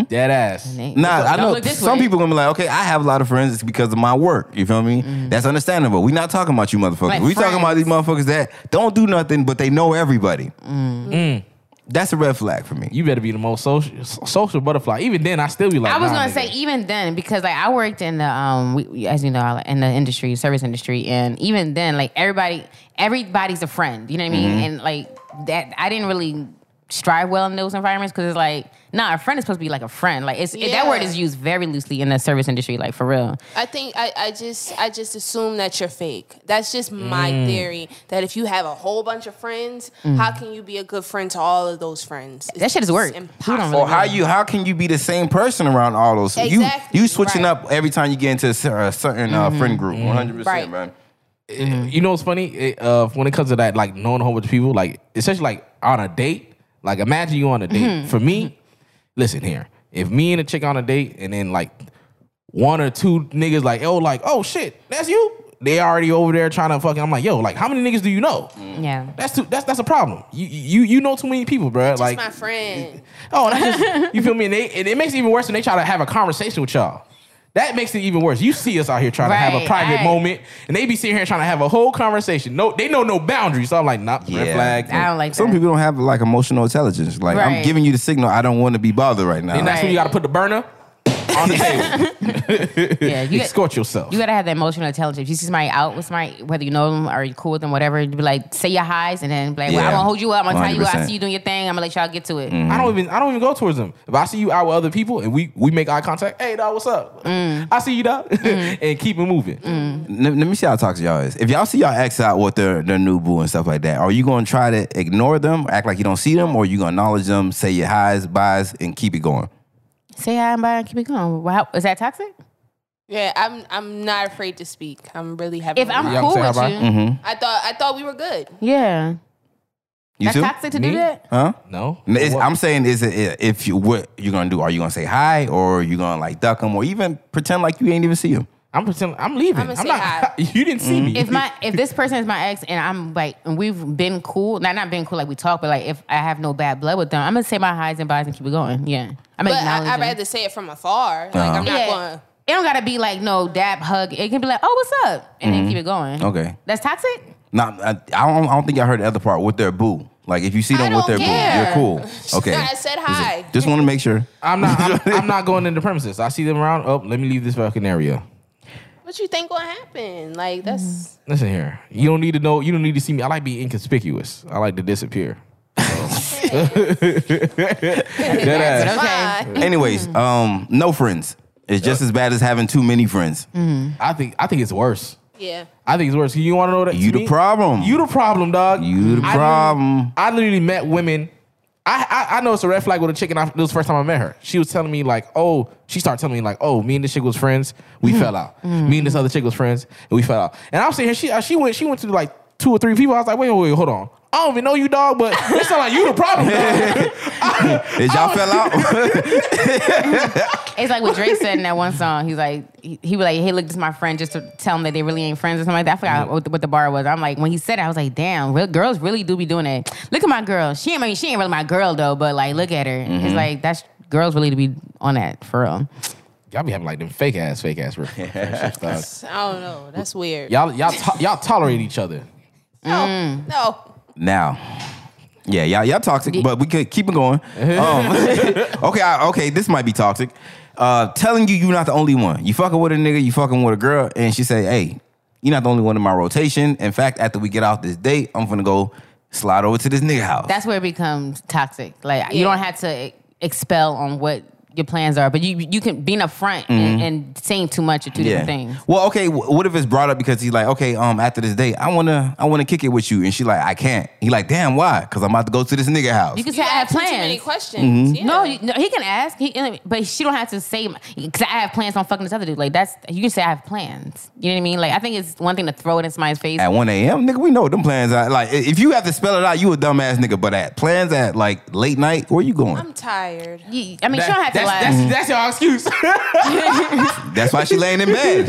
[SPEAKER 1] Dead ass.
[SPEAKER 2] Nah, I
[SPEAKER 3] Don't
[SPEAKER 2] know
[SPEAKER 3] look this
[SPEAKER 2] some
[SPEAKER 3] way.
[SPEAKER 2] people gonna be like, okay, I have a lot of friends. It's because of my work. You feel me? That's understandable. We not talking about you motherfuckers.
[SPEAKER 3] Mm-hmm. Like
[SPEAKER 2] we talking about these
[SPEAKER 3] friends.
[SPEAKER 2] motherfuckers that don't do nothing, but they know everybody.
[SPEAKER 3] Mm-hmm.
[SPEAKER 2] Mm. That's a red flag for me.
[SPEAKER 1] You better be the most social social butterfly. Even then, I still be like,
[SPEAKER 3] I was
[SPEAKER 1] nah,
[SPEAKER 3] gonna
[SPEAKER 1] nigga.
[SPEAKER 3] say even then because like I worked in the um we, we- as you know I- in the industry service industry and even then like everybody everybody's a friend you know what I mean and like that I didn't really strive well in those environments because it's like Nah, a friend is supposed to be like a friend. Like it's that
[SPEAKER 6] Yeah.
[SPEAKER 3] word is used very loosely in the service industry, like for real.
[SPEAKER 6] I think I, I just I just assume that you're fake. That's just my
[SPEAKER 3] Mm.
[SPEAKER 6] theory. That if you have a whole bunch of friends, how can you be a good friend to all of those friends?
[SPEAKER 3] That shit is work. We
[SPEAKER 6] It's
[SPEAKER 3] don't
[SPEAKER 6] impossible.
[SPEAKER 3] really
[SPEAKER 2] Or how you how can you be the same person around all those?
[SPEAKER 6] Exactly,
[SPEAKER 2] you you switching
[SPEAKER 6] right.
[SPEAKER 2] up every time you get into a cer- a certain uh,
[SPEAKER 3] Mm-hmm.
[SPEAKER 2] friend group. One hundred
[SPEAKER 6] Right.
[SPEAKER 2] percent, man.
[SPEAKER 1] you know what's funny? It, uh, when it comes to that, like knowing a whole bunch of people, like especially like on a date. Like imagine you on a date. For me, listen here. If me and a chick on a date, and then like one or two niggas, like oh, like oh shit, that's you. They already over there trying to fucking. I'm like, yo, like how many niggas do you know?
[SPEAKER 3] Yeah.
[SPEAKER 1] That's too. That's that's a problem. You you you know too many people, bruh. Like
[SPEAKER 6] my friend.
[SPEAKER 1] Oh, and I just you feel me? And, they, and it makes it even worse when they try to have a conversation with y'all. That makes it even worse. You see us out here trying to have a
[SPEAKER 3] Right,
[SPEAKER 1] private
[SPEAKER 3] right.
[SPEAKER 1] moment, and they be sitting here trying to have a whole conversation. No, they know no boundaries. So I'm like, nah, red
[SPEAKER 2] Yeah.
[SPEAKER 1] flag.
[SPEAKER 3] I don't like
[SPEAKER 2] Some
[SPEAKER 3] that.
[SPEAKER 2] people don't have like emotional intelligence. Like I'm
[SPEAKER 3] Right.
[SPEAKER 2] giving you the signal I don't want to be bothered right now.
[SPEAKER 1] and that's when you got to put the burner on the table.
[SPEAKER 3] Yeah, you got-
[SPEAKER 1] Escort yourself.
[SPEAKER 3] You gotta have the emotional intelligence. If you see somebody out with somebody, whether you know them or you cool with them, whatever, you be like, say your highs and then be like, well,
[SPEAKER 2] Yeah.
[SPEAKER 3] I'm gonna hold you up. I'm gonna tell you, I
[SPEAKER 2] 100%.
[SPEAKER 3] see you doing your thing. I'm gonna let y'all get to it.
[SPEAKER 1] I don't even I don't even go towards them. If I see you out with other people and we we make eye contact, hey dog, what's up?
[SPEAKER 3] Mm.
[SPEAKER 1] I see you dog, and keep it moving.
[SPEAKER 2] Let, let me see how toxic y'all is. If y'all see y'all ex out with their, their new boo and stuff like that, are you gonna try to ignore them, act like you don't see them, or you gonna acknowledge them, say your highs, buys, and keep it going?
[SPEAKER 3] Say hi and bye and keep it going. Wow, is that toxic?
[SPEAKER 6] Yeah, I'm I'm not afraid to speak. I'm really happy.
[SPEAKER 3] If I'm
[SPEAKER 1] Y'all
[SPEAKER 3] cool
[SPEAKER 1] say hi,
[SPEAKER 3] with you,
[SPEAKER 1] bye? Mm-hmm.
[SPEAKER 6] I thought I thought we were good.
[SPEAKER 3] yeah,
[SPEAKER 2] You
[SPEAKER 3] that's
[SPEAKER 2] too?
[SPEAKER 3] toxic to do
[SPEAKER 1] Me?
[SPEAKER 3] that.
[SPEAKER 2] Huh?
[SPEAKER 1] No,
[SPEAKER 2] No, it's-
[SPEAKER 1] What-
[SPEAKER 2] I'm saying is it, if you what you gonna do? Are you gonna say hi, or you gonna like duck them, or even pretend like you ain't even see them?
[SPEAKER 1] I'm pretending I'm leaving.
[SPEAKER 6] I'ma
[SPEAKER 1] I'm,
[SPEAKER 6] say
[SPEAKER 1] not.
[SPEAKER 6] hi.
[SPEAKER 1] You didn't see me.
[SPEAKER 3] Mm. If my if this person is my ex and I'm like and we've been cool, not not been cool like we talk, but like if I have no bad blood with them, I'm gonna say my highs and buys and keep it going. Yeah, I'm
[SPEAKER 6] But
[SPEAKER 3] acknowledging. Uh-huh.
[SPEAKER 6] I, I'd rather say it from afar. Like I'm not
[SPEAKER 3] yeah.
[SPEAKER 6] going.
[SPEAKER 3] It don't gotta be like no dap hug. It can be like, oh, what's up, and
[SPEAKER 1] Mm-hmm.
[SPEAKER 3] then keep it going.
[SPEAKER 2] Okay.
[SPEAKER 3] that's toxic.
[SPEAKER 2] Now I, I don't. I don't think I heard the other part with their boo. Like if you see them
[SPEAKER 6] I
[SPEAKER 2] with their
[SPEAKER 6] don't care.
[SPEAKER 2] boo, you're cool. Okay.
[SPEAKER 6] I said hi.
[SPEAKER 2] Just want to make sure.
[SPEAKER 1] I'm not. I'm, I'm not going into premises. I see them around. Oh, let me leave this fucking area.
[SPEAKER 6] What you think gonna happen? Like that's
[SPEAKER 3] Mm-hmm.
[SPEAKER 1] Listen here. You don't need to know. You don't need to see me. I like being inconspicuous. I like to disappear.
[SPEAKER 3] But
[SPEAKER 1] Dead ass.
[SPEAKER 3] okay.
[SPEAKER 6] fine.
[SPEAKER 2] Anyways, um, no friends. It's just as bad as having too many friends.
[SPEAKER 1] I think. I think it's worse.
[SPEAKER 6] Yeah.
[SPEAKER 1] I think it's worse. You want to know that? to
[SPEAKER 2] You the
[SPEAKER 1] me?
[SPEAKER 2] problem.
[SPEAKER 1] You the problem, dog.
[SPEAKER 2] You the
[SPEAKER 1] I literally-
[SPEAKER 2] problem.
[SPEAKER 1] I literally met women. I, I I know it's a red flag with a chick, and I, it was the first time I met her. She was telling me like, oh, she started telling me like, oh, me and this chick was friends, we
[SPEAKER 2] Mm.
[SPEAKER 1] fell out. Me and this other chick was friends, and we fell out. And I'm sitting here, she uh, she went she went to like two or three people. I was like, wait wait, wait hold on. I don't even know you, dog, but it sound like you the problem. dog.
[SPEAKER 2] Did y'all
[SPEAKER 3] Oh.
[SPEAKER 2] fell out?
[SPEAKER 3] It's like what Drake said in that one song. He's like, he, he was like, hey, look, this is my friend, just to tell him that they really ain't friends or something like that. I forgot what, the, what the bar was. I'm like, when he said it, I was like, damn, real, girls really do be doing that. Look at my girl. She ain't, I mean, she ain't really my girl though, but like, look at her. It's like, that's girls really to be on that for real.
[SPEAKER 1] y'all be having like them fake ass, fake ass rip- friendships, dog.
[SPEAKER 6] I don't know. That's weird.
[SPEAKER 1] Y'all y'all to- y'all tolerate each other.
[SPEAKER 6] No.
[SPEAKER 3] Mm.
[SPEAKER 6] No.
[SPEAKER 2] now, yeah, y'all y'all toxic, but we could keep it going. Um, okay, I, okay, this might be toxic. Uh, telling you you're not the only one. You fucking with a nigga, you fucking with a girl, and she say, "Hey, you're not the only one in my rotation." In fact, after we get off this date, I'm gonna go slide over to this nigga house.
[SPEAKER 3] That's where it becomes toxic. Like, you
[SPEAKER 6] Yeah.
[SPEAKER 3] don't have to e- expel on what your plans are, but you you can being upfront and, and saying too much are two different things.
[SPEAKER 2] Well, okay. wh- What if it's brought up because he's like, okay, um, after this date, I wanna, I wanna kick it with you, and she like, I can't. He like, damn, why? Because I'm about to go to this nigga house.
[SPEAKER 3] You can say
[SPEAKER 6] You
[SPEAKER 3] I have
[SPEAKER 6] asked him
[SPEAKER 3] plans.
[SPEAKER 6] Too many questions.
[SPEAKER 1] Mm-hmm.
[SPEAKER 6] Yeah.
[SPEAKER 3] No, you- no, he can ask. He, but she don't have to say because I have plans on fucking this other dude. Like that's you can say I have plans. You know what I mean? Like I think it's one thing to throw it in somebody's face.
[SPEAKER 2] at 1 a.m., nigga, we know what them plans are. Like, i- if you have to spell it out, you a dumbass nigga. But at plans at like late night, where you going?
[SPEAKER 6] I'm tired.
[SPEAKER 3] You- I mean, she
[SPEAKER 1] That-
[SPEAKER 3] don't have to
[SPEAKER 1] that's,
[SPEAKER 3] lie.
[SPEAKER 1] that's, that's your excuse.
[SPEAKER 2] That's why she laying in bed.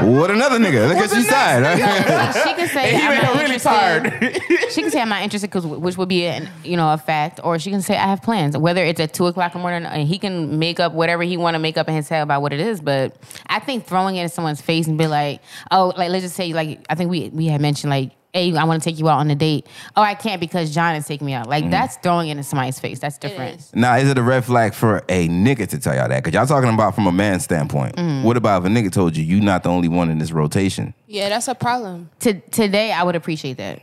[SPEAKER 2] what another nigga? Look at she's tired. Right?
[SPEAKER 3] Like, she can say
[SPEAKER 1] Even
[SPEAKER 3] I'm
[SPEAKER 1] though
[SPEAKER 3] not
[SPEAKER 1] I'm really
[SPEAKER 3] interested.
[SPEAKER 1] tired.
[SPEAKER 3] she can say I'm not interested, 'cause- which would be an, you know a fact, or she can say I have plans. Whether it's at two o'clock in the morning, and he can make up whatever he want to make up in his head about what it is. But I think throwing it in someone's face and be like, oh, like let's just say like I think we we had mentioned like. Hey, I want to take you out on a date. Oh, I can't because John is taking me out. Like that's throwing it in somebody's face. That's different.
[SPEAKER 6] is.
[SPEAKER 2] now, is it a red flag for a nigga to tell y'all that? Because y'all talking about from a man's standpoint.
[SPEAKER 3] Mm.
[SPEAKER 2] What about if a nigga told you you not the only one in this rotation?
[SPEAKER 6] Yeah, that's a problem.
[SPEAKER 3] To, today, I would appreciate that.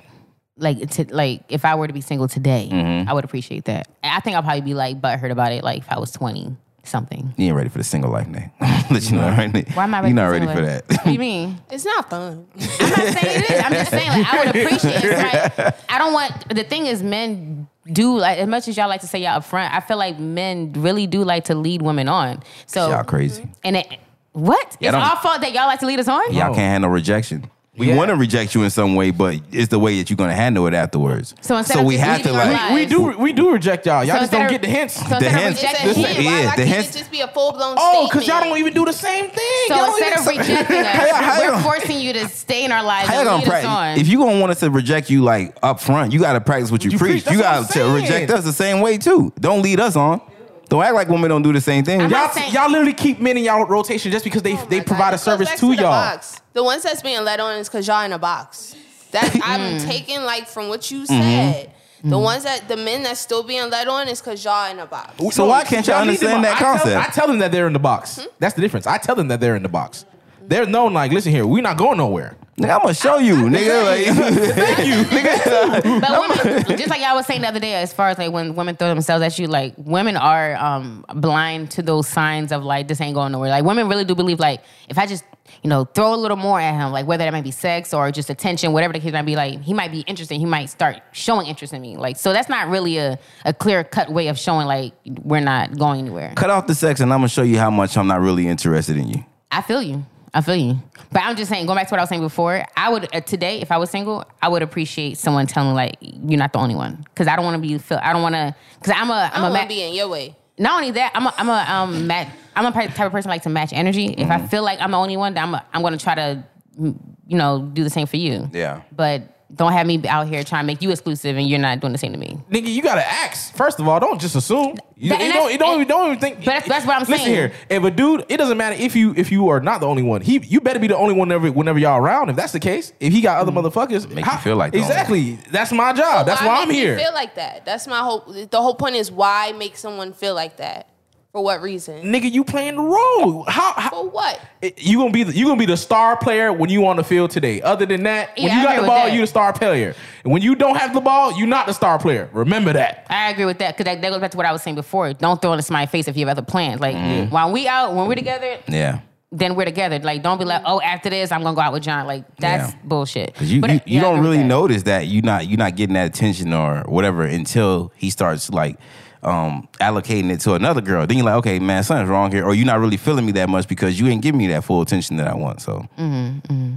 [SPEAKER 3] like to, like if I were to be single today, I would appreciate that. And I think I'll probably be like butthurt about it, like if I was twenty something.
[SPEAKER 2] You ain't ready for the single life, Nate. Let you know right now.
[SPEAKER 3] Why am I ready
[SPEAKER 2] You're not
[SPEAKER 3] for
[SPEAKER 2] ready for
[SPEAKER 3] single?
[SPEAKER 2] that.
[SPEAKER 3] What do you mean?
[SPEAKER 6] It's not fun.
[SPEAKER 3] I'm not saying it is. I'm just saying like I would appreciate. It. Like, I don't want the thing is men do like as much as y'all like to say y'all up front. I feel like men really do like to lead women on. So
[SPEAKER 2] Y'all crazy.
[SPEAKER 3] and it, what?
[SPEAKER 2] Yeah,
[SPEAKER 3] it's
[SPEAKER 2] I don't-
[SPEAKER 3] our fault that y'all like to lead us on.
[SPEAKER 2] Y'all can't handle rejection. We want to reject you in some way, but it's the way that you're gonna handle it afterwards.
[SPEAKER 3] So instead of
[SPEAKER 2] we
[SPEAKER 3] just
[SPEAKER 2] have to
[SPEAKER 3] leaving our
[SPEAKER 2] like
[SPEAKER 3] lives-
[SPEAKER 1] We do we do reject y'all. Y'all
[SPEAKER 3] So
[SPEAKER 1] just don't
[SPEAKER 3] instead
[SPEAKER 1] get
[SPEAKER 3] of-
[SPEAKER 1] the hints.
[SPEAKER 3] so
[SPEAKER 2] the
[SPEAKER 3] instead of
[SPEAKER 2] hints.
[SPEAKER 6] It's a
[SPEAKER 3] rejecting
[SPEAKER 2] This
[SPEAKER 6] hint.
[SPEAKER 2] is-
[SPEAKER 3] him,
[SPEAKER 6] Why,
[SPEAKER 2] yeah,
[SPEAKER 6] why
[SPEAKER 2] the
[SPEAKER 6] can't
[SPEAKER 2] hints.
[SPEAKER 6] it just be a full blown
[SPEAKER 1] Oh,
[SPEAKER 6] statement?
[SPEAKER 1] because y'all don't even do the same thing.
[SPEAKER 3] So
[SPEAKER 1] Y'all don't
[SPEAKER 3] instead
[SPEAKER 1] even-
[SPEAKER 3] of rejecting us,
[SPEAKER 2] how
[SPEAKER 3] we're
[SPEAKER 2] y'all-
[SPEAKER 3] forcing you to stay in our lives
[SPEAKER 2] How y'all
[SPEAKER 3] and
[SPEAKER 2] gonna
[SPEAKER 3] lead us
[SPEAKER 2] practice?
[SPEAKER 3] on.
[SPEAKER 2] If you gonna want us to reject you like up front, you gotta practice what you,
[SPEAKER 1] You
[SPEAKER 2] preach.
[SPEAKER 1] preach,
[SPEAKER 2] You
[SPEAKER 1] that's
[SPEAKER 2] gotta
[SPEAKER 1] what I'm
[SPEAKER 2] to reject
[SPEAKER 1] saying.
[SPEAKER 2] us the same way too. Don't lead us on. Don't act like women don't do the same thing.
[SPEAKER 3] I'm not
[SPEAKER 1] Y'all,
[SPEAKER 3] saying-
[SPEAKER 1] y'all literally keep men in y'all rotation just because they
[SPEAKER 6] Oh my
[SPEAKER 1] they
[SPEAKER 6] God,
[SPEAKER 1] provide a
[SPEAKER 6] it goes
[SPEAKER 1] service
[SPEAKER 6] back
[SPEAKER 1] to,
[SPEAKER 6] the
[SPEAKER 1] y'all.
[SPEAKER 6] box. The ones that's being let on is because y'all in a box. That
[SPEAKER 1] Mm-hmm.
[SPEAKER 6] I'm taking like from what you said. The ones that the men that's still being let on is because y'all in a box.
[SPEAKER 2] So why can't y'all
[SPEAKER 1] Y'all need
[SPEAKER 2] understand
[SPEAKER 1] them-
[SPEAKER 2] that
[SPEAKER 1] I tell-
[SPEAKER 2] concept?
[SPEAKER 1] I tell them that they're in the box.
[SPEAKER 3] Hmm?
[SPEAKER 1] That's the difference. I tell them that they're in the box. They're known like, listen here, we're not going nowhere.
[SPEAKER 2] Nigga, I'm gonna show you, nigga. Like, thank you, nigga.
[SPEAKER 3] But women, just like y'all was saying the other day, as far as like when women throw themselves at you, like women are um, blind to those signs of like this ain't going nowhere. Like women really do believe like if I just you know throw a little more at him, like whether that might be sex or just attention, whatever the case might be, like he might be interested. He might start showing interest in me. Like so that's not really a, a clear cut way of showing like we're not going anywhere.
[SPEAKER 2] Cut off the sex, and I'm gonna show you how much I'm not really interested in you.
[SPEAKER 3] I feel you. I feel you. But I'm just saying, going back to what I was saying before, I would uh, today, if I was single, I would appreciate someone telling me like you're not the only one, because I don't want to be feel. I don't want to, because I'm a,
[SPEAKER 6] I
[SPEAKER 3] I'm a
[SPEAKER 6] don't want
[SPEAKER 3] ma-
[SPEAKER 6] to be in your way.
[SPEAKER 3] not only that, I'm a, I'm a um match. I'm a type of person like to match energy. If
[SPEAKER 6] Mm-hmm.
[SPEAKER 3] I feel like I'm the only one, then I'm a, I'm gonna try to, mm, you know, do the same for you.
[SPEAKER 2] Yeah.
[SPEAKER 3] But don't have me out here trying to make you exclusive and you're not doing the same to me.
[SPEAKER 1] Nigga, you gotta ask. First of all, don't just assume. You,
[SPEAKER 3] That-
[SPEAKER 1] you don't,
[SPEAKER 3] and that's-
[SPEAKER 1] you don't,
[SPEAKER 3] and-
[SPEAKER 1] you don't even think.
[SPEAKER 3] But that's- that's what I'm
[SPEAKER 1] Listen
[SPEAKER 3] saying.
[SPEAKER 1] here, if a dude, it doesn't matter if you if you are not the only one. He, you better be the only one whenever, whenever y'all around. If that's the case, if he got other motherfuckers,
[SPEAKER 2] Mm-hmm. Make you feel like the only
[SPEAKER 1] exactly. That's my job. that's why I'm
[SPEAKER 6] make you
[SPEAKER 1] here.
[SPEAKER 6] Feel like that. That's my whole. The whole point is why make someone feel like that. For what reason?
[SPEAKER 1] Nigga, you playing the role. How, how
[SPEAKER 6] For what?
[SPEAKER 1] it- you gonna be the, you gonna be the star player when you on the field today. Other than that, when
[SPEAKER 3] Yeah,
[SPEAKER 1] you
[SPEAKER 3] I
[SPEAKER 1] got
[SPEAKER 3] agree
[SPEAKER 1] the
[SPEAKER 3] with
[SPEAKER 1] ball,
[SPEAKER 3] that.
[SPEAKER 1] you the star player. And when you don't have the ball, you not the star player. Remember that.
[SPEAKER 3] I agree with that because that, that goes back to what I was saying before. Don't throw it in somebody's face if you have other plans. Like
[SPEAKER 6] Mm-hmm.
[SPEAKER 3] while we out, when we're together,
[SPEAKER 2] Yeah,
[SPEAKER 3] then we're together. Like, don't be like, oh, after this, I'm gonna go out with John. Like, that's
[SPEAKER 2] Yeah.
[SPEAKER 3] bullshit.
[SPEAKER 2] 'Cause you
[SPEAKER 3] But
[SPEAKER 2] you,
[SPEAKER 3] it-
[SPEAKER 2] you
[SPEAKER 3] yeah, I
[SPEAKER 2] don't
[SPEAKER 3] agree with
[SPEAKER 2] really
[SPEAKER 3] that.
[SPEAKER 2] notice that you not you not getting that attention or whatever until he starts like um allocating it to another girl. Then you're like, okay, man, something's wrong here, or you're not really feeling me that much because you ain't giving me that full attention that I want. So,
[SPEAKER 3] Mm-hmm,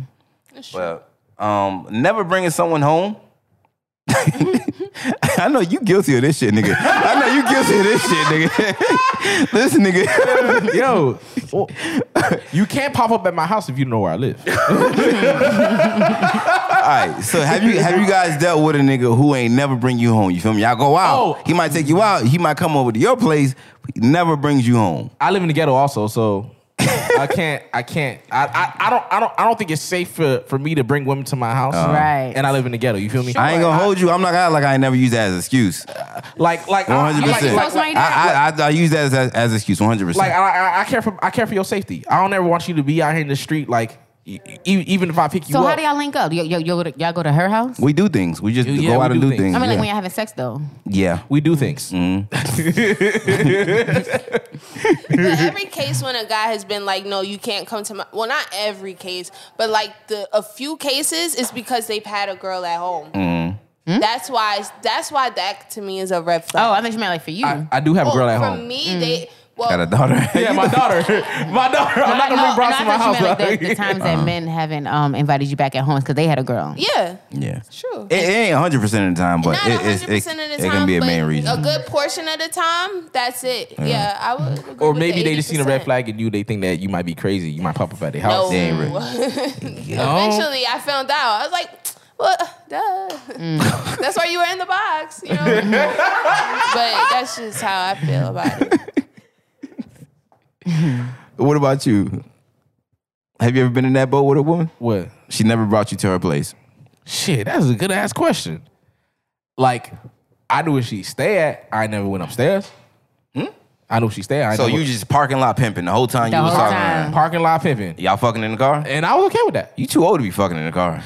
[SPEAKER 2] well, um, never bringing someone home. I know you guilty of this shit, nigga. I know you guilty of this shit, nigga. this nigga.
[SPEAKER 1] Yo, well, you can't pop up at my house if you know where I live.
[SPEAKER 2] All right. So have you have you guys dealt with a nigga who ain't never bring you home? You feel me? Y'all go out.
[SPEAKER 1] Oh.
[SPEAKER 2] He might take you out. He might come over to your place. But he never brings you home.
[SPEAKER 1] I live in the ghetto also, so I can't. I can't. I, I, I don't. I don't. I don't think it's safe for, for me to bring women to my house.
[SPEAKER 3] Right.
[SPEAKER 1] And I live in the ghetto. You feel me?
[SPEAKER 2] Uh. I ain't gonna hold you. I'm not gonna act like I ain't never used that as an excuse.
[SPEAKER 1] Like like I-
[SPEAKER 2] One hundred
[SPEAKER 3] like
[SPEAKER 2] percent.
[SPEAKER 3] close
[SPEAKER 1] like,
[SPEAKER 3] my
[SPEAKER 1] like,
[SPEAKER 3] door.
[SPEAKER 2] I I I use that as as, as an excuse. One hundred
[SPEAKER 1] like
[SPEAKER 2] percent.
[SPEAKER 1] I, I- I care for I care for your safety. I don't ever want you to be out here in the street like. e- e- Even if I pick you
[SPEAKER 3] So
[SPEAKER 1] up,
[SPEAKER 3] how do y'all link up? Y- y- y'all, go to, y'all go to her house?
[SPEAKER 2] We do things. We just
[SPEAKER 1] Yeah,
[SPEAKER 2] go
[SPEAKER 1] we
[SPEAKER 2] out and
[SPEAKER 1] do
[SPEAKER 2] do
[SPEAKER 1] things.
[SPEAKER 2] things.
[SPEAKER 3] I mean, like
[SPEAKER 2] yeah.
[SPEAKER 3] when y'all having sex though.
[SPEAKER 2] yeah.
[SPEAKER 1] we do things.
[SPEAKER 2] Mm-hmm.
[SPEAKER 6] But every case when a guy has been like, no, you can't come to my. Well, not every case, but like the a few cases is because they've had a girl at home.
[SPEAKER 2] Mm-hmm. Hmm?
[SPEAKER 6] That's why. That's why that to me is a red
[SPEAKER 3] Oh,
[SPEAKER 6] flag. Oh,
[SPEAKER 3] I thought you meant like for you.
[SPEAKER 1] I, I do have a girl at home.
[SPEAKER 6] For me, they well,
[SPEAKER 2] Got a daughter.
[SPEAKER 1] Yeah, my daughter. my daughter. I'm not gonna
[SPEAKER 3] No,
[SPEAKER 1] bring bras
[SPEAKER 3] no,
[SPEAKER 1] to my
[SPEAKER 3] I thought
[SPEAKER 1] house.
[SPEAKER 3] you meant like the,
[SPEAKER 1] dog.
[SPEAKER 3] the times that men haven't um, invited you back at home because they had a girl.
[SPEAKER 6] yeah,
[SPEAKER 2] Uh-huh. Yeah.
[SPEAKER 6] true.
[SPEAKER 2] It, it ain't hundred percent of the time, but
[SPEAKER 6] Not
[SPEAKER 2] it, it's-
[SPEAKER 6] 100 percent of the time,
[SPEAKER 2] it can be a
[SPEAKER 6] but
[SPEAKER 2] main reason. Mm-hmm.
[SPEAKER 6] A good portion of the time, that's it. Yeah, I would. Agree
[SPEAKER 1] or
[SPEAKER 6] with
[SPEAKER 1] maybe
[SPEAKER 6] the
[SPEAKER 1] they just seen a red
[SPEAKER 6] 80%.
[SPEAKER 1] flag in you. They think that you might be crazy. You might pop up at their house.
[SPEAKER 6] No.
[SPEAKER 2] They ain't re-
[SPEAKER 6] Eventually, I found out. I was like, well, duh.
[SPEAKER 2] Mm.
[SPEAKER 6] that's why you were in the box, you know? but that's just how I feel about it.
[SPEAKER 2] What about you? Have you ever been in that boat with a woman?
[SPEAKER 1] What?
[SPEAKER 2] She never brought you to her place.
[SPEAKER 1] Shit, that's a good ass question. Like, I knew where she stay at. I never went upstairs. Hmm? I knew where she stay. At. I
[SPEAKER 2] So
[SPEAKER 1] never-
[SPEAKER 2] you just parking lot pimping the whole time
[SPEAKER 3] The
[SPEAKER 2] you was
[SPEAKER 3] whole
[SPEAKER 2] talking.
[SPEAKER 3] time.
[SPEAKER 2] to her.
[SPEAKER 1] parking lot pimping,
[SPEAKER 2] Y'all fucking in the car?
[SPEAKER 1] and I was okay with that.
[SPEAKER 2] You too old to be fucking in the car.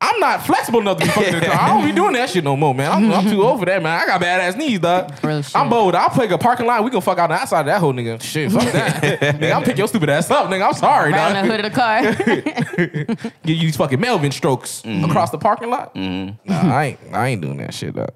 [SPEAKER 1] I'm not flexible enough to be fucking in the car. I don't be doing that shit no more, man. I'm, I'm too old for that, man. I got badass knees, dog.
[SPEAKER 3] Real
[SPEAKER 1] I'm
[SPEAKER 3] shit.
[SPEAKER 1] bold. I'll pick a parking lot. We can fuck out the outside of that whole nigga. Shit, fuck that. nigga, I'm pick your stupid ass up, nigga. I'm sorry,
[SPEAKER 3] Right
[SPEAKER 1] dog.
[SPEAKER 3] on the hood of the car.
[SPEAKER 1] Give you these fucking Melvin strokes
[SPEAKER 2] Mm-hmm.
[SPEAKER 1] across the parking lot. Nah, I ain't. I ain't doing that shit, dog.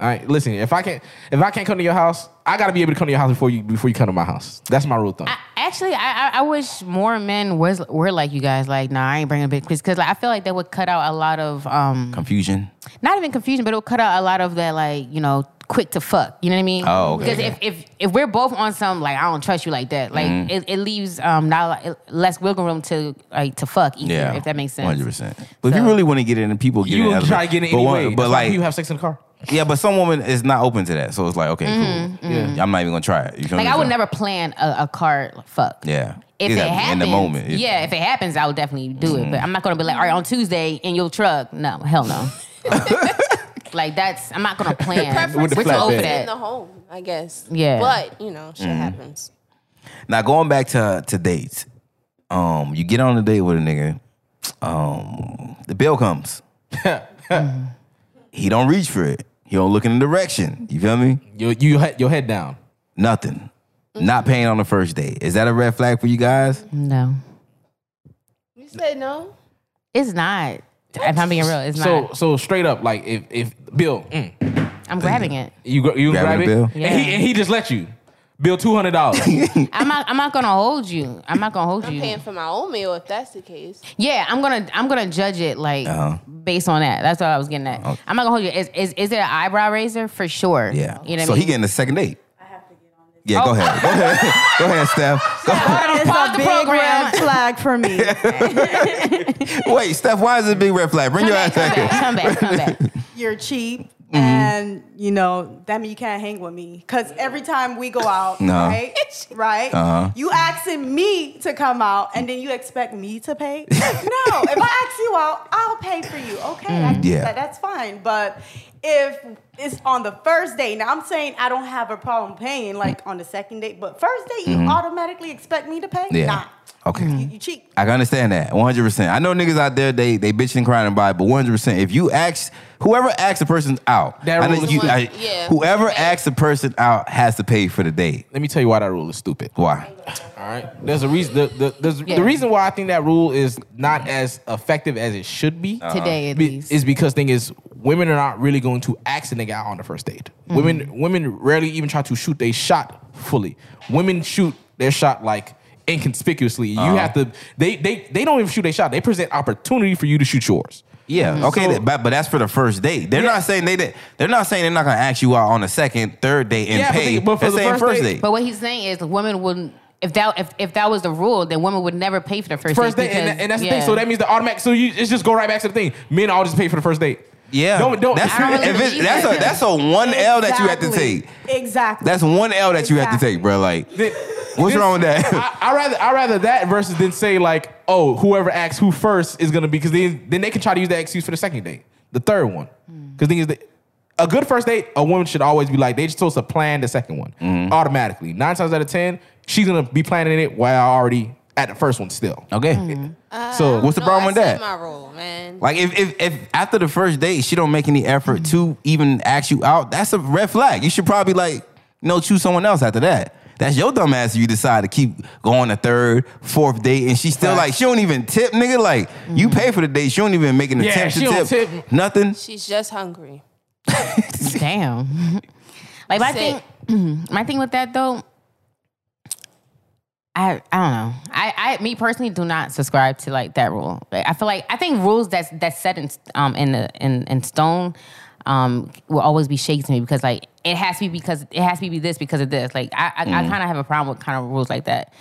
[SPEAKER 1] All right, listen. If I can't, if I can't come to your house, I gotta be able to come to your house before you before you come to my house. That's my rule of thumb.
[SPEAKER 3] I- Actually, I, I I wish more men was were like you guys. Like, nah, I ain't bringing a big quiz because like, I feel like that would cut out a lot of um,
[SPEAKER 2] Confusion.
[SPEAKER 3] not even confusion, but it would cut out a lot of that like you know quick to fuck. You know what I mean?
[SPEAKER 2] Oh, okay,
[SPEAKER 3] Because
[SPEAKER 2] okay.
[SPEAKER 3] if, if if we're both on some like I don't trust you like that, like
[SPEAKER 2] Mm-hmm.
[SPEAKER 3] it, it leaves um not it- less wiggle room to like to fuck. Either,
[SPEAKER 2] Yeah.
[SPEAKER 3] if that makes sense.
[SPEAKER 2] One hundred percent. But if
[SPEAKER 3] So-
[SPEAKER 2] you really want to get in, and people get
[SPEAKER 1] you
[SPEAKER 2] in.
[SPEAKER 1] will try to get in
[SPEAKER 2] but one-
[SPEAKER 1] anyway.
[SPEAKER 2] But like,
[SPEAKER 1] you have sex in the car.
[SPEAKER 2] yeah, but some woman is not open to that, so it's like, okay, cool. I'm not even gonna try it. You feel
[SPEAKER 3] Mm-hmm, Like
[SPEAKER 2] me?
[SPEAKER 3] I would
[SPEAKER 2] So-
[SPEAKER 3] never plan a, a car fuck.
[SPEAKER 2] Yeah.
[SPEAKER 3] If it,
[SPEAKER 2] gotta be
[SPEAKER 3] happens,
[SPEAKER 2] in the moment. It- Mm-hmm.
[SPEAKER 3] yeah. If it happens, I would definitely do it. But I'm not gonna be like, all right, on Tuesday in your truck. No, hell no. like that's I'm not gonna plan.
[SPEAKER 1] With the
[SPEAKER 3] We're too
[SPEAKER 1] flatbed.
[SPEAKER 3] old for
[SPEAKER 6] in the
[SPEAKER 3] that.
[SPEAKER 6] home, I guess.
[SPEAKER 3] Yeah.
[SPEAKER 6] But, you know,
[SPEAKER 2] Mm-hmm.
[SPEAKER 6] shit happens.
[SPEAKER 2] Now going back to to dates, um, you get on a date with a nigga, um, the bill comes. he don't reach for it. He don't look in the direction. You feel me?
[SPEAKER 1] You you he- your head down.
[SPEAKER 2] Nothing. Not paying on the first date. Is that a red flag for you guys?
[SPEAKER 3] No,
[SPEAKER 6] You said no?
[SPEAKER 3] it's not. If I'm being real, it's
[SPEAKER 1] So
[SPEAKER 3] not.
[SPEAKER 1] so straight up, like if if Bill, mm,
[SPEAKER 3] I'm grabbing it.
[SPEAKER 1] you gr- you
[SPEAKER 2] Grab
[SPEAKER 1] grab,
[SPEAKER 2] the
[SPEAKER 1] it,
[SPEAKER 2] bill?
[SPEAKER 1] and, he,
[SPEAKER 3] Yeah.
[SPEAKER 1] and he just let you. Bill two hundred dollars.
[SPEAKER 3] I'm not. I'm not gonna hold you. I'm not gonna hold
[SPEAKER 6] I'm
[SPEAKER 3] you.
[SPEAKER 6] paying for my own meal if that's the case.
[SPEAKER 3] Yeah, I'm gonna I'm gonna judge it like
[SPEAKER 1] Uh-huh.
[SPEAKER 3] based on that. That's what I was getting at. I'm not gonna hold you. Is is is it an eyebrow raiser for sure?
[SPEAKER 2] Yeah.
[SPEAKER 3] You know what
[SPEAKER 2] so
[SPEAKER 3] I
[SPEAKER 2] he
[SPEAKER 3] mean.
[SPEAKER 2] getting the second date. Yeah, go ahead. Go ahead. Go ahead, Steph. Go-
[SPEAKER 7] It's
[SPEAKER 3] Pause
[SPEAKER 7] a
[SPEAKER 3] the
[SPEAKER 7] big
[SPEAKER 3] program.
[SPEAKER 7] red flag for me.
[SPEAKER 2] Wait, Steph, why is it a big red flag? Bring
[SPEAKER 3] Come
[SPEAKER 2] your
[SPEAKER 3] back,
[SPEAKER 2] ass
[SPEAKER 3] come
[SPEAKER 2] back.
[SPEAKER 3] back,
[SPEAKER 2] here.
[SPEAKER 3] come back, come back.
[SPEAKER 7] You're cheap,
[SPEAKER 2] Mm-hmm.
[SPEAKER 7] and you know that mean you can't hang with me because every time we go out,
[SPEAKER 2] No. Uh-huh.
[SPEAKER 7] right, right, you asking me to come out, and then you expect me to pay. no, if I ask you out, I'll pay for you. Okay, I get
[SPEAKER 2] Mm, Yeah.
[SPEAKER 7] that, that's fine, but. If it's on the first date, now I'm saying I don't have a problem paying
[SPEAKER 2] Mm.
[SPEAKER 7] like on the second date, but first date you automatically expect me to pay?
[SPEAKER 2] Mm-hmm. Yeah.
[SPEAKER 7] Nah.
[SPEAKER 2] Okay.
[SPEAKER 7] You, you cheap.
[SPEAKER 2] I can understand that 100%. I know niggas out there, they they bitching and crying about it, but 100%. If you ask, whoever asks a person out,
[SPEAKER 1] That
[SPEAKER 2] I know
[SPEAKER 1] rule is
[SPEAKER 2] you-
[SPEAKER 1] one-
[SPEAKER 2] I-
[SPEAKER 6] yeah.
[SPEAKER 2] whoever asks a person out has to pay for the date.
[SPEAKER 1] Let me tell you why that rule is stupid.
[SPEAKER 2] Why?
[SPEAKER 1] All right. There's a reason. The, the, there's,
[SPEAKER 3] Yeah.
[SPEAKER 1] the reason why I think that rule is not as effective as it should be
[SPEAKER 3] Today at
[SPEAKER 1] Uh-huh. be-
[SPEAKER 3] least.
[SPEAKER 1] is because thing is women are not really going to ask a nigga out on the first date.
[SPEAKER 3] Mm-hmm.
[SPEAKER 1] Women women rarely even try to shoot their shot fully. Women shoot their shot like inconspicuously.
[SPEAKER 2] Uh-huh.
[SPEAKER 1] You have to. They they they don't even shoot their shot. They present opportunity for you to shoot yours.
[SPEAKER 2] Yeah.
[SPEAKER 1] Mm-hmm.
[SPEAKER 2] Okay.
[SPEAKER 1] So-
[SPEAKER 2] that- but, but that's for the first date. They're
[SPEAKER 1] Yeah.
[SPEAKER 2] not saying they did, they're not saying they're not gonna ask you out on the second, third date and
[SPEAKER 1] Yeah, but
[SPEAKER 2] pay.
[SPEAKER 1] they- but for
[SPEAKER 2] they're
[SPEAKER 1] the
[SPEAKER 2] saying
[SPEAKER 1] first date-
[SPEAKER 2] date.
[SPEAKER 3] But what he's saying is, women wouldn't. If that if, if that was the rule, then women would never pay for the first,
[SPEAKER 1] First date, and,
[SPEAKER 3] because-
[SPEAKER 1] that- and that's the
[SPEAKER 3] yeah.
[SPEAKER 1] thing. So that means the automatic. So you it's just go right back to the thing. Men all just pay for the first date.
[SPEAKER 2] yeah.
[SPEAKER 1] Don't don't.
[SPEAKER 2] that's,
[SPEAKER 3] I don't really
[SPEAKER 2] if it's-
[SPEAKER 3] believe
[SPEAKER 2] that's
[SPEAKER 3] that.
[SPEAKER 2] a that's a one L that you have to
[SPEAKER 7] Exactly.
[SPEAKER 2] take.
[SPEAKER 7] Exactly.
[SPEAKER 2] That's one L that you have to
[SPEAKER 7] Exactly.
[SPEAKER 2] take, bro. Like,
[SPEAKER 1] Th-
[SPEAKER 2] What's wrong with that?
[SPEAKER 1] I, I rather I rather that versus than say like, oh, whoever asks who first is gonna be because then then they can try to use that excuse for the second date, the third one. Because thing is, that a good first date, a woman should always be like they just supposed to plan the second one
[SPEAKER 2] Mm-hmm.
[SPEAKER 1] automatically. Nine times out of ten, she's gonna be planning it while already at the first one still.
[SPEAKER 2] okay.
[SPEAKER 1] Mm. So
[SPEAKER 2] Ah. Oh, What's the
[SPEAKER 6] No,
[SPEAKER 2] problem
[SPEAKER 6] Oh, I
[SPEAKER 2] with that?
[SPEAKER 6] said my rule, man.
[SPEAKER 2] Like if, if if after the first date she don't make any effort to even ask you out, that's a red flag. You should probably like you know choose someone else after that. That's your dumb ass. if You decide to keep going to third, fourth date, and she still like she don't even tip, nigga. Like you pay for the date, she don't even make an
[SPEAKER 1] Mm. Yeah,
[SPEAKER 2] attempt to
[SPEAKER 1] she don't
[SPEAKER 2] tip,
[SPEAKER 1] tip.
[SPEAKER 2] nothing.
[SPEAKER 6] She's just hungry.
[SPEAKER 3] Damn. like my
[SPEAKER 6] Sick.
[SPEAKER 3] thing, my thing with that though, I I don't know. I I me personally do not subscribe to like that rule. Like, I feel like I think rules that's that's set in um in the in in stone. Um, will always be shaky to me because like it has to be because it has to be this because of this. Like I I, I kind of have a problem with kind of rules like that.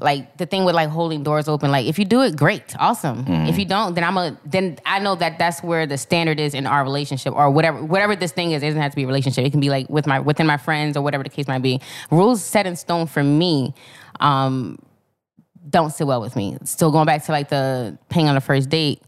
[SPEAKER 3] Like the thing with like holding doors open. Like if you do it, great, awesome. If you don't, then I'm a then I know that that's where the standard is in our relationship or whatever whatever this thing is. It doesn't have to be a relationship. It can be like with my within my friends or whatever the case might be. Rules set in stone for me. Um, don't sit well with me. Still going back to like the paying on the first date.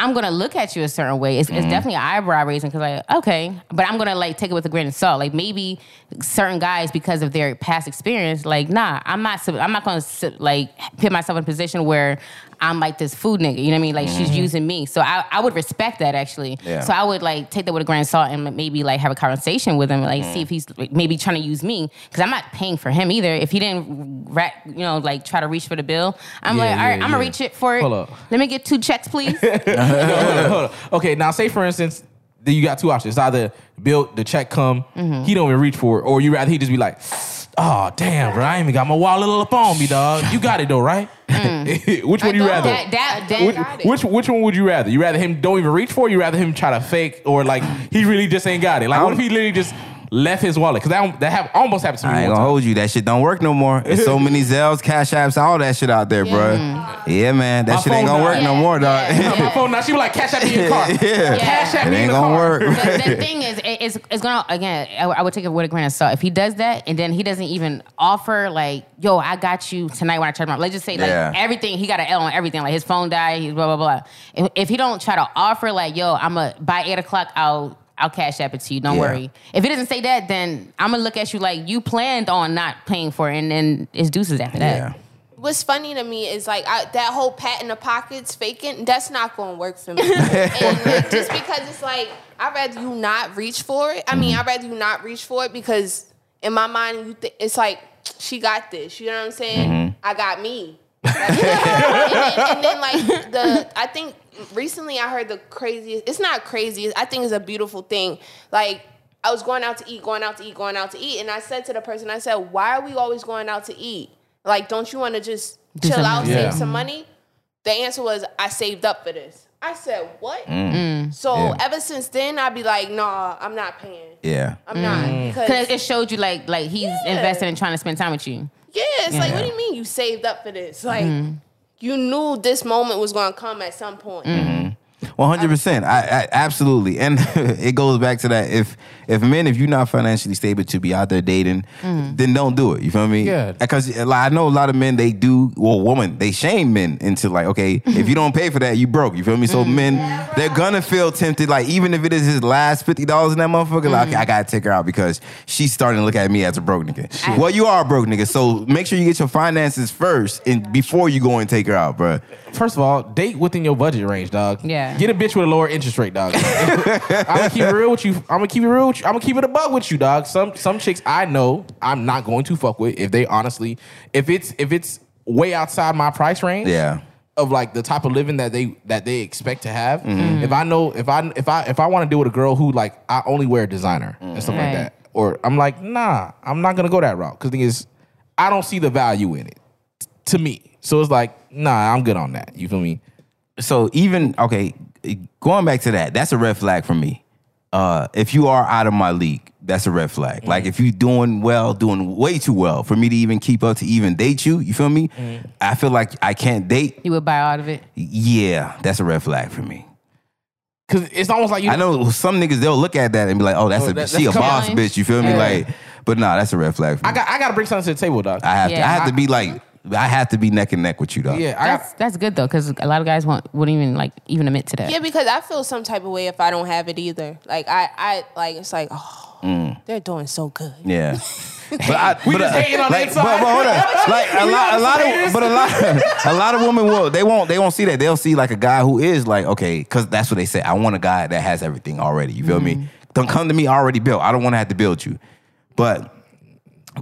[SPEAKER 3] I'm gonna look at you a certain way. It's, it's
[SPEAKER 1] Mm-hmm.
[SPEAKER 3] definitely an eyebrow raising because like okay, but I'm gonna like take it with a grain of salt. Like maybe certain guys because of their past experience, like nah, I'm not. sub- I'm not gonna sit, like put myself in a position where I'm like this food nigga. You know what I mean? Like
[SPEAKER 1] Mm-hmm.
[SPEAKER 3] she's using me. So I, I would respect that actually.
[SPEAKER 2] Yeah.
[SPEAKER 3] So I would like take that with a grain of salt and maybe like have a conversation with him, like
[SPEAKER 1] Mm-hmm.
[SPEAKER 3] see if he's like, maybe trying to use me because I'm not paying for him either. If he didn't, ra- you know, like try to reach for the bill, I'm
[SPEAKER 1] Yeah,
[SPEAKER 3] like, all
[SPEAKER 1] yeah,
[SPEAKER 3] right, I'm
[SPEAKER 1] yeah.
[SPEAKER 3] gonna reach it for it.
[SPEAKER 1] Hold up.
[SPEAKER 3] Let me get two checks, please.
[SPEAKER 1] Hold on, hold on. Okay, now say for instance that you got two options. It's either bill the check come, he don't even reach for it, or you rather he just be like, oh damn, bro, I ain't even got my wallet up on me, dog. You got it though, right? which one
[SPEAKER 6] I
[SPEAKER 1] you
[SPEAKER 6] don't.
[SPEAKER 1] rather?
[SPEAKER 3] that that that.
[SPEAKER 6] Would-
[SPEAKER 1] which, which which one would you rather? You rather him don't even reach for? It, you rather him try to fake or like he really just ain't got it? Like what if he literally just left his wallet? Because that that have, almost happened to me.
[SPEAKER 2] I ain't
[SPEAKER 1] one
[SPEAKER 2] gonna
[SPEAKER 1] time.
[SPEAKER 2] hold you. That shit don't work no more. There's so many Zells, Cash Apps, all that shit out there, bruh. bro. Yeah, man. That
[SPEAKER 1] My
[SPEAKER 2] shit ain't
[SPEAKER 1] phone
[SPEAKER 2] gonna work
[SPEAKER 1] died.
[SPEAKER 2] no
[SPEAKER 3] Yeah,
[SPEAKER 2] more, dog.
[SPEAKER 3] yeah, yeah.
[SPEAKER 1] My phone now she be like cash at me in the car.
[SPEAKER 2] Yeah.
[SPEAKER 1] Cash at
[SPEAKER 2] It
[SPEAKER 1] me in
[SPEAKER 2] ain't
[SPEAKER 1] the
[SPEAKER 2] gonna
[SPEAKER 1] car.
[SPEAKER 2] work.
[SPEAKER 3] But the thing is, it- it's, it's gonna again. I, I would take it with a grain of salt. If he does that, and then he doesn't even offer like, "Yo, I got you tonight when I turn around." Let's just say like
[SPEAKER 2] Yeah.
[SPEAKER 3] everything. He got an L on everything. Like his phone died. He's blah blah blah. If, if he don't try to offer like, "Yo, I'm a by eight o'clock, I'll." I'll cash app it to you. Don't
[SPEAKER 2] Yeah.
[SPEAKER 3] worry. If he doesn't say that, then I'm gonna look at you like you planned on not paying for it, and then it's deuces after that.
[SPEAKER 2] Yeah.
[SPEAKER 6] What's funny to me is like I, that whole pat in the pockets faking. That's not going to work for me. and like, just because it's like I'd rather you not reach for it. I mean, I'd rather you not reach for it because in my mind, you th- it's like she got this. You know what I'm saying? I got me. and, then, and then like the I think recently I heard the craziest. It's not crazy. I think it's a beautiful thing. Like I was going out to eat, going out to eat, going out to eat, and I said to the person, I said, "Why are we always going out to eat? Like, don't you want to just
[SPEAKER 3] Do
[SPEAKER 6] chill out,
[SPEAKER 3] something
[SPEAKER 1] else."
[SPEAKER 6] save
[SPEAKER 1] Yeah.
[SPEAKER 6] some money?" The answer was, "I saved up for this." I said, "What?" So ever since then, I'd be like, "Nah, I'm not paying.
[SPEAKER 2] Yeah.
[SPEAKER 6] I'm not."
[SPEAKER 3] Because
[SPEAKER 6] Because
[SPEAKER 3] it showed you like like he's
[SPEAKER 6] Yeah.
[SPEAKER 3] invested in trying to spend time with you.
[SPEAKER 6] Yeah, it's like, what do you mean you saved up for this? Like, you knew this moment was gonna come at some point.
[SPEAKER 2] One hundred percent. I I- absolutely, and it goes back to that. If if men, if you're not financially stable to be out there dating, then don't do it. You feel me?
[SPEAKER 1] Yeah.
[SPEAKER 2] Because I know a lot of men they do. Well, women they shame men into like, okay, if you don't pay for that, you broke. You feel me? So men, they're gonna feel tempted. Like even if it is his last fifty dollars in that motherfucker, like okay, I gotta take her out because she's starting to look at me as a broke nigga. well, you are a broke nigga, so make sure you get your finances first and before you go and take her out, bruh.
[SPEAKER 1] First of all, date within your budget range, dog.
[SPEAKER 3] Yeah.
[SPEAKER 1] Get a bitch with a lower interest rate, dog. I'm gonna keep it real with you. I'm gonna keep it real with you. I'm gonna keep it a buck with you, dog. Some some chicks I know I'm not going to fuck with if they honestly, if it's if it's way outside my price range.
[SPEAKER 2] Yeah.
[SPEAKER 1] Of like the type of living that they that they expect to have.
[SPEAKER 2] Mm-hmm.
[SPEAKER 1] If I know if I if I if I want to deal with a girl who like I only wear designer and stuff like
[SPEAKER 3] Right.
[SPEAKER 1] that, or I'm like nah, I'm not gonna go that route because thing is, I don't see the value in it to me. So it's like nah, I'm good on that. You feel me?
[SPEAKER 2] so even okay, going back to that, that's a red flag for me. Uh, if you are out of my league, that's a red flag. Like if you doing well, doing way too well for me to even keep up to even date you, you feel me? I feel like I can't date.
[SPEAKER 3] You would buy all of it.
[SPEAKER 2] Yeah, that's a red flag for me.
[SPEAKER 1] Because it's almost like you.
[SPEAKER 2] I know some niggas they'll look at that and be like, "Oh, that's
[SPEAKER 1] Oh,
[SPEAKER 2] a
[SPEAKER 1] that-
[SPEAKER 2] she a
[SPEAKER 1] that's- come
[SPEAKER 2] boss
[SPEAKER 3] on.
[SPEAKER 2] bitch." You feel me?
[SPEAKER 3] Yeah.
[SPEAKER 2] Like, but nah, that's a red flag. For me.
[SPEAKER 1] I got. I got to bring something to the table, dog.
[SPEAKER 2] I have to.
[SPEAKER 3] Yeah.
[SPEAKER 2] I have to be like. I have to be neck and neck with you, dog.
[SPEAKER 1] yeah, I
[SPEAKER 3] That's
[SPEAKER 1] got.
[SPEAKER 3] that's good though, because a lot of guys won't wouldn't even like even admit to that.
[SPEAKER 6] Yeah, because I feel some type of way if I don't have it either. Like I, I like it's like, oh, they're doing so good.
[SPEAKER 2] Yeah. But I,
[SPEAKER 1] We
[SPEAKER 2] but
[SPEAKER 1] just
[SPEAKER 2] I-
[SPEAKER 1] hating on the
[SPEAKER 2] like,
[SPEAKER 1] inside.
[SPEAKER 2] But, but hold on. Like a lot, a lot of, but a lot, a lot of women will. They won't. They won't see that. They'll see like a guy who is like okay, because that's what they say. I want a guy that has everything already. You feel me? Don't come to me already built. I don't want to have to build you. But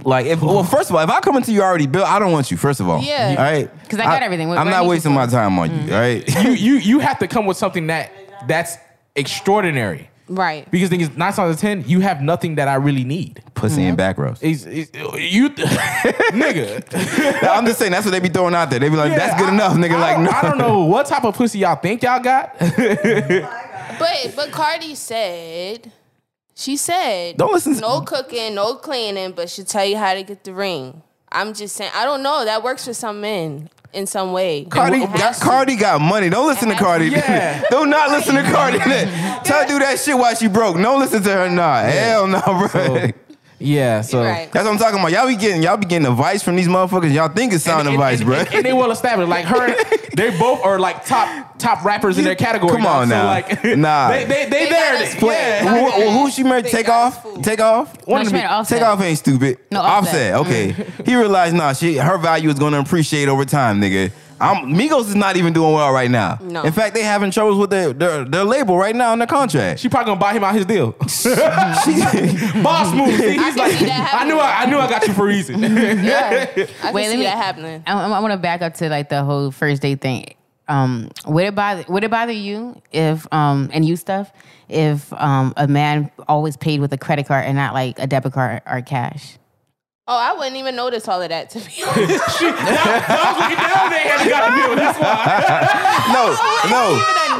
[SPEAKER 2] like, if well, first of all, if I come into you already built, I don't want you. First of all,
[SPEAKER 6] Yeah.
[SPEAKER 2] All right.
[SPEAKER 3] 'Cause I got everything. What-
[SPEAKER 2] I'm
[SPEAKER 3] what I
[SPEAKER 2] not
[SPEAKER 3] need you
[SPEAKER 2] wasting
[SPEAKER 3] for?
[SPEAKER 2] my time on you. All right.
[SPEAKER 1] You, you you have to come with something that that's extraordinary.
[SPEAKER 6] Right.
[SPEAKER 1] Because thing is, nine times out of ten, you have nothing that I really need.
[SPEAKER 2] Pussy in back rows.
[SPEAKER 1] Is is- you, nigga?
[SPEAKER 2] I'm just saying that's what they be throwing out there. They be like, that's good
[SPEAKER 1] I-
[SPEAKER 2] enough, nigga.
[SPEAKER 1] I
[SPEAKER 2] like,
[SPEAKER 1] don't-
[SPEAKER 2] no.
[SPEAKER 1] I don't know what type of pussy y'all think y'all got.
[SPEAKER 6] But but Cardi said, she said,
[SPEAKER 2] Don't listen to-
[SPEAKER 6] no cooking, no cleaning, but she tell you how to get the ring. I'm just saying, I don't know. That works for some men in some way.
[SPEAKER 2] Cardi
[SPEAKER 6] It
[SPEAKER 2] got,
[SPEAKER 6] has to.
[SPEAKER 2] Cardi got money. Don't listen to
[SPEAKER 6] Has-
[SPEAKER 2] Cardi.
[SPEAKER 1] Yeah.
[SPEAKER 2] Do not listen to Cardi. Tell her do that shit while she broke. Don't listen to her. Nah. Hell no, bro.
[SPEAKER 1] So- yeah. So.
[SPEAKER 6] Right.
[SPEAKER 2] That's what I'm talking about. Y'all be getting y'all be getting advice from these motherfuckers. Y'all think it's sound
[SPEAKER 1] and-
[SPEAKER 2] advice,
[SPEAKER 1] and,
[SPEAKER 2] bro.
[SPEAKER 1] and- and they well established. Like her, they both are like top top rappers in their category.
[SPEAKER 2] Come
[SPEAKER 1] dog.
[SPEAKER 2] on
[SPEAKER 1] So,
[SPEAKER 2] now.
[SPEAKER 1] like,
[SPEAKER 2] Nah.
[SPEAKER 1] they they, they,
[SPEAKER 6] They
[SPEAKER 1] there.
[SPEAKER 6] got
[SPEAKER 1] They,
[SPEAKER 6] us
[SPEAKER 2] Wait,
[SPEAKER 1] yeah.
[SPEAKER 2] who, who, who she married?
[SPEAKER 6] They
[SPEAKER 2] Take
[SPEAKER 6] got
[SPEAKER 2] off?
[SPEAKER 6] us fooled.
[SPEAKER 2] Take off? One
[SPEAKER 3] she
[SPEAKER 2] of the-
[SPEAKER 3] married Offset.
[SPEAKER 2] Take off ain't stupid.
[SPEAKER 3] No,
[SPEAKER 1] Mm-hmm.
[SPEAKER 2] offset. Okay. he realized, nah, she her value is gonna appreciate over time, nigga. I'm, Migos is not even doing well right now.
[SPEAKER 6] No.
[SPEAKER 2] In fact, they having troubles with their, their their label right now in their contract.
[SPEAKER 1] She probably gonna buy him out his deal. Boss move. See, He's
[SPEAKER 6] can
[SPEAKER 1] like,
[SPEAKER 6] see that
[SPEAKER 1] I knew I, I knew I got you for a reason.
[SPEAKER 6] I
[SPEAKER 3] Wait,
[SPEAKER 6] can
[SPEAKER 3] let
[SPEAKER 6] see
[SPEAKER 3] me-
[SPEAKER 6] that happening.
[SPEAKER 3] I, I want to back up to like the whole first date thing. Um, would it bother Would it bother you if um and you stuff if um a man always paid with a credit card and not like a debit card or cash?
[SPEAKER 6] Oh, I wouldn't even notice all of that to be honest.
[SPEAKER 2] No, no.
[SPEAKER 6] I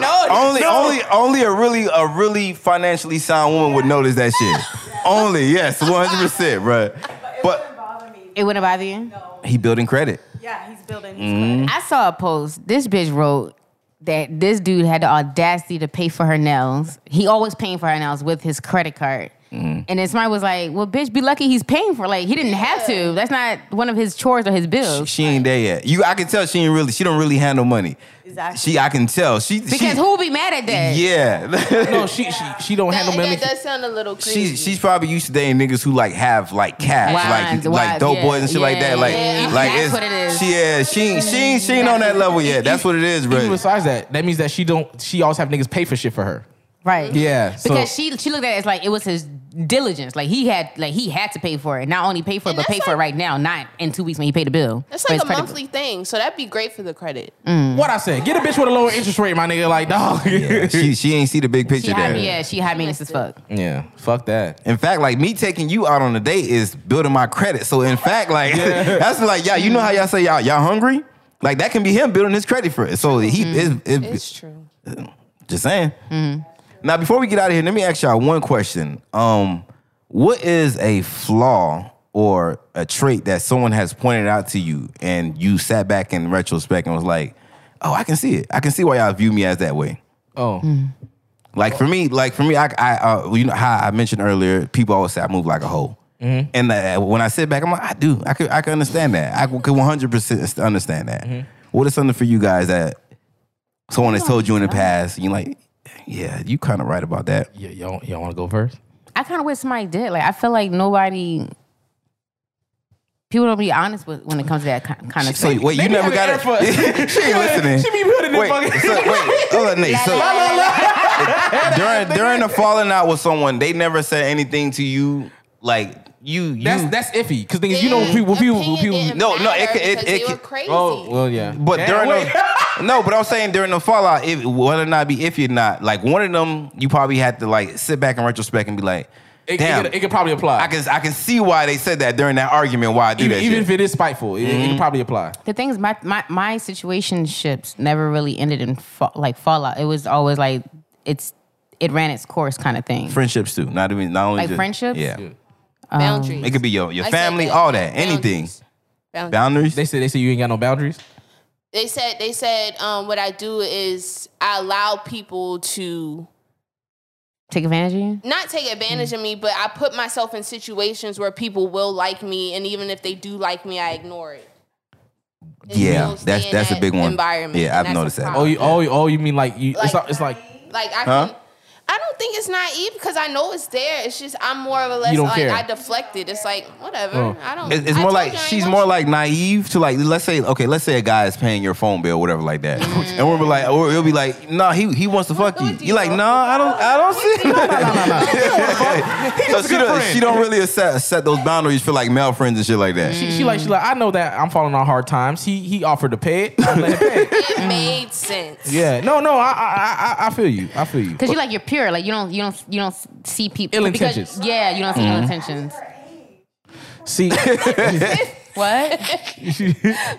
[SPEAKER 2] Only,
[SPEAKER 6] noticed.
[SPEAKER 2] only, only a really, a really financially sound woman would notice that shit. only, yes, one hundred percent, bruh. But
[SPEAKER 7] bother me.
[SPEAKER 3] It wouldn't bother you.
[SPEAKER 2] he building credit.
[SPEAKER 7] Yeah, he's building. His
[SPEAKER 3] I saw a post. This bitch wrote that this dude had the audacity to pay for her nails. He always paying for her nails with his credit card.
[SPEAKER 1] Mm.
[SPEAKER 3] And then somebody was like, "Well, bitch, be lucky he's paying for. Like, he didn't have to. That's not one of his chores or his
[SPEAKER 2] She,
[SPEAKER 3] bills.
[SPEAKER 2] she ain't there yet. You, I can tell she ain't really. She don't really handle money.
[SPEAKER 7] Exactly.
[SPEAKER 2] She, I can tell. She
[SPEAKER 3] Because
[SPEAKER 2] she,
[SPEAKER 3] who be mad at that?
[SPEAKER 2] Yeah.
[SPEAKER 1] no, she she she don't
[SPEAKER 6] That,
[SPEAKER 1] handle money.
[SPEAKER 6] that does sound a little crazy.
[SPEAKER 2] She's, she's probably used to dating niggas who like have like cash,
[SPEAKER 3] Wives,
[SPEAKER 2] like
[SPEAKER 3] wives,
[SPEAKER 2] like dope
[SPEAKER 3] yeah.
[SPEAKER 2] boys and shit like that.
[SPEAKER 3] Yeah,
[SPEAKER 2] Like
[SPEAKER 3] yeah.
[SPEAKER 2] like
[SPEAKER 3] That's
[SPEAKER 2] it's,
[SPEAKER 3] what it is.
[SPEAKER 2] She yeah, she ain't- she ain't- she ain't on that level yet. That's what it is,
[SPEAKER 1] Even
[SPEAKER 2] bro.
[SPEAKER 1] besides that, that means that she don't. She always have niggas pay for shit for her.
[SPEAKER 3] Right.
[SPEAKER 1] Yeah, so-
[SPEAKER 3] Because she she looked at it as like it was his diligence. Like he had like he had to pay for it. Not only pay for it,
[SPEAKER 6] And
[SPEAKER 3] but pay
[SPEAKER 6] that's
[SPEAKER 3] for it
[SPEAKER 6] like-
[SPEAKER 3] right now, not in two weeks when he paid the bill.
[SPEAKER 6] That's
[SPEAKER 3] for
[SPEAKER 6] like
[SPEAKER 3] his
[SPEAKER 6] a
[SPEAKER 3] credit
[SPEAKER 6] monthly thing, so that'd be great for the credit.
[SPEAKER 1] What I said? Get a bitch with a lower interest rate, my nigga. Like dog.
[SPEAKER 2] She she ain't see the big
[SPEAKER 3] bill. She
[SPEAKER 2] picture
[SPEAKER 3] high,
[SPEAKER 2] there.
[SPEAKER 3] yeah, she high maintenance as fuck.
[SPEAKER 1] yeah. Fuck that.
[SPEAKER 2] In fact, like me taking you out on a date is building my credit. So in fact, like that's like yeah, you know how y'all say y'all y'all hungry? Like that can be him building his credit for it. So he
[SPEAKER 3] Mm-hmm.
[SPEAKER 2] is
[SPEAKER 6] It's true.
[SPEAKER 2] Just saying. Now, before we get out of here, let me ask y'all one question. Um, what is a flaw or a trait that someone has pointed out to you and you sat back in retrospect and was like, oh, I can see it. I can see why y'all view me as that way.
[SPEAKER 1] Oh,
[SPEAKER 6] Mm.
[SPEAKER 2] Like for me, like for me, I, I uh, you know how I mentioned earlier, people always say I move like a hoe,
[SPEAKER 1] Mm-hmm.
[SPEAKER 2] and uh, when I sit back, I'm like, I do, I could, I could understand that, I could 100 percent understand that.
[SPEAKER 1] Mm-hmm.
[SPEAKER 2] What is something for you guys that someone has told you in the past? You like, yeah, you kind of right about that.
[SPEAKER 1] y- y'all y'all want to go first?
[SPEAKER 3] I kind of wish somebody did. Like I feel like nobody. People don't be honest with when it comes to that kind of
[SPEAKER 2] So
[SPEAKER 3] stuff.
[SPEAKER 2] wait, you
[SPEAKER 1] They be
[SPEAKER 2] never
[SPEAKER 1] having
[SPEAKER 2] got it.
[SPEAKER 1] air fucks.
[SPEAKER 2] she ain't listening.
[SPEAKER 1] She be building this
[SPEAKER 2] wait,
[SPEAKER 1] fucking-
[SPEAKER 2] so, wait, hold on, Nate. So during during the falling out with someone, they never said anything to you like you. you
[SPEAKER 1] That's that's iffy. Because things you know when people when people when people.
[SPEAKER 2] No, no, it could- it-
[SPEAKER 6] because
[SPEAKER 2] it
[SPEAKER 6] they were
[SPEAKER 2] could-
[SPEAKER 6] crazy.
[SPEAKER 1] Oh well, yeah.
[SPEAKER 2] But
[SPEAKER 1] Damn,
[SPEAKER 2] during
[SPEAKER 1] wait.
[SPEAKER 2] the, no, but I'm saying during the fallout, if, whether or not be if you're not like one of them, you probably had to like sit back in retrospect and be like,
[SPEAKER 1] It- it,
[SPEAKER 2] damn,
[SPEAKER 1] could, it could probably apply.
[SPEAKER 2] I can I can see why they said that during that argument. Why I do
[SPEAKER 1] even,
[SPEAKER 2] that?
[SPEAKER 1] even if
[SPEAKER 2] shit. Mm-hmm.
[SPEAKER 1] it is spiteful, it, it could probably apply.
[SPEAKER 3] The thing is, my my my situationships never really ended in fa- like fallout. It was always like it's it ran its course kind of thing. Um,
[SPEAKER 2] friendships too, not even not only
[SPEAKER 3] Like
[SPEAKER 2] just-
[SPEAKER 3] friendships?
[SPEAKER 2] Yeah,
[SPEAKER 6] boundaries.
[SPEAKER 2] it could be your your
[SPEAKER 6] I said
[SPEAKER 2] family, all that, anything,
[SPEAKER 6] Boundaries. Boundaries.
[SPEAKER 2] boundaries.
[SPEAKER 1] They said they said you ain't got no boundaries.
[SPEAKER 6] They said they said um, what I do is I allow people to
[SPEAKER 3] Take advantage of you.
[SPEAKER 6] not take advantage of me, but I put myself in situations where people will like me, and even if they do like me, I ignore it. And
[SPEAKER 2] yeah,
[SPEAKER 6] still stay
[SPEAKER 2] that's
[SPEAKER 6] in
[SPEAKER 2] that's a
[SPEAKER 6] that
[SPEAKER 2] big one.
[SPEAKER 6] Environment.
[SPEAKER 2] Yeah,
[SPEAKER 6] and
[SPEAKER 2] I've
[SPEAKER 6] that's a
[SPEAKER 2] noticed that.
[SPEAKER 1] Oh,
[SPEAKER 6] problem.
[SPEAKER 1] you, oh, you, oh, you mean like you? it's
[SPEAKER 6] Like-
[SPEAKER 1] not, it's like
[SPEAKER 6] Like I
[SPEAKER 2] Huh?
[SPEAKER 6] can, I don't think it's naive because I know it's there. It's just I'm more or less
[SPEAKER 1] You don't
[SPEAKER 6] like
[SPEAKER 1] care.
[SPEAKER 6] I deflect it. It's like whatever.
[SPEAKER 1] Oh.
[SPEAKER 6] I don't.
[SPEAKER 2] It's, it's
[SPEAKER 6] I
[SPEAKER 2] more
[SPEAKER 6] told
[SPEAKER 2] like
[SPEAKER 6] you I ain't
[SPEAKER 2] she's
[SPEAKER 6] want
[SPEAKER 2] more
[SPEAKER 6] you.
[SPEAKER 2] like naive to like let's say okay let's say a guy is paying your phone bill whatever like that and we'll be like or he'll be like nah he he wants to fuck you
[SPEAKER 6] with
[SPEAKER 2] you like
[SPEAKER 6] you.
[SPEAKER 2] nah I don't I don't see so
[SPEAKER 1] a
[SPEAKER 2] she
[SPEAKER 1] good
[SPEAKER 2] don't
[SPEAKER 1] friend.
[SPEAKER 2] she don't really set set those boundaries for like male friends and shit like that
[SPEAKER 6] Mm-hmm.
[SPEAKER 1] she, she like she like I know that I'm falling on hard times. He he offered to pay it. I let him pay it.
[SPEAKER 6] It made sense.
[SPEAKER 1] Yeah, no, no, I I I, I feel you. I feel you.
[SPEAKER 3] Cause you like you're pure, like you don't you don't you don't see people
[SPEAKER 1] Ill
[SPEAKER 3] because-
[SPEAKER 1] intentions. Mm-hmm.
[SPEAKER 3] Yeah, you don't see ill intentions.
[SPEAKER 1] See,
[SPEAKER 3] What?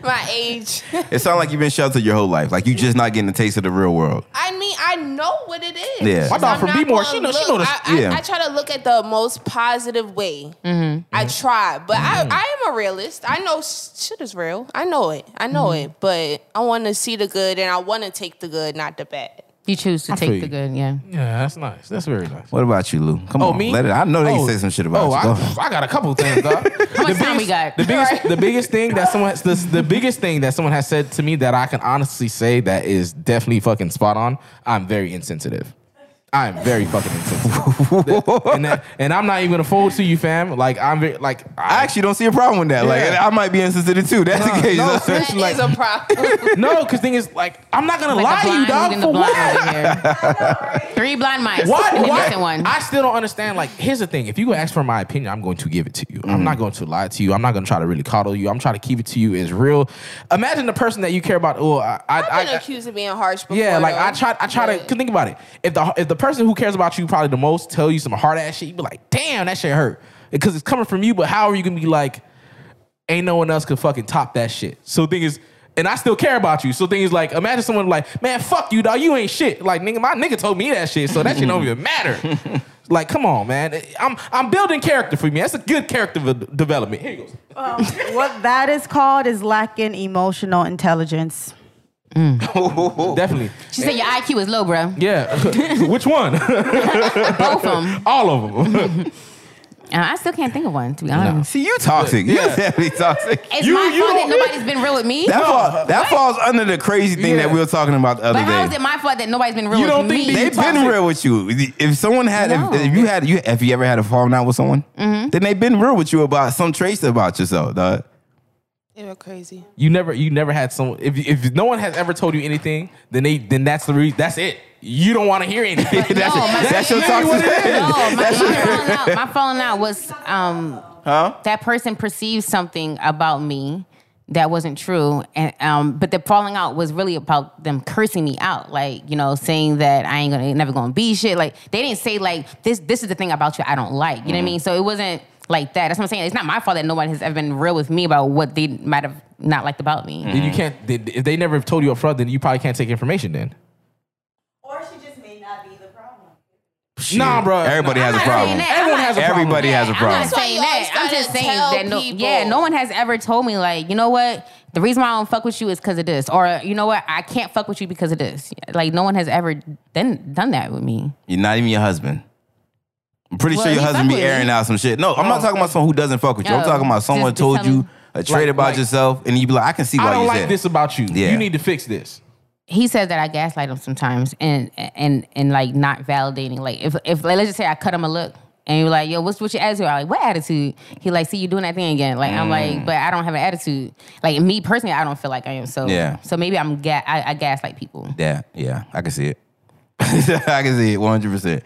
[SPEAKER 6] My age.
[SPEAKER 2] it sounds like you've been sheltered your whole life like you just not getting a taste of the real world
[SPEAKER 6] I mean, I know what it is.
[SPEAKER 2] Yeah. My
[SPEAKER 1] dog
[SPEAKER 6] I'm
[SPEAKER 1] from
[SPEAKER 6] not
[SPEAKER 1] B-more,
[SPEAKER 6] gonna
[SPEAKER 1] she know- she
[SPEAKER 6] look-
[SPEAKER 1] know this-
[SPEAKER 6] I, I,
[SPEAKER 2] yeah.
[SPEAKER 6] I try to look at the most positive way.
[SPEAKER 1] Mm-hmm.
[SPEAKER 6] I try, but I, I am a realist. I know s- shit is real. I know it. I know
[SPEAKER 1] Mm-hmm.
[SPEAKER 6] it. But I want to see the good, and I want to take the good, not the bad.
[SPEAKER 3] You choose to
[SPEAKER 1] feel
[SPEAKER 3] take
[SPEAKER 1] you.
[SPEAKER 3] the good, yeah.
[SPEAKER 1] yeah, that's nice. That's very nice.
[SPEAKER 2] what about you Lou come
[SPEAKER 1] Oh,
[SPEAKER 2] on
[SPEAKER 1] me?
[SPEAKER 2] let it I know they
[SPEAKER 1] oh,
[SPEAKER 2] say some shit about
[SPEAKER 1] oh,
[SPEAKER 2] you Go.
[SPEAKER 1] I, I got a couple things, dog.
[SPEAKER 3] How much time we got?
[SPEAKER 1] The biggest, the biggest thing that someone has, the, the biggest thing that someone has said to me that I can honestly say that is definitely fucking spot on. I'm very insensitive. I am very fucking insensitive, and, that- and I'm not even gonna fold to you, fam. Like I'm very, like
[SPEAKER 2] I actually don't see a problem with that. Like
[SPEAKER 1] Yeah.
[SPEAKER 2] I might be insensitive too. That's the
[SPEAKER 1] Nah,
[SPEAKER 2] case.
[SPEAKER 1] no,
[SPEAKER 6] That is
[SPEAKER 1] seriously, like-
[SPEAKER 6] a problem.
[SPEAKER 1] no, because thing is, like I'm not gonna
[SPEAKER 3] Like the
[SPEAKER 1] lie to you,
[SPEAKER 3] blind
[SPEAKER 1] dog.
[SPEAKER 3] leading the
[SPEAKER 1] For what?
[SPEAKER 3] blind over here. Three blind mics.
[SPEAKER 1] Why?
[SPEAKER 3] And
[SPEAKER 1] why-
[SPEAKER 3] missing one.
[SPEAKER 1] I still don't understand. Like, here's the thing: if you go ask for my opinion, I'm going to give it to you. I'm not going to lie to you. I'm not going to try to really coddle you. I'm trying to keep it to you as real. Imagine the person that you care about. Oh, I, I,
[SPEAKER 6] I've
[SPEAKER 1] I-
[SPEAKER 6] been accused of being harsh before.
[SPEAKER 1] yeah, like I
[SPEAKER 6] though.
[SPEAKER 1] try, I try to
[SPEAKER 6] But-
[SPEAKER 1] cause think about it. If the if the person who cares about you probably the most tell you some hard ass shit, you be like, damn, that shit hurt because it's coming from you. But how are you gonna be like, ain't no one else could fucking top that shit? So the thing is, and I still care about you. So the thing is, like, imagine someone like, man, fuck you, dog, you ain't shit. Like, nigga, my nigga told me that shit, so that shit don't even matter. Like, come on, man. I'm I'm building character for me. That's a good character v- development. Here you go.
[SPEAKER 7] What that is called is lacking emotional intelligence.
[SPEAKER 1] Definitely.
[SPEAKER 3] She said your IQ is low, bro.
[SPEAKER 1] Yeah. Which one?
[SPEAKER 3] Both of them.
[SPEAKER 1] All of them.
[SPEAKER 3] I still can't think of one, to be honest.
[SPEAKER 2] See, you toxic. You
[SPEAKER 1] Yeah.
[SPEAKER 2] definitely toxic.
[SPEAKER 3] It's
[SPEAKER 1] You-
[SPEAKER 3] my
[SPEAKER 1] you
[SPEAKER 3] fault that
[SPEAKER 1] don't-
[SPEAKER 3] nobody's been real with me.
[SPEAKER 2] That, fall, that falls under the crazy thing
[SPEAKER 1] Yeah.
[SPEAKER 2] that we were talking about the other
[SPEAKER 3] But how is
[SPEAKER 2] day.
[SPEAKER 3] it my fault that nobody's been real
[SPEAKER 1] You
[SPEAKER 3] with
[SPEAKER 1] don't think
[SPEAKER 3] me?
[SPEAKER 1] that
[SPEAKER 2] They've been
[SPEAKER 1] toxic.
[SPEAKER 2] real with you. If someone had,
[SPEAKER 3] No. Mm-hmm.
[SPEAKER 2] if, if you had, you if you ever had a falling out with someone, then they've been real with you about some traits about yourself. Dog.
[SPEAKER 6] They were crazy.
[SPEAKER 1] You never, you never had someone. If if no one has ever told you anything, then they then that's the reason. That's it. You don't want to hear anything.
[SPEAKER 3] But
[SPEAKER 2] That's,
[SPEAKER 3] no, Oh, my-
[SPEAKER 2] that's your
[SPEAKER 1] That's
[SPEAKER 2] toxic.
[SPEAKER 1] what it
[SPEAKER 3] No, Oh, my, my,
[SPEAKER 2] That's your-
[SPEAKER 3] falling out, my falling out was um, that person perceived something about me that wasn't true, and um, but the falling out was really about them cursing me out, like you know, saying that I ain't gonna never gonna be shit. Like they didn't say like this. This is the thing about you I don't like. You know what I mean? So it wasn't like that. That's what I'm saying. It's not my fault that no one has ever been real with me about what they might have not liked about me.
[SPEAKER 1] Then you can't. then If they never told you up front, then you probably can't take information. Then
[SPEAKER 7] Or she just may not be the problem.
[SPEAKER 1] nah, bro.
[SPEAKER 2] Everybody
[SPEAKER 1] Nah,
[SPEAKER 2] has a
[SPEAKER 1] I'm not
[SPEAKER 2] problem.
[SPEAKER 1] saying that. Everyone
[SPEAKER 3] I'm
[SPEAKER 1] has a problem.
[SPEAKER 2] Everybody has a
[SPEAKER 3] I'm
[SPEAKER 2] problem.
[SPEAKER 3] not saying that.
[SPEAKER 6] That's why you
[SPEAKER 3] I'm
[SPEAKER 6] always
[SPEAKER 3] just
[SPEAKER 6] gotta
[SPEAKER 3] saying
[SPEAKER 6] tell
[SPEAKER 3] that. No,
[SPEAKER 6] people.
[SPEAKER 3] yeah, no one has ever told me like, you know what? The reason why I don't fuck with you is because of this, or you know what? I can't fuck with you because of this. Like, no one has ever done done that with me.
[SPEAKER 2] You're not even your husband. I'm pretty
[SPEAKER 3] Well,
[SPEAKER 2] sure your
[SPEAKER 3] he
[SPEAKER 2] husband
[SPEAKER 3] fuck
[SPEAKER 2] be
[SPEAKER 3] with
[SPEAKER 2] airing
[SPEAKER 3] me.
[SPEAKER 2] out some shit. No, I'm not talking about someone who doesn't fuck with you. I'm
[SPEAKER 3] Oh.
[SPEAKER 2] talking about someone
[SPEAKER 3] Just- just
[SPEAKER 2] told
[SPEAKER 3] tell me-
[SPEAKER 2] you a trait
[SPEAKER 1] Like-
[SPEAKER 2] about
[SPEAKER 1] like-
[SPEAKER 2] yourself, and you be like, I can see why
[SPEAKER 1] I don't
[SPEAKER 2] you
[SPEAKER 1] like
[SPEAKER 2] said.
[SPEAKER 1] this about you.
[SPEAKER 2] Yeah.
[SPEAKER 1] You need to fix this.
[SPEAKER 3] He says that I gaslight him sometimes, and and and like not validating. Like, if if like, let's just say I cut him a look. And you're like, yo, what's what's your attitude? I'm like, what attitude? He like, see, you doing that thing again. Like, I'm
[SPEAKER 2] Mm.
[SPEAKER 3] like, but I don't have an attitude. Like, me personally, I don't feel like I am. So,
[SPEAKER 2] Yeah.
[SPEAKER 3] So maybe I'm ga- I, I gaslight people.
[SPEAKER 2] Yeah, yeah, I can see it. I can see it 100. percent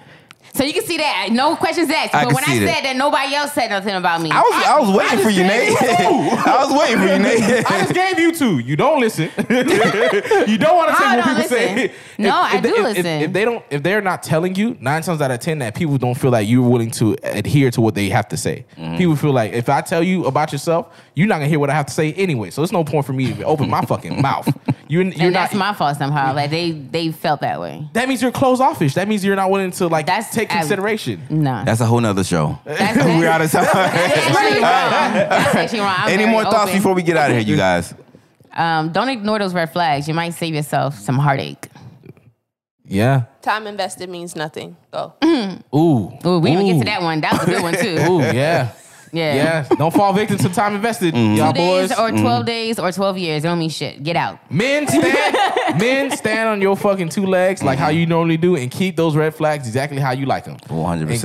[SPEAKER 3] So you can see that. No questions asked.
[SPEAKER 2] I
[SPEAKER 3] but
[SPEAKER 2] can
[SPEAKER 3] when I
[SPEAKER 2] see that.
[SPEAKER 3] said that, nobody else said nothing about me.
[SPEAKER 2] I was I, was waiting for you, Nate. I was waiting for you, Nate.
[SPEAKER 1] I just gave you two. You don't listen. you don't want to
[SPEAKER 3] I
[SPEAKER 1] take what
[SPEAKER 3] don't
[SPEAKER 1] people say.
[SPEAKER 3] listen. No, I
[SPEAKER 1] they-
[SPEAKER 3] do
[SPEAKER 1] if- If,
[SPEAKER 3] listen.
[SPEAKER 1] they don't, if they're not telling you, nine times out of ten, that people don't feel like you're willing to adhere to what they have to say. People feel like if I tell you about yourself, you're not gonna hear what I have to say anyway. So it's no point for me to even open my fucking mouth. You, you're
[SPEAKER 3] and
[SPEAKER 1] not.
[SPEAKER 3] that's my fault
[SPEAKER 2] Mm.
[SPEAKER 3] somehow. Like they they felt that way.
[SPEAKER 1] that means you're closed offish. That means you're not willing to like
[SPEAKER 3] That's
[SPEAKER 1] take
[SPEAKER 3] ab-
[SPEAKER 1] consideration.
[SPEAKER 3] No.
[SPEAKER 2] That's a whole nother show.
[SPEAKER 3] That's,
[SPEAKER 2] We're out
[SPEAKER 3] that's,
[SPEAKER 2] of time.
[SPEAKER 3] that's actually wrong. That's actually wrong. I'm
[SPEAKER 2] Any
[SPEAKER 3] very
[SPEAKER 2] more thoughts
[SPEAKER 3] open.
[SPEAKER 2] before we get out of here, you guys?
[SPEAKER 3] Um, don't ignore those red flags. You might save yourself some heartache.
[SPEAKER 1] Yeah.
[SPEAKER 6] Time invested means nothing. Go.
[SPEAKER 1] Ooh.
[SPEAKER 3] Ooh, we didn't even get to that one. That was a good one too.
[SPEAKER 1] Ooh. Yeah.
[SPEAKER 3] Yeah.
[SPEAKER 1] yeah. Don't fall victim to time invested, y'all
[SPEAKER 3] Two days
[SPEAKER 1] boys.
[SPEAKER 3] or
[SPEAKER 2] Mm-hmm.
[SPEAKER 3] twelve days or twelve years. It don't mean shit. Get out.
[SPEAKER 1] Men stand, men stand on your fucking two legs like how
[SPEAKER 2] Mm-hmm.
[SPEAKER 1] you normally do, and keep those red flags exactly how you like them.
[SPEAKER 2] 100%.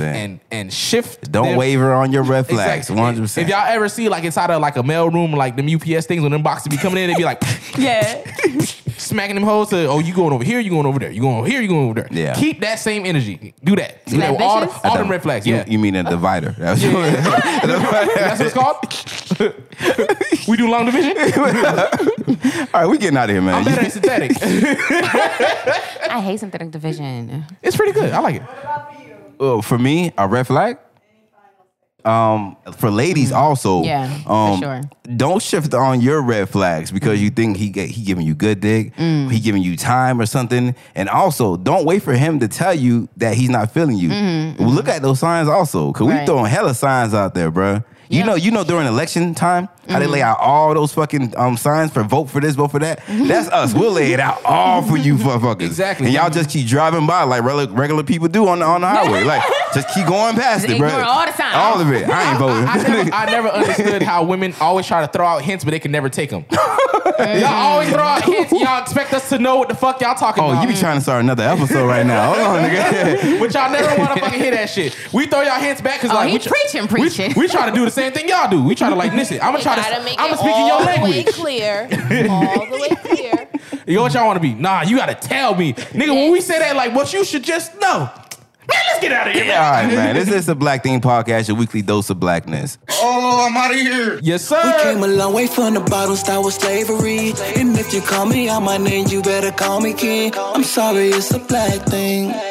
[SPEAKER 1] And and, and shift.
[SPEAKER 2] Don't
[SPEAKER 1] them-
[SPEAKER 2] waver on your red flags.
[SPEAKER 1] Exactly.
[SPEAKER 2] 100.
[SPEAKER 1] If
[SPEAKER 2] percent
[SPEAKER 1] y'all ever see like inside of like a mail room, like them UPS things when them boxes be coming in, they be like
[SPEAKER 3] Yeah.
[SPEAKER 1] smacking them hoes. To, oh, you going over here? You going over there? You going over here? You going over there?
[SPEAKER 2] Yeah.
[SPEAKER 1] Keep that same energy. Do that. Do that.
[SPEAKER 3] Like
[SPEAKER 1] with all
[SPEAKER 3] bitches?
[SPEAKER 1] the, all them red flags.
[SPEAKER 2] You,
[SPEAKER 1] Yeah.
[SPEAKER 2] you mean a divider? That was-
[SPEAKER 1] That's what it's called. we do long division.
[SPEAKER 2] All right, we getting out of here, man.
[SPEAKER 1] I'm better at synthetic.
[SPEAKER 3] I hate synthetic division.
[SPEAKER 1] it's pretty good. I like it.
[SPEAKER 2] Uh, for me, a red flag. Um, for ladies also.
[SPEAKER 3] Mm. Yeah, for
[SPEAKER 2] um,
[SPEAKER 3] sure.
[SPEAKER 2] Don't shift on your red flags because you think he get, he giving you good dick,
[SPEAKER 3] Mm.
[SPEAKER 2] he giving you time or something, and also don't wait for him to tell you that he's not feeling you. Look at those signs also, cause we
[SPEAKER 3] Mm-hmm, Right.
[SPEAKER 2] throwing hella signs out there, bruh. You
[SPEAKER 3] Yeah. Mm-hmm.
[SPEAKER 2] know, you know, during election time, how they lay out all those fucking um, signs for vote for this, vote for that. That's us. We'll lay it out all for you, fuckers.
[SPEAKER 1] Exactly.
[SPEAKER 2] And y'all just keep driving by like regular, regular people do on the on the highway. Like just keep going past it, bro.
[SPEAKER 3] Ignore all the signs.
[SPEAKER 2] All of it. I ain't
[SPEAKER 1] I
[SPEAKER 2] voting.
[SPEAKER 1] never, I never understood how women always try to throw out hints, but they can never take them. y'all always throw out hints. Y'all y'all expect us to know what the fuck y'all talking
[SPEAKER 2] Oh,
[SPEAKER 1] about.
[SPEAKER 2] you be trying to start another episode right now. Hold on, nigga.
[SPEAKER 1] But y'all never want to fucking hear that shit. We throw y'all hands back because
[SPEAKER 3] Oh,
[SPEAKER 1] like
[SPEAKER 3] he
[SPEAKER 1] we tr-
[SPEAKER 3] preaching,
[SPEAKER 1] we-
[SPEAKER 3] preaching.
[SPEAKER 1] We, try to do the same thing y'all do. We try to like listen. I'm gonna
[SPEAKER 6] You
[SPEAKER 1] try
[SPEAKER 6] gotta
[SPEAKER 1] to.
[SPEAKER 6] make
[SPEAKER 1] I'm gonna
[SPEAKER 6] it
[SPEAKER 1] speak in your
[SPEAKER 6] all the way
[SPEAKER 1] language.
[SPEAKER 6] clear, all the way clear.
[SPEAKER 1] You know what y'all want to be? Nah, you gotta tell me, nigga. When we say that, like, what you should just know. Man, let's get out of here.
[SPEAKER 2] All
[SPEAKER 1] Man.
[SPEAKER 2] right, man. This is the Black Thing Podcast, your weekly dose of blackness.
[SPEAKER 1] Yes,
[SPEAKER 5] We came
[SPEAKER 1] sir.
[SPEAKER 5] a long way from the bottom, start with slavery. And if you call me out my name, you better call me king. I'm sorry, it's a black thing.